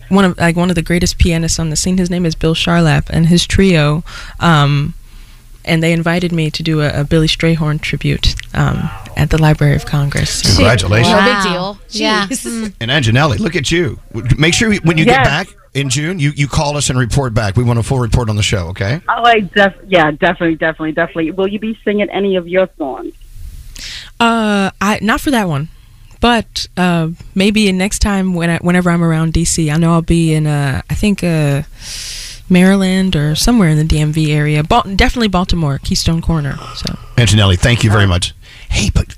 [SPEAKER 21] one of like one of the greatest pianists on the scene. His name is Bill Charlap and his trio. Um, and they invited me to do a, a Billy Strayhorn tribute um, at the Library of Congress.
[SPEAKER 6] Congratulations.
[SPEAKER 19] No big deal.
[SPEAKER 8] Yeah.
[SPEAKER 6] And Anginelli, look at you. Make sure you- when you get
[SPEAKER 19] Yes.
[SPEAKER 6] back in June, you, you call us and report back. We want a full report on the show, okay?
[SPEAKER 19] Oh, I def- yeah, definitely, definitely, definitely. Will you be singing any of your songs?
[SPEAKER 21] Uh, I not for that one, but uh, maybe next time when I, whenever I'm around DC, I know I'll be in uh, I think uh, Maryland or somewhere in the DMV area. Bal- definitely Baltimore, Keystone Corner. So
[SPEAKER 6] Anginelli, thank you very much. Hey, but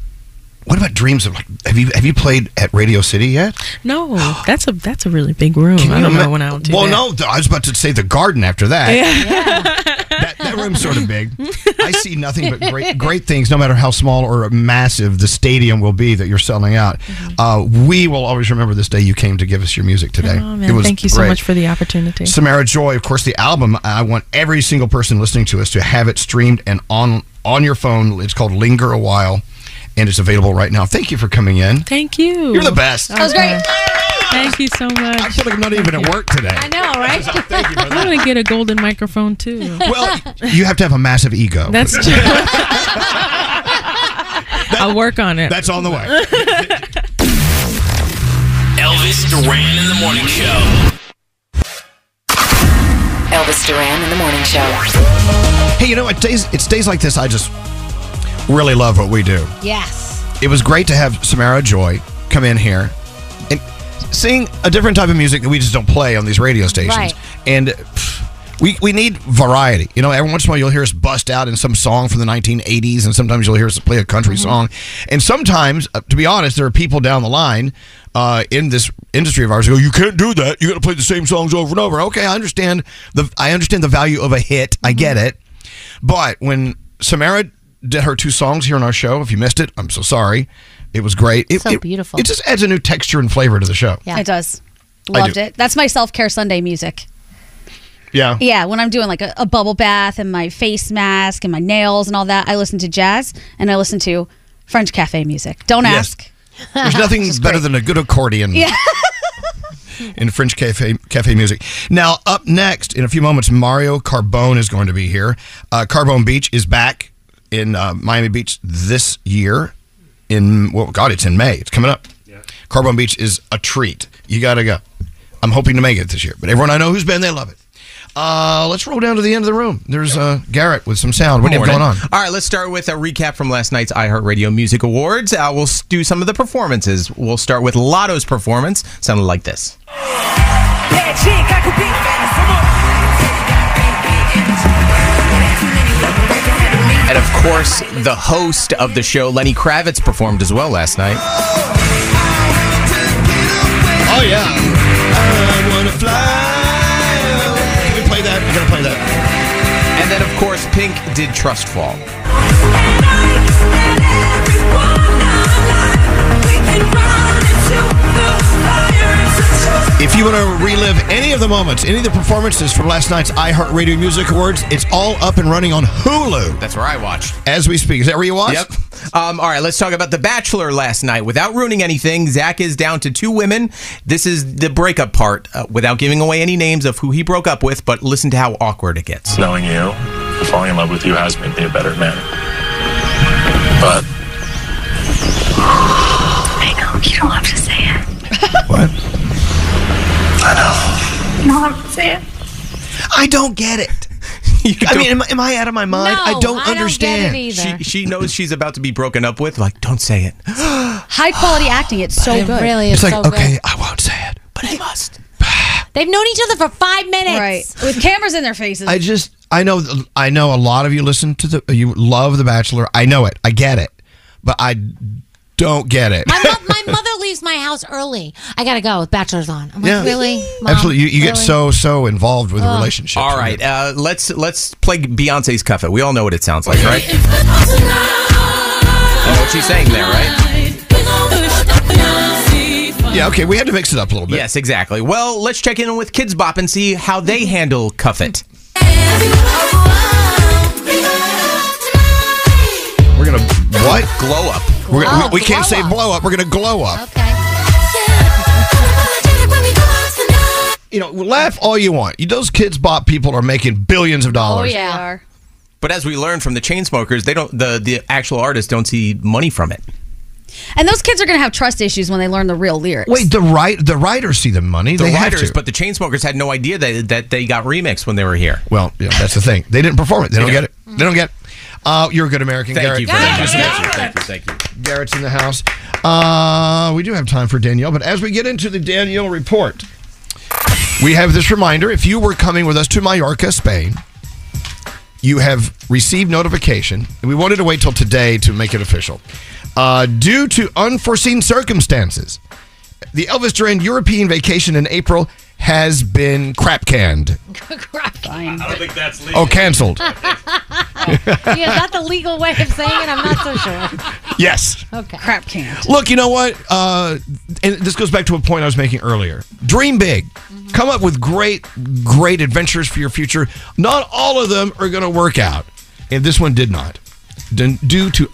[SPEAKER 6] what about dreams of like have you have you played at Radio City yet?
[SPEAKER 21] no, that's a that's a really big room. I don't know when I'll do
[SPEAKER 6] Well,
[SPEAKER 21] that.
[SPEAKER 6] no, th- I was about to say the garden after that.
[SPEAKER 21] Yeah.
[SPEAKER 6] That, that room's sort of big. I see nothing but great great things, no matter how small or massive the stadium will be that you're selling out.
[SPEAKER 21] Mm-hmm.
[SPEAKER 6] Uh, we will always remember this day you came to give us your music today.
[SPEAKER 21] Oh,
[SPEAKER 6] It
[SPEAKER 21] man,
[SPEAKER 6] was
[SPEAKER 21] thank you so
[SPEAKER 6] great.
[SPEAKER 21] much for the opportunity.
[SPEAKER 6] Samara Joy, of course, the album. I want every single person listening to us to have it streamed and on on your phone. It's called Linger a While, and it's available right now. Thank you for coming in.
[SPEAKER 21] Thank you.
[SPEAKER 6] You're the best. That
[SPEAKER 8] was great.
[SPEAKER 21] Thank you so much. I
[SPEAKER 6] feel like I'm not even at work today.
[SPEAKER 8] I know, right?
[SPEAKER 6] Thank you for
[SPEAKER 21] I'm gonna get a golden microphone too.
[SPEAKER 6] Well, You have to have a massive ego.
[SPEAKER 21] That's true. I'll work on it.
[SPEAKER 6] That's on the way.
[SPEAKER 11] Elvis Duran in the morning show.
[SPEAKER 31] Elvis Duran in the morning show.
[SPEAKER 6] hey, you know what? Days it's days like this. I just really love what we do.
[SPEAKER 8] Yes.
[SPEAKER 6] It was great to have Samara Joy come in here and sing a different type of music that we just don't play on these radio stations.
[SPEAKER 8] Right.
[SPEAKER 6] And pff, we, we need variety. You know, every once in a while you'll hear us bust out in some song from the 1980s, and sometimes you'll hear us play a country song. And sometimes, uh, to be honest, there are people down the line uh, in this industry of ours who go, "You can't do that. You got to play the same songs over and over." Okay, I understand the I understand the value of a hit. I get
[SPEAKER 7] Mm-hmm.
[SPEAKER 6] it. But when Samara did her two songs here on our show, if you missed it, I'm so sorry. It was great. It,
[SPEAKER 7] So
[SPEAKER 6] it-
[SPEAKER 7] beautiful.
[SPEAKER 6] It just adds a new texture and flavor to the show.
[SPEAKER 7] It does.
[SPEAKER 6] I
[SPEAKER 7] Loved
[SPEAKER 6] do. Oh.
[SPEAKER 7] it. That's my self care Sunday music.
[SPEAKER 6] Yeah.
[SPEAKER 7] Yeah, when I'm doing like a, a bubble bath and my face mask and my nails and all that, I listen to jazz and I listen to French cafe music. Don't
[SPEAKER 6] Yes.
[SPEAKER 7] ask.
[SPEAKER 6] There's nothing better than a good accordion
[SPEAKER 7] Yeah.
[SPEAKER 6] in French cafe cafe music. Now, up next in a few moments, Mario Carbone is going to be here. Uh, Carbone Beach is back in uh, Miami Beach this year. In well, God, it's in May. It's coming up. Carbone Beach is a treat. You got to go. I'm hoping to make it this year, but everyone I know who's been, they love it. Uh, let's roll down to the end of the room. There's uh, Garrett with some sound. What do you have going on?
[SPEAKER 9] Morning. All right, let's start with a recap from last night's iHeartRadio Music Awards. Uh, we'll s- do some of the performances. We'll start with Lotto's performance. Sounded like this. And of course, the host of the show, Lenny Kravitz, performed as well last night.
[SPEAKER 6] Oh yeah. I wanna fly. Can we play that? We're gonna play that.
[SPEAKER 9] And then, of course, Pink did Trust Fall.
[SPEAKER 6] If you want to relive any of the moments, any of the performances from last night's iHeartRadio Music Awards, it's all up and running on Hulu.
[SPEAKER 9] That's where I watched.
[SPEAKER 6] As we speak. Is that where you watched?
[SPEAKER 9] Yep. Um, all right, let's talk about The Bachelor last night. Without ruining anything, Zach is down to two women. This is the breakup part, uh, without giving away any names of who he broke up with, but listen to how awkward it gets.
[SPEAKER 20] Knowing you, falling in love with you has made me a better man. But
[SPEAKER 8] I know, you don't have to say it.
[SPEAKER 20] no, I'm saying
[SPEAKER 6] I don't get it. I mean, am, I- am I out of my mind?
[SPEAKER 2] Oh,
[SPEAKER 6] I don't understand.
[SPEAKER 9] she, she knows she's about to be broken up with. Like, don't say it.
[SPEAKER 7] High quality acting. It's so good.
[SPEAKER 9] It's like, okay,
[SPEAKER 6] I won't say
[SPEAKER 9] it, but I must.
[SPEAKER 7] They've known each other for five minutes. Right. With cameras in their faces.
[SPEAKER 6] I just I know I know a lot of you listen to the you love The Bachelor. I know it. I get it. But I don't get it.
[SPEAKER 2] My, mo- my mother leaves my house early. I gotta go. Bachelor's on. I'm like,
[SPEAKER 6] Yeah.
[SPEAKER 2] really? Mom,
[SPEAKER 6] Absolutely. You, you get
[SPEAKER 2] really?"
[SPEAKER 6] so so involved with the
[SPEAKER 2] Ugh.
[SPEAKER 6] relationship.
[SPEAKER 9] All right, uh, let's let's play Beyonce's "Cuff It." We all know what it sounds like, right? You know what she's saying there, right?
[SPEAKER 6] Yeah. Okay, we had to mix it up a little bit.
[SPEAKER 9] Yes, exactly. Well, let's check in with Kids Bop and see how they handle "Cuff It."
[SPEAKER 6] We're gonna what?
[SPEAKER 9] Glow up.
[SPEAKER 6] We're gonna,
[SPEAKER 8] Glow-
[SPEAKER 6] we, we can't
[SPEAKER 8] glow
[SPEAKER 6] say blow up. We're gonna glow up. You know, laugh all you want. You, those kids bop people are making billions of dollars.
[SPEAKER 7] Oh, yeah.
[SPEAKER 9] But as we learned from the Chainsmokers, they don't the the actual artists don't see money from it.
[SPEAKER 7] And those kids are going to have trust issues when they learn the real lyrics.
[SPEAKER 6] Wait, the right the writers see the money.
[SPEAKER 9] The
[SPEAKER 6] they
[SPEAKER 9] writers,
[SPEAKER 6] have to.
[SPEAKER 9] but the Chainsmokers had no idea that that they got remixed when they were here.
[SPEAKER 6] Well, yeah, that's the thing. They didn't perform it. They don't get it. They don't get. It. Uh, you're a good American,
[SPEAKER 9] Thank
[SPEAKER 6] Garrett.
[SPEAKER 9] you for that. Thank you. Thank you. Thank you.
[SPEAKER 6] Garrett's in the house. Uh, we do have time for Danielle, but as we get into the Danielle report, we have this reminder. If you were coming with us to Mallorca, Spain, you have received notification. We wanted to wait till today to make it official. Uh, due to unforeseen circumstances, the Elvis Duran European vacation in April has been crap canned.
[SPEAKER 16] I don't think that's
[SPEAKER 6] Oh, canceled.
[SPEAKER 2] yeah, is that the legal way of saying it? I'm not so sure.
[SPEAKER 6] Yes.
[SPEAKER 2] Okay. Crap can.
[SPEAKER 6] Look, you know what? Uh, and this goes back to a point I was making earlier. Dream big. Come up with great, great adventures for your future. Not all of them are going to work out, and this one did not, d- due to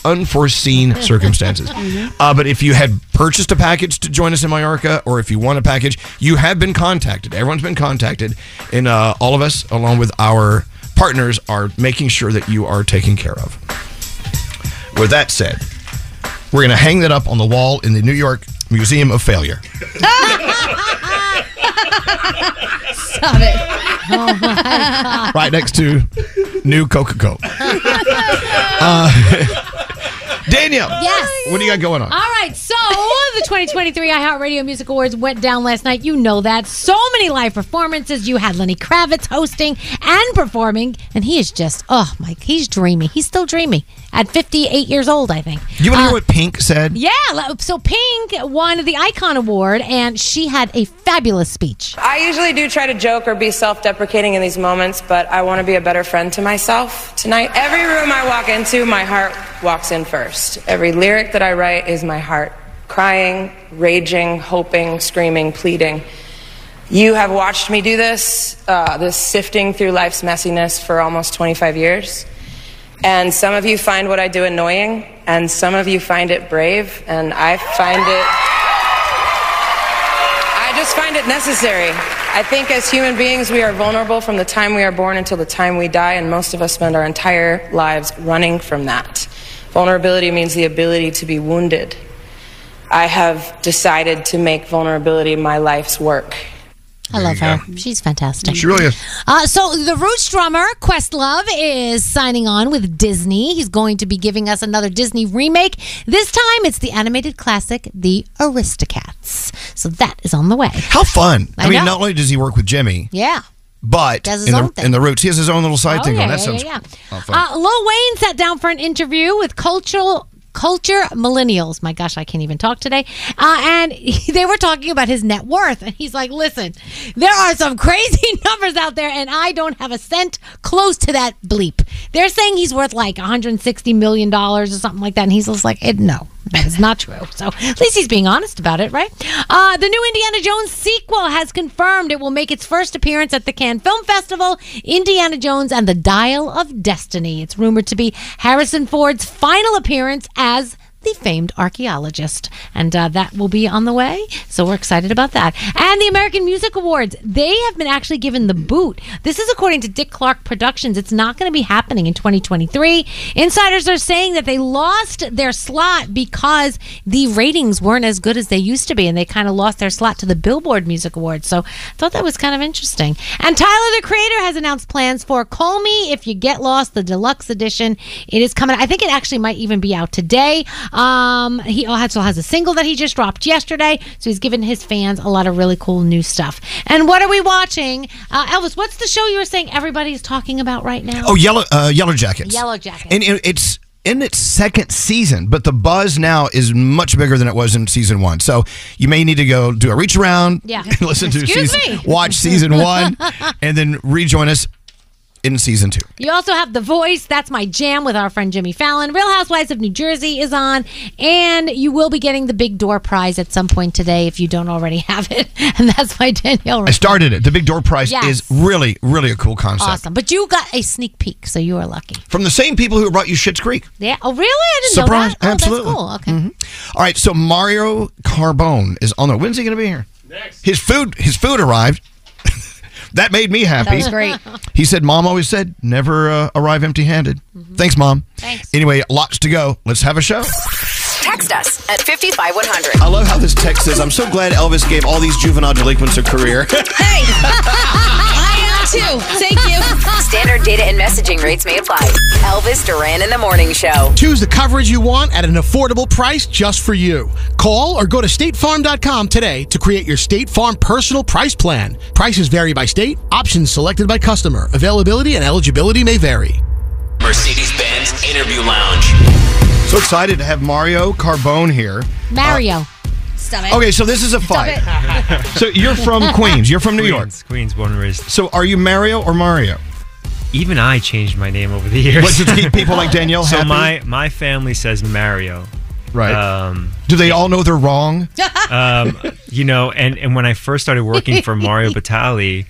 [SPEAKER 6] unforeseen circumstances.
[SPEAKER 8] Mhm.
[SPEAKER 2] Mm-hmm.
[SPEAKER 6] Uh, but if you had purchased a package to join us in Mallorca, or if you want a package, you have been contacted. Everyone's been contacted, and uh, all of us, along with our partners, are making sure that you are taken care of. With that said, we're going to hang that up on the wall in the New York Museum of Failure.
[SPEAKER 8] Stop it. Oh my
[SPEAKER 6] right next to new Coca Cola. Uh, Danielle.
[SPEAKER 2] Yes. Uh,
[SPEAKER 6] What do you got going
[SPEAKER 2] All
[SPEAKER 6] on?
[SPEAKER 2] right, so the 2023 iHeartRadio Music Awards went down last night. You know that. So many live performances. You had Lenny Kravitz hosting and performing, and he is just, oh, Mike, he's dreamy. He's still dreamy at 58 years old, I think.
[SPEAKER 6] You want to hear what Pink said?
[SPEAKER 2] Yeah, le- so Pink won the Icon Award, and she had a fabulous speech.
[SPEAKER 17] I usually do try to joke or be self deprecating in these moments, but I want to be a better friend to myself tonight. Every room I walk into, my heart walks in first. Every lyric that I write is my heart crying, raging, hoping, screaming, pleading. You have watched me do this, uh, this sifting through life's messiness for almost 25 years. And some of you find what I do annoying, and some of you find it brave, and I find it. I just find it necessary. I think as human beings, we are vulnerable from the time we are born until the time we die, and most of us spend our entire lives running from that. Vulnerability means the ability to be wounded. I have decided to make vulnerability my life's work.
[SPEAKER 2] I love her. She's fantastic.
[SPEAKER 6] She really is.
[SPEAKER 2] Uh, so the Roots drummer Questlove is signing on with Disney. He's going to be giving us another Disney remake. This time, it's the animated classic, The Aristocats. So that is on the way.
[SPEAKER 6] How fun. I,
[SPEAKER 2] I
[SPEAKER 6] mean,
[SPEAKER 2] know.
[SPEAKER 6] not only does he work with Jimmy,
[SPEAKER 2] Yeah.
[SPEAKER 6] but
[SPEAKER 2] Does his
[SPEAKER 6] in
[SPEAKER 2] own
[SPEAKER 6] the,
[SPEAKER 2] thing.
[SPEAKER 6] in the roots, he has his own little side
[SPEAKER 2] Oh,
[SPEAKER 6] thing
[SPEAKER 2] yeah,
[SPEAKER 6] going. That
[SPEAKER 2] yeah,
[SPEAKER 6] sounds
[SPEAKER 2] yeah.
[SPEAKER 6] cool. Oh, fun.
[SPEAKER 2] Uh, Lil Wayne sat down for an interview with cultural culture millennials. My gosh, I can't even talk today. Uh, and he- they were talking about his net worth, and he's like, "Listen, there are some crazy numbers out there, and I don't have a cent close to that bleep." They're saying he's worth like 160 million dollars or something like that, and he's just like, it, no, that is not true. So at least he's being honest about it, right? Uh, the new Indiana Jones sequel has confirmed it will make its first appearance at the Cannes Film Festival. Indiana Jones and the Dial of Destiny. It's rumored to be Harrison Ford's final appearance as the famed archaeologist. And uh, that will be on the way. So we're excited about that. And the American Music Awards, they have been actually given the boot. This is according to Dick Clark Productions. It's not going to be happening in 2023. Insiders are saying that they lost their slot because the ratings weren't as good as they used to be. And they kind of lost their slot to the Billboard Music Awards. So I thought that was kind of interesting. And Tyler, the creator, has announced plans for Call Me If You Get Lost, the deluxe edition. It is coming. I think it actually might even be out today. Um, he also has a single that he just dropped yesterday, so he's given his fans a lot of really cool new stuff. And what are we watching, uh, Elvis? What's the show you were saying everybody's talking about right now?
[SPEAKER 6] Oh, yellow uh, yellow jackets.
[SPEAKER 2] Yellow Jackets.
[SPEAKER 6] And it- it's in its second season, but the buzz now is much bigger than it was in season one. So you may need to go do a reach around.
[SPEAKER 2] Yeah.
[SPEAKER 6] and listen to
[SPEAKER 2] Excuse
[SPEAKER 6] season,
[SPEAKER 2] me.
[SPEAKER 6] watch season one, and then rejoin us in season two.
[SPEAKER 2] You also have The Voice. That's my jam with our friend Jimmy Fallon. Real Housewives of New Jersey is on. And you will be getting the Big Door Prize at some point today if you don't already have it. And that's by Danielle.
[SPEAKER 6] I started it. The Big Door Prize
[SPEAKER 2] Yes.
[SPEAKER 6] is really, really a cool concept.
[SPEAKER 2] Awesome. But you got a sneak peek, so you are lucky.
[SPEAKER 6] From the same people who brought you Shit's Creek.
[SPEAKER 2] Yeah. Oh, really? I didn't
[SPEAKER 6] Surprise.
[SPEAKER 2] know that.
[SPEAKER 6] Absolutely. Mm-hmm.
[SPEAKER 2] Oh, that's cool. Okay.
[SPEAKER 6] All right, so Mario Carbone is on there. When's he going to be here? Next. His food, his food arrived. that made me happy.
[SPEAKER 32] That was great.
[SPEAKER 6] He said, "Mom always said never uh, arrive empty-handed."
[SPEAKER 2] Mm-hmm.
[SPEAKER 6] Thanks, mom. Thanks. Anyway, lots to go. Let's have a show.
[SPEAKER 11] Text us at 55100.
[SPEAKER 6] I love how this text says, "I'm so glad Elvis gave all these juvenile delinquents a career."
[SPEAKER 11] Hey! I am too. Thank you. Standard data and messaging rates may apply. Elvis Duran in the Morning Show.
[SPEAKER 3] Choose the coverage you want at an affordable price just for you. Call or go to statefarm.com today to create your State Farm personal price plan. Prices vary by state, options selected by customer. Availability and eligibility may vary.
[SPEAKER 8] Mercedes Benz Interview Lounge.
[SPEAKER 6] so excited to have Mario Carbone here.
[SPEAKER 2] Mario.
[SPEAKER 32] Stop
[SPEAKER 6] Okay, so this is a fight. So you're from Queens. You're from New York.
[SPEAKER 16] Queens, born and raised.
[SPEAKER 6] So are you Mario or Mario?
[SPEAKER 16] Even I changed my name over the years.
[SPEAKER 6] What, to keep people like Danielle
[SPEAKER 16] so
[SPEAKER 6] happy?
[SPEAKER 16] my my family says Mario.
[SPEAKER 6] Right.
[SPEAKER 16] Um,
[SPEAKER 6] Do they all know they're wrong?
[SPEAKER 16] um, you know, and and when I first started working for Mario Batali,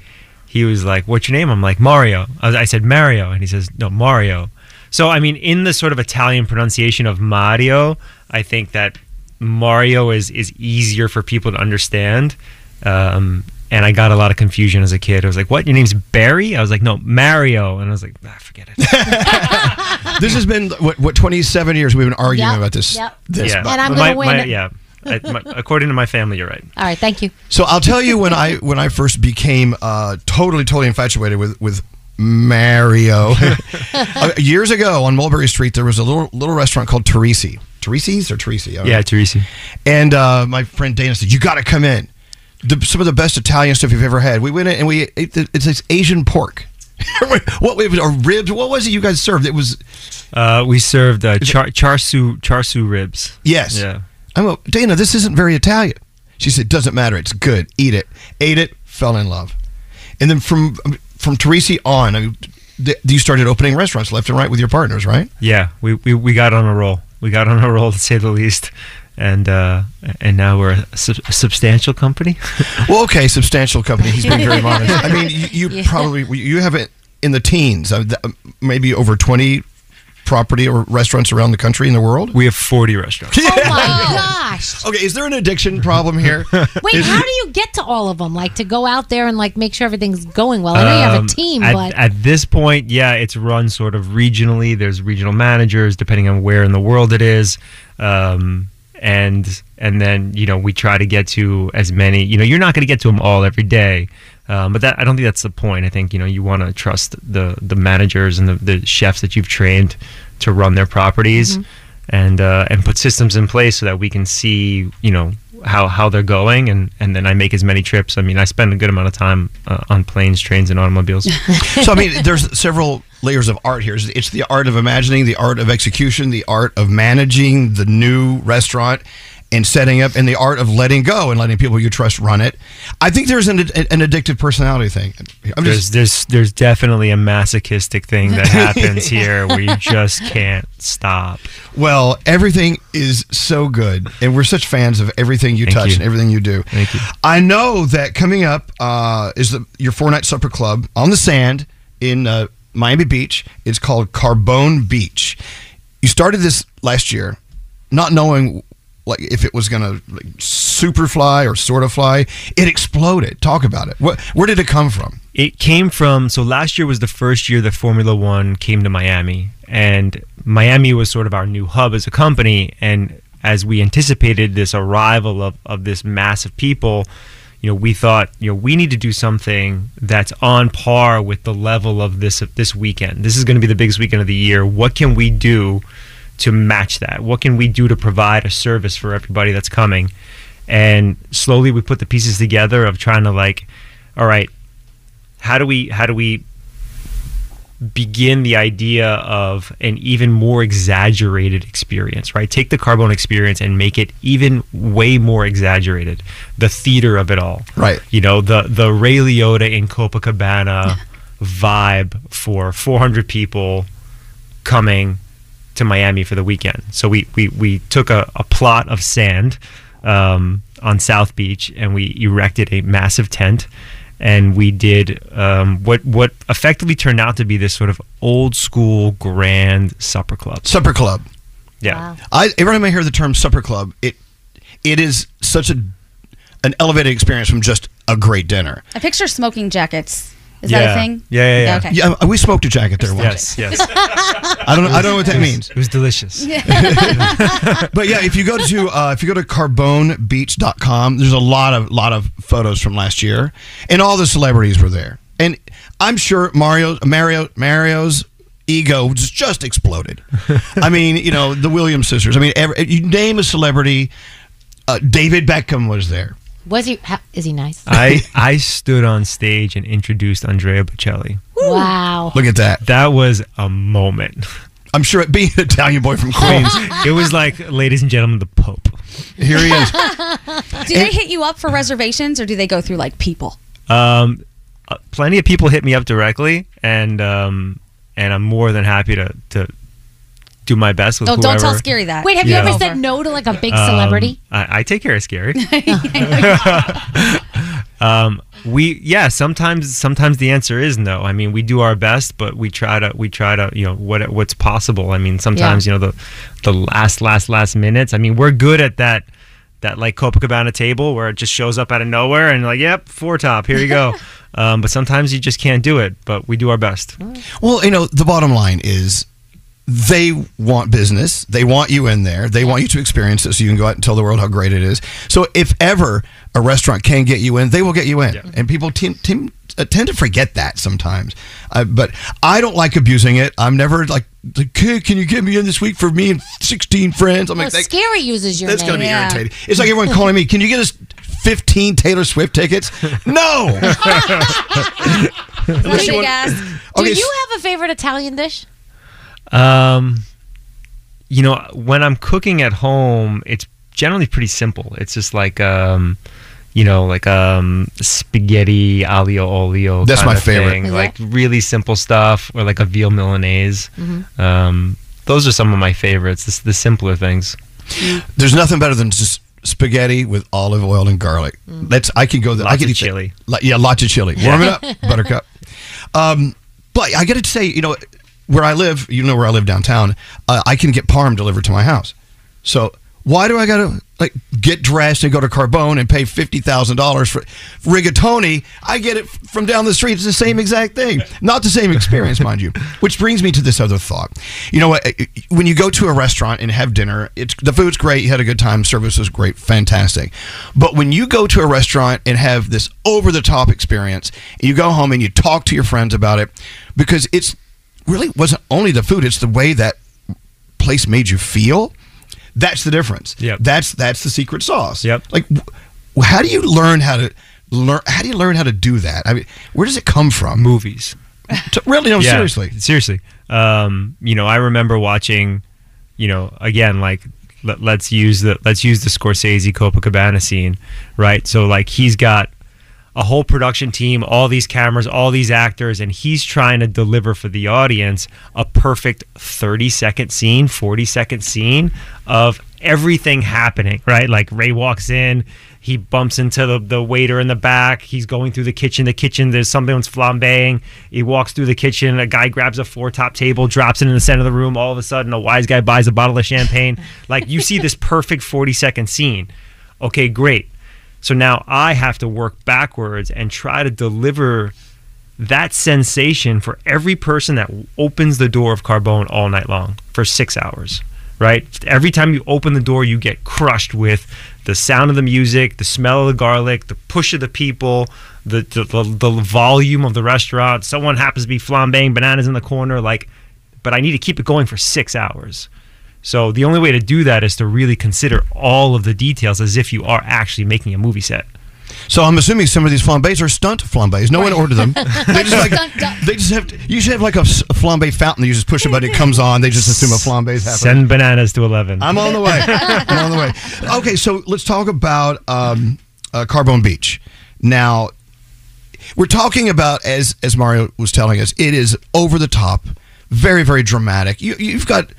[SPEAKER 16] he was like, "What's your name?" I'm like, "Mario." I, was- I said Mario, and he says, "No, Mario." So I mean, in the sort of Italian pronunciation of Mario, I think that Mario is is easier for people to understand. Um, and I got a lot of confusion as a kid. I was like, "What? Your name's Barry?" I was like, "No, Mario." And I was like, "Ah, "Forget it."
[SPEAKER 6] this has been what, what 27 years we've been arguing
[SPEAKER 16] Yep,
[SPEAKER 6] about this.
[SPEAKER 16] yep.
[SPEAKER 6] this
[SPEAKER 16] Yeah.
[SPEAKER 6] but-
[SPEAKER 2] And I'm
[SPEAKER 16] My-
[SPEAKER 2] gonna win.
[SPEAKER 16] my- yeah. I- my- according to my family, you're right.
[SPEAKER 2] All right. Thank you.
[SPEAKER 6] So I'll tell you when I when I first became uh, totally totally infatuated with with Mario. Uh, Years ago on Mulberry Street, there was a little little restaurant called Teresi. Teresi's or Teresi? I don't
[SPEAKER 16] Yeah,
[SPEAKER 6] know.
[SPEAKER 16] Teresi.
[SPEAKER 6] And uh, my friend Dana said, "You got to come in. The, some of the best Italian stuff you've ever had." We went in and we ate the, it's this Asian pork. what it was, or ribs? What was it you guys served? It was
[SPEAKER 16] Uh, we served uh, char char siu char siu ribs.
[SPEAKER 6] Yes.
[SPEAKER 16] Yeah.
[SPEAKER 6] I'm a, Dana, this isn't very Italian. She said, doesn't matter. It's good. Eat it. Ate it. Fell in love. And then from from Teresi on, I mean, th- you started opening restaurants left and right with your partners, right?
[SPEAKER 16] Yeah. We, we we got on a roll. We got on a roll to say the least, and uh, and now we're a, sub- a substantial company.
[SPEAKER 6] Well, okay, substantial company. He's been very modest. I mean, you, you probably you have it in the teens, uh, th- uh, maybe over twenty property or restaurants around the country in the world.
[SPEAKER 16] We have forty restaurants.
[SPEAKER 2] Oh, my gosh.
[SPEAKER 6] Okay, is there an addiction problem here?
[SPEAKER 2] Wait,
[SPEAKER 6] Is-
[SPEAKER 2] how do you get to all of them? Like to go out there and like make sure everything's going well. I know you have a
[SPEAKER 16] Um,
[SPEAKER 2] team,
[SPEAKER 16] at,
[SPEAKER 2] but
[SPEAKER 16] at this point, yeah, it's run sort of regionally. There's regional managers depending on where in the world it is, um, and and then you know we try to get to as many. You know, you're not going to get to them all every day, um, but that I don't think that's the point. I think you know you want to trust the the managers and the, the chefs that you've trained to run their properties.
[SPEAKER 33] Mhm.
[SPEAKER 16] And uh, and put systems in place so that we can see you know how how they're going and and then I make as many trips. I mean, I spend a good amount of time uh, on planes, trains, and automobiles.
[SPEAKER 6] so I mean, there's several layers of art here. It's- It's the art of imagining, the art of execution, the art of managing the new restaurant, in setting up and the art of letting go and letting people you trust run it. I think there's an, an addictive personality thing. I'm
[SPEAKER 16] there's
[SPEAKER 6] just
[SPEAKER 16] there's there's definitely a masochistic thing that happens here where you just can't stop.
[SPEAKER 6] Well, everything is so good, and we're such fans of everything you
[SPEAKER 16] Thank
[SPEAKER 6] touch
[SPEAKER 16] you.
[SPEAKER 6] and everything you do. Thank you. I know that coming up uh, is the, your four night supper club on the sand in uh, Miami Beach. It's called Carbone Beach. You started this last year, not knowing like if it was going to like, super fly or sort of fly. It exploded. Talk about it. What, where did it come from?
[SPEAKER 16] It came from so last year was the first year that Formula One came to Miami, and Miami was sort of our new hub as a company. And as we anticipated this arrival of, of this mass of people, you know, we thought, you know, we need to do something that's on par with the level of this of this weekend. This is going to be the biggest weekend of the year. What can we do to match that? What can we do to provide a service for everybody that's coming? And slowly we put the pieces together of trying to like, all right, how do we how do we begin the idea of an even more exaggerated experience, right? Take the carbone experience and make it even way more exaggerated. The theater of it all.
[SPEAKER 6] Right.
[SPEAKER 16] You know, the the Ray Liotta in Copacabana vibe for 400 people coming to Miami for the weekend. So we we, we took a, a plot of sand um, on South Beach and we erected a massive tent. And we did um, what what effectively turned out to be this sort of old school grand supper club.
[SPEAKER 6] Supper club.
[SPEAKER 16] Yeah.
[SPEAKER 6] I every time I hear the term supper club, it it is such a an elevated experience from just a great dinner.
[SPEAKER 7] I picture smoking jackets. Is that a thing? Okay.
[SPEAKER 6] Yeah, um, we smoked a jacket there once.
[SPEAKER 16] Yes, yes.
[SPEAKER 6] I don't. I don't know what that means.
[SPEAKER 16] It was delicious.
[SPEAKER 6] but yeah, if you go to uh, if you go to carbonebeach.com, there's a lot of lot of photos from last year, and all the celebrities were there, and I'm sure Mario Mario Mario's ego just, just exploded. I mean, you know, the Williams sisters. I mean, every, you name a celebrity. Uh, David Beckham was there.
[SPEAKER 2] Was he? How, is he nice?
[SPEAKER 16] I I stood on stage and introduced Andrea Bocelli.
[SPEAKER 2] wow.
[SPEAKER 6] Look at that.
[SPEAKER 16] That was a moment.
[SPEAKER 6] I'm sure it being an Italian boy from
[SPEAKER 16] Queens, it was like, ladies and gentlemen, the Pope.
[SPEAKER 6] Here he is.
[SPEAKER 7] do they hit you up for reservations or do they go through like people?
[SPEAKER 16] Um, uh, plenty of people hit me up directly, and um, and I'm more than happy to to do my best with
[SPEAKER 7] Oh, don't tell
[SPEAKER 16] whoever-
[SPEAKER 7] Scary that.
[SPEAKER 2] Wait, have
[SPEAKER 16] Yeah.
[SPEAKER 2] you ever said no to like a big
[SPEAKER 16] Um,
[SPEAKER 2] celebrity?
[SPEAKER 16] I, I take care of Scary. um, we yeah. Sometimes sometimes the answer is no. I mean, we do our best, but we try to we try to you know what what's possible. I mean, sometimes
[SPEAKER 34] Yeah.
[SPEAKER 16] you know the the last last last minutes. I mean, we're good at that that like Copacabana table where it just shows up out of nowhere and like yep four top here you go. um, but sometimes you just can't do it. But we do our best.
[SPEAKER 6] Well, you know, the bottom line is they want business. They want you in there. They want you to experience it so you can go out and tell the world how great it is. So if ever a restaurant can get you in, they will get you in. And people tem- tem- uh, tend to forget that sometimes. Uh, but I don't like abusing it. I'm never like, like, "Hey, can you get me in this week for me and 16 friends? I'm
[SPEAKER 2] Well,
[SPEAKER 6] like, "That-
[SPEAKER 2] scary uses your
[SPEAKER 6] that's
[SPEAKER 2] name.
[SPEAKER 6] going to be irritating. It's like everyone calling me, can you get us 15 Taylor Swift tickets? No.
[SPEAKER 2] Is that a
[SPEAKER 6] Unless you
[SPEAKER 2] big
[SPEAKER 6] want-
[SPEAKER 2] ask?
[SPEAKER 6] Okay,
[SPEAKER 2] Do
[SPEAKER 6] s-
[SPEAKER 2] you have a favorite Italian dish?
[SPEAKER 16] Um, you know, when I'm cooking at home, it's generally pretty simple. It's just like um, you know, like um, spaghetti aglio olio.
[SPEAKER 6] That's
[SPEAKER 16] kind
[SPEAKER 6] my
[SPEAKER 16] of
[SPEAKER 6] favorite.
[SPEAKER 16] thing.
[SPEAKER 6] Is
[SPEAKER 16] Like really simple stuff, or like a veal Milanese.
[SPEAKER 6] Mhm.
[SPEAKER 16] Um, those are some of my favorites. The, the simpler things.
[SPEAKER 6] There's nothing better than just spaghetti with olive oil and garlic. That's I could go. That I
[SPEAKER 16] Mm. Lots
[SPEAKER 6] could
[SPEAKER 16] of
[SPEAKER 6] eat that.
[SPEAKER 16] chili.
[SPEAKER 6] Li- yeah, lots of chili.
[SPEAKER 16] Yeah.
[SPEAKER 6] Warm it up, Buttercup. Um, but I got to say, you know, where I live, you know where I live downtown. Uh, I can get parm delivered to my house. So why do I got to like get dressed and go to Carbone and pay fifty thousand dollars for rigatoni? I get it from down the street. It's the same exact thing, not the same experience, mind you. Which brings me to this other thought. You know what? When you go to a restaurant and have dinner, it's the food's great. You had a good time. Service was great, fantastic. But when you go to a restaurant and have this over-the-top experience, you go home and you talk to your friends about it because it's really wasn't only the food; it's the way that place made you feel. That's the difference. Yeah. That's that's the secret sauce. Yep. Like, wh- how do you learn how to learn? How do you learn how to do that? I mean, where does it come from?
[SPEAKER 16] Movies.
[SPEAKER 6] really? No,
[SPEAKER 16] Yeah,
[SPEAKER 6] seriously.
[SPEAKER 16] seriously. Um, you know, I remember watching, you know, again, like let, let's use the let's use the Scorsese Copacabana scene, right? So like he's got a whole production team, all these cameras, all these actors, and he's trying to deliver for the audience a perfect 30 second scene, 40 second scene of everything happening, right? Like Ray walks in, he bumps into the, the waiter in the back, he's going through the kitchen, the kitchen, there's someone's flambeing, he walks through the kitchen, a guy grabs a four top table, drops it in the center of the room, all of a sudden a wise guy buys a bottle of champagne. like you see this perfect 40 second scene. Okay, great. So now I have to work backwards and try to deliver that sensation for every person that opens the door of Carbone all night long for six hours, right? Every time you open the door, you get crushed with the sound of the music, the smell of the garlic, the push of the people, the, the, the, the volume of the restaurant. Someone happens to be flambeing bananas in the corner, like, but I need to keep it going for six hours. So the only way to do that is to really consider all of the details as if you are actually making a movie set.
[SPEAKER 6] So I'm assuming some of these flambés are stunt flambés. No one ordered them. They just like they just have. To, you should have like a s- a flambe fountain. You just push a button, it comes on. They just assume a flambe's happening.
[SPEAKER 16] Send bananas to 11.
[SPEAKER 6] I'm on the way. I'm on the way. Okay, so let's talk about um, uh, Carbone Beach. Now, we're talking about as as Mario was telling us, it is over the top, very very dramatic. You, you've got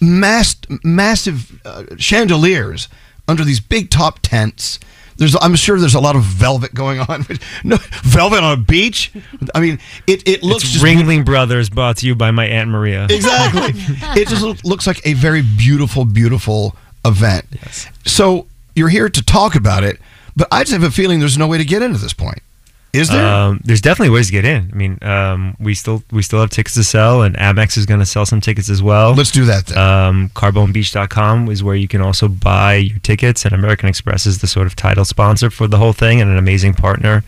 [SPEAKER 6] mass, massive uh, chandeliers under these big top tents. There's, I'm sure there's a lot of velvet going on. no, velvet on a beach. I mean, it, it looks
[SPEAKER 16] It's
[SPEAKER 6] just
[SPEAKER 16] Ringling Brothers brought to you by my Aunt Maria.
[SPEAKER 6] Exactly. it just loo- looks like a very beautiful, beautiful event. Yes. So you're here to talk about it, but I just have a feeling there's no way to get into this point. Is there?
[SPEAKER 16] Um, there's definitely ways to get in. I mean, um, we still we still have tickets to sell, and Amex is going to sell some tickets as well. Let's
[SPEAKER 6] do that. Then.
[SPEAKER 16] Um, CarboneBeach.com is where you can also buy your tickets, and American Express is the sort of title sponsor for the whole thing and an amazing partner.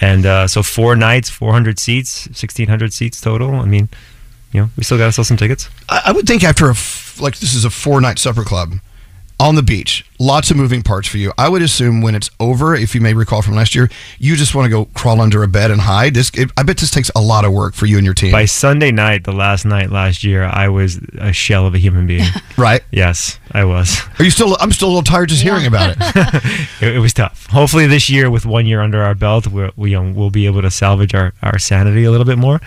[SPEAKER 16] And uh, so four nights, 400 seats, 1,600 seats total. I mean, you know, we still got to sell some tickets.
[SPEAKER 6] I, I would think after a f- like this is a four night supper club on the beach, lots of moving parts for you. I would assume when it's over, if you may recall from last year, you just want to go crawl under a bed and hide. This, it, I bet this takes a lot of work for you and your team.
[SPEAKER 16] By Sunday night, the last night last year, I was a shell of a human being.
[SPEAKER 6] right?
[SPEAKER 16] Yes, I was.
[SPEAKER 6] Are you still? I'm still a little tired just hearing about it.
[SPEAKER 16] It, it was tough. Hopefully, this year with one year under our belt, we're, we um, we'll be able to salvage our, our sanity a little bit more.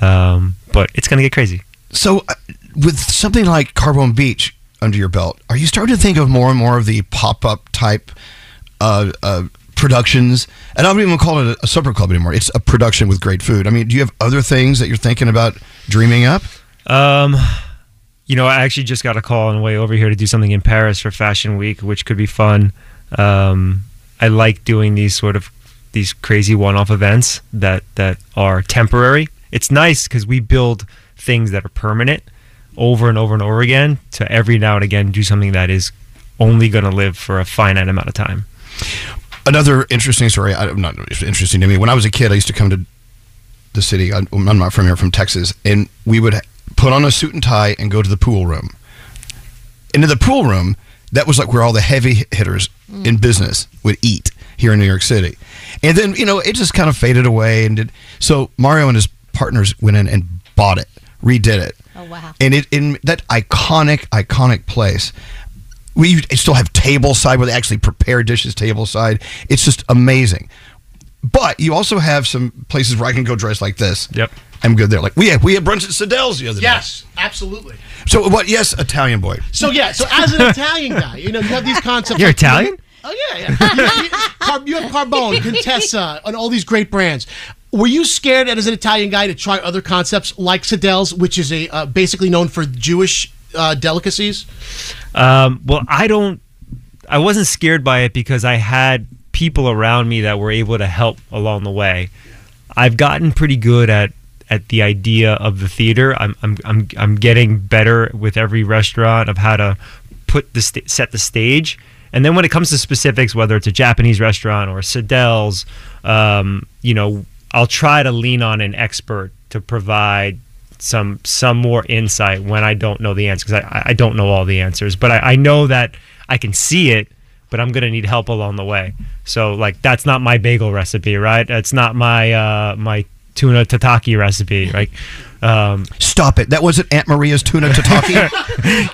[SPEAKER 16] Um, but it's going to get crazy.
[SPEAKER 6] So, uh, with something like Carbone Beach under your belt, are you starting to think of more and more of the pop up type uh, uh, productions? And I don't even call it a, a supper club anymore. It's a production with great food. I mean, do you have other things that you're thinking about dreaming up?
[SPEAKER 16] Um, you know, I actually just got a call on the way over here to do something in Paris for Fashion Week, which could be fun. Um, I like doing these sort of these crazy one-off events that that are temporary. It's nice because we build things that are permanent over and over and over again to every now and again do something that is only going to live for a finite amount of time.
[SPEAKER 6] Another interesting story. I, not it's interesting to me. When I was a kid, I used to come to the city. I, I'm not from here. I'm from Texas, and we would put on a suit and tie and go to the pool room. And in the pool room, that was like where all the heavy hitters
[SPEAKER 8] Mm.
[SPEAKER 6] in business would eat here in New York City. And then you know it just kind of faded away. And did, so Mario and his partners went in and bought it, redid it.
[SPEAKER 8] Oh, wow.
[SPEAKER 6] And it in that iconic, iconic place. We still have tableside where they actually prepare dishes tableside. It's just amazing. But you also have some places where I can go dressed like this. Yep. I'm good there. Like we had, we had brunch at Sedell's the other
[SPEAKER 3] Yes, absolutely.
[SPEAKER 6] day. So what? Yes, Italian boy.
[SPEAKER 3] So yeah, so as an Italian guy, you know, you have these concepts.
[SPEAKER 6] You're
[SPEAKER 3] like-
[SPEAKER 6] Italian?
[SPEAKER 3] Oh yeah, yeah. You, you- Car- you have Carbone, Contessa, and all these great brands. Were you scared as an Italian guy to try other concepts like Sedell's, which is a uh, basically known for Jewish uh, delicacies?
[SPEAKER 16] Um, well, I don't. I wasn't scared by it because I had people around me that were able to help along the way. I've gotten pretty good at at the idea of the theater. I'm I'm I'm, I'm getting better with every restaurant of how to put the sta set the stage. And then when it comes to specifics, whether it's a Japanese restaurant or Sedell's, um, you know, I'll try to lean on an expert to provide some some more insight when I don't know the answer because I, I don't know all the answers, but I, I know that I can see it, but I'm gonna need help along the way. So like that's not my bagel recipe, right? That's not my uh, my tuna tataki recipe. Like, um,
[SPEAKER 6] stop it. That wasn't Aunt Maria's tuna tataki.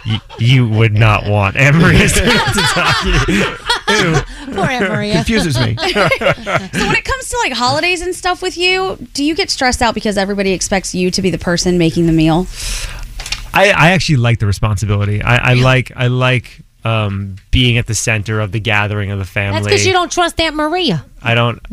[SPEAKER 16] you, you would not want Aunt Maria's tuna tataki.
[SPEAKER 2] Poor Aunt Maria.
[SPEAKER 6] Confuses me.
[SPEAKER 7] So when it comes to like holidays and stuff with you, do you get stressed out because everybody expects you to be the person making the meal?
[SPEAKER 16] I, I actually like the responsibility. I, I like I like um, being at the center of the gathering of the family.
[SPEAKER 2] That's because you don't trust Aunt Maria.
[SPEAKER 16] I don't.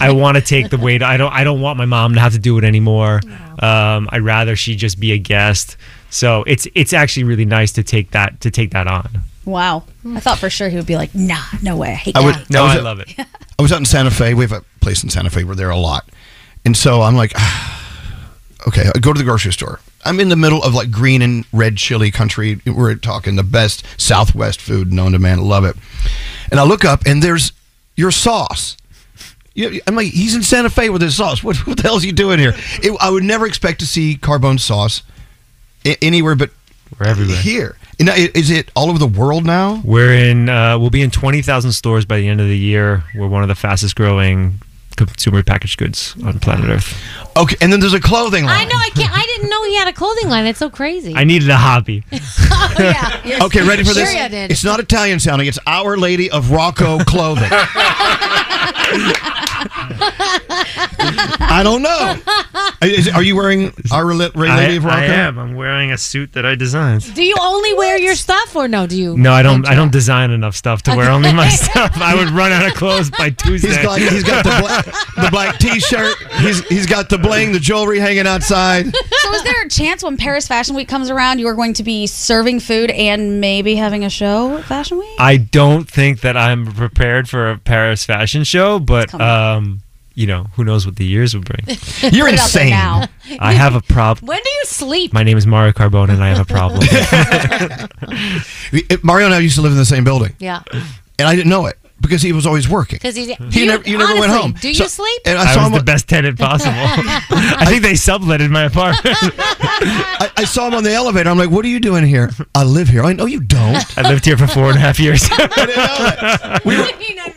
[SPEAKER 16] I want to take the weight. I don't. I don't want my mom to have to do it anymore. Um, I'd rather she just be a guest. So it's it's actually really nice to take that to take that on.
[SPEAKER 7] Wow. I thought for sure he would be like, nah, no way. I hate
[SPEAKER 6] I would-
[SPEAKER 7] that.
[SPEAKER 16] No,
[SPEAKER 6] was
[SPEAKER 16] I
[SPEAKER 6] at-
[SPEAKER 16] love it.
[SPEAKER 6] I was out in Santa Fe. We have a place in Santa Fe. We're there a lot, and so I'm like, "Ah, okay, I go to the grocery store. I'm in the middle of like green and red chili country. We're talking the best Southwest food known to man. Love it. And I look up, and there's your sauce. You- I'm like, he's in Santa Fe with his sauce. What, what the hell is he doing here? It, I would never expect to see carbone sauce a- anywhere but
[SPEAKER 16] We're everywhere.
[SPEAKER 6] here. And I- is it all over the world now?
[SPEAKER 16] We're in. Uh, we'll be in twenty thousand stores by the end of the year. We're one of the fastest growing consumer packaged goods on planet Earth.
[SPEAKER 6] Okay, and then there's a clothing
[SPEAKER 2] I know. I can't. I didn't know he had a clothing line. It's so crazy.
[SPEAKER 16] I needed a hobby.
[SPEAKER 2] Yes.
[SPEAKER 6] Okay, ready for
[SPEAKER 2] Oh, Sure
[SPEAKER 6] this?
[SPEAKER 2] you did.
[SPEAKER 6] It's not Italian sounding. It's Our Lady of Rocco clothing. I don't know. Is- are you wearing Our Li- Lady
[SPEAKER 16] I,
[SPEAKER 6] of Rocco?
[SPEAKER 16] I am. I'm wearing a suit that I designed.
[SPEAKER 2] Do you only wear your stuff, or no? Do you?
[SPEAKER 16] No, I don't. I don't design enough stuff to wear only my stuff. I would run out of clothes by Tuesday.
[SPEAKER 6] He's got, he's got the, bla- the black T-shirt. He's he's got the bling, the jewelry hanging outside.
[SPEAKER 7] so is there a chance when Paris Fashion Week comes around you are going to be serving food and maybe having a show at Fashion Week?
[SPEAKER 16] I don't think that I'm prepared for a Paris fashion show, but um, you know, who knows what the years will bring.
[SPEAKER 6] You're
[SPEAKER 2] Put it out there now.
[SPEAKER 16] I have a problem.
[SPEAKER 2] When do you sleep?
[SPEAKER 16] My name is Mario Carbone, and I have a problem.
[SPEAKER 6] It- Mario and I used to live in the same building,
[SPEAKER 2] Yeah.
[SPEAKER 6] and I didn't know it because he was always working.
[SPEAKER 2] Because he, do
[SPEAKER 6] He never- you never went
[SPEAKER 2] honestly,
[SPEAKER 6] home.
[SPEAKER 2] Do you
[SPEAKER 6] So-
[SPEAKER 2] sleep?
[SPEAKER 6] and
[SPEAKER 16] I,
[SPEAKER 6] saw
[SPEAKER 16] was
[SPEAKER 6] him
[SPEAKER 16] the
[SPEAKER 6] on-
[SPEAKER 16] best tenant possible. I think they subletted my apartment.
[SPEAKER 6] I, I saw him on the elevator. I'm like, "What are you doing here? I live here. I know you don't."
[SPEAKER 16] I lived here for four and a half years.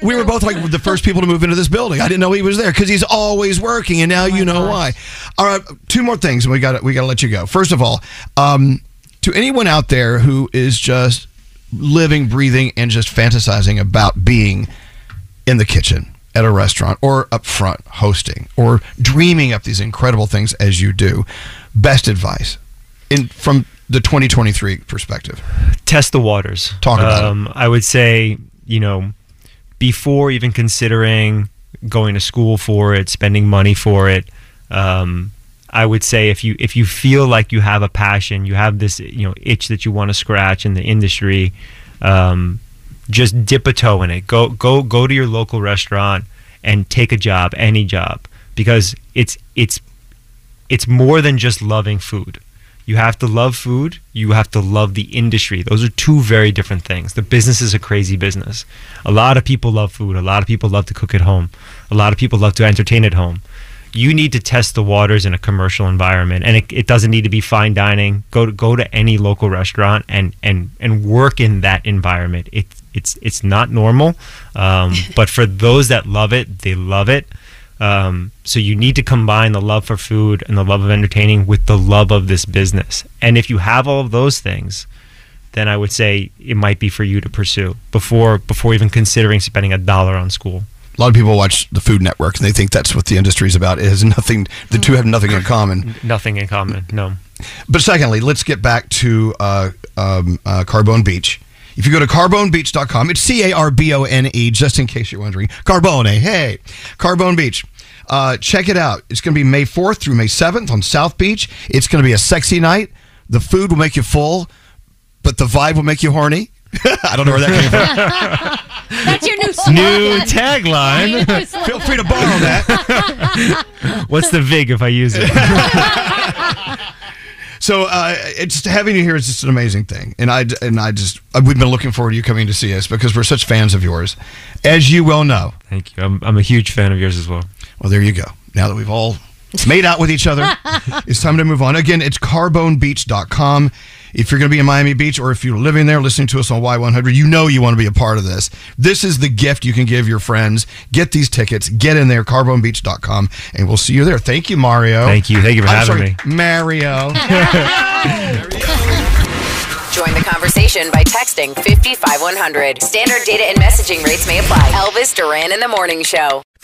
[SPEAKER 6] we were both like the first people to move into this building. I didn't know he was there because he's always working, and now you know why. All right, two more things, and we got we got to let you go. First of all, um, to anyone out there who is just living, breathing, and just fantasizing about being in the kitchen at a restaurant or up front hosting or dreaming up these incredible things as you do, best advice in from the 2023 perspective.
[SPEAKER 16] test the waters. Um,
[SPEAKER 6] Talk about it.
[SPEAKER 16] I would say, you know, before even considering going to school for it, spending money for it, um, I would say if you if you feel like you have a passion, you have this you know itch that you want to scratch in the industry, um, just dip a toe in it. Go go go to your local restaurant and take a job, any job, because it's it's it's more than just loving food. You have to love food, you have to love the industry. Those are two very different things. The business is a crazy business. A lot of people love food, a lot of people love to cook at home, a lot of people love to entertain at home. You need to test the waters in a commercial environment, and it, it doesn't need to be fine dining. Go to go to any local restaurant and and and work in that environment. It, it's it's not normal, um, but for those that love it, they love it. Um, so you need to combine the love for food and the love of entertaining with the love of this business. And if you have all of those things, then I would say it might be for you to pursue before before even considering spending a dollar on school.
[SPEAKER 6] A lot of people watch the Food Network and they think that's what the industry is about. It has nothing. The two have nothing in common.
[SPEAKER 16] Nothing in common. No.
[SPEAKER 6] But secondly, let's get back to uh, um, uh, Carbone Beach. If you go to carbonebeach.com, it's C A R B O N E, just in case you're wondering. Carbone, hey, Carbone Beach. Uh, check it out. It's going to be May 4th through May 7th on South Beach. It's going to be a sexy night. The food will make you full, but the vibe will make you horny. I don't know where that came from.
[SPEAKER 2] That's your new
[SPEAKER 16] New tagline.
[SPEAKER 6] Feel free to borrow that.
[SPEAKER 16] What's the vig if I use it?
[SPEAKER 6] So uh, it's just having you here is just an amazing thing, and I and I just uh, we've been looking forward to you coming to see us because we're such fans of yours, as you well know.
[SPEAKER 16] Thank you. I'm, I'm a huge fan of yours as well.
[SPEAKER 6] Well, there you go. Now that we've all made out with each other, it's time to move on. Again, it's carbonebeach.com. If you're going to be in Miami Beach or if you're living there listening to us on Y100, you know you want to be a part of this. This is the gift you can give your friends. Get these tickets. Get in there, carbonebeach.com, and we'll see you there. Thank you, Mario.
[SPEAKER 35] Thank you. Thank you for
[SPEAKER 6] I'm
[SPEAKER 35] having
[SPEAKER 6] sorry,
[SPEAKER 35] me.
[SPEAKER 6] Mario.
[SPEAKER 11] Join the conversation by texting 55100. Standard data and messaging rates may apply. Elvis Duran in the Morning Show.
[SPEAKER 36] If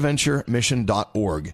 [SPEAKER 6] stbonaventuremission.org.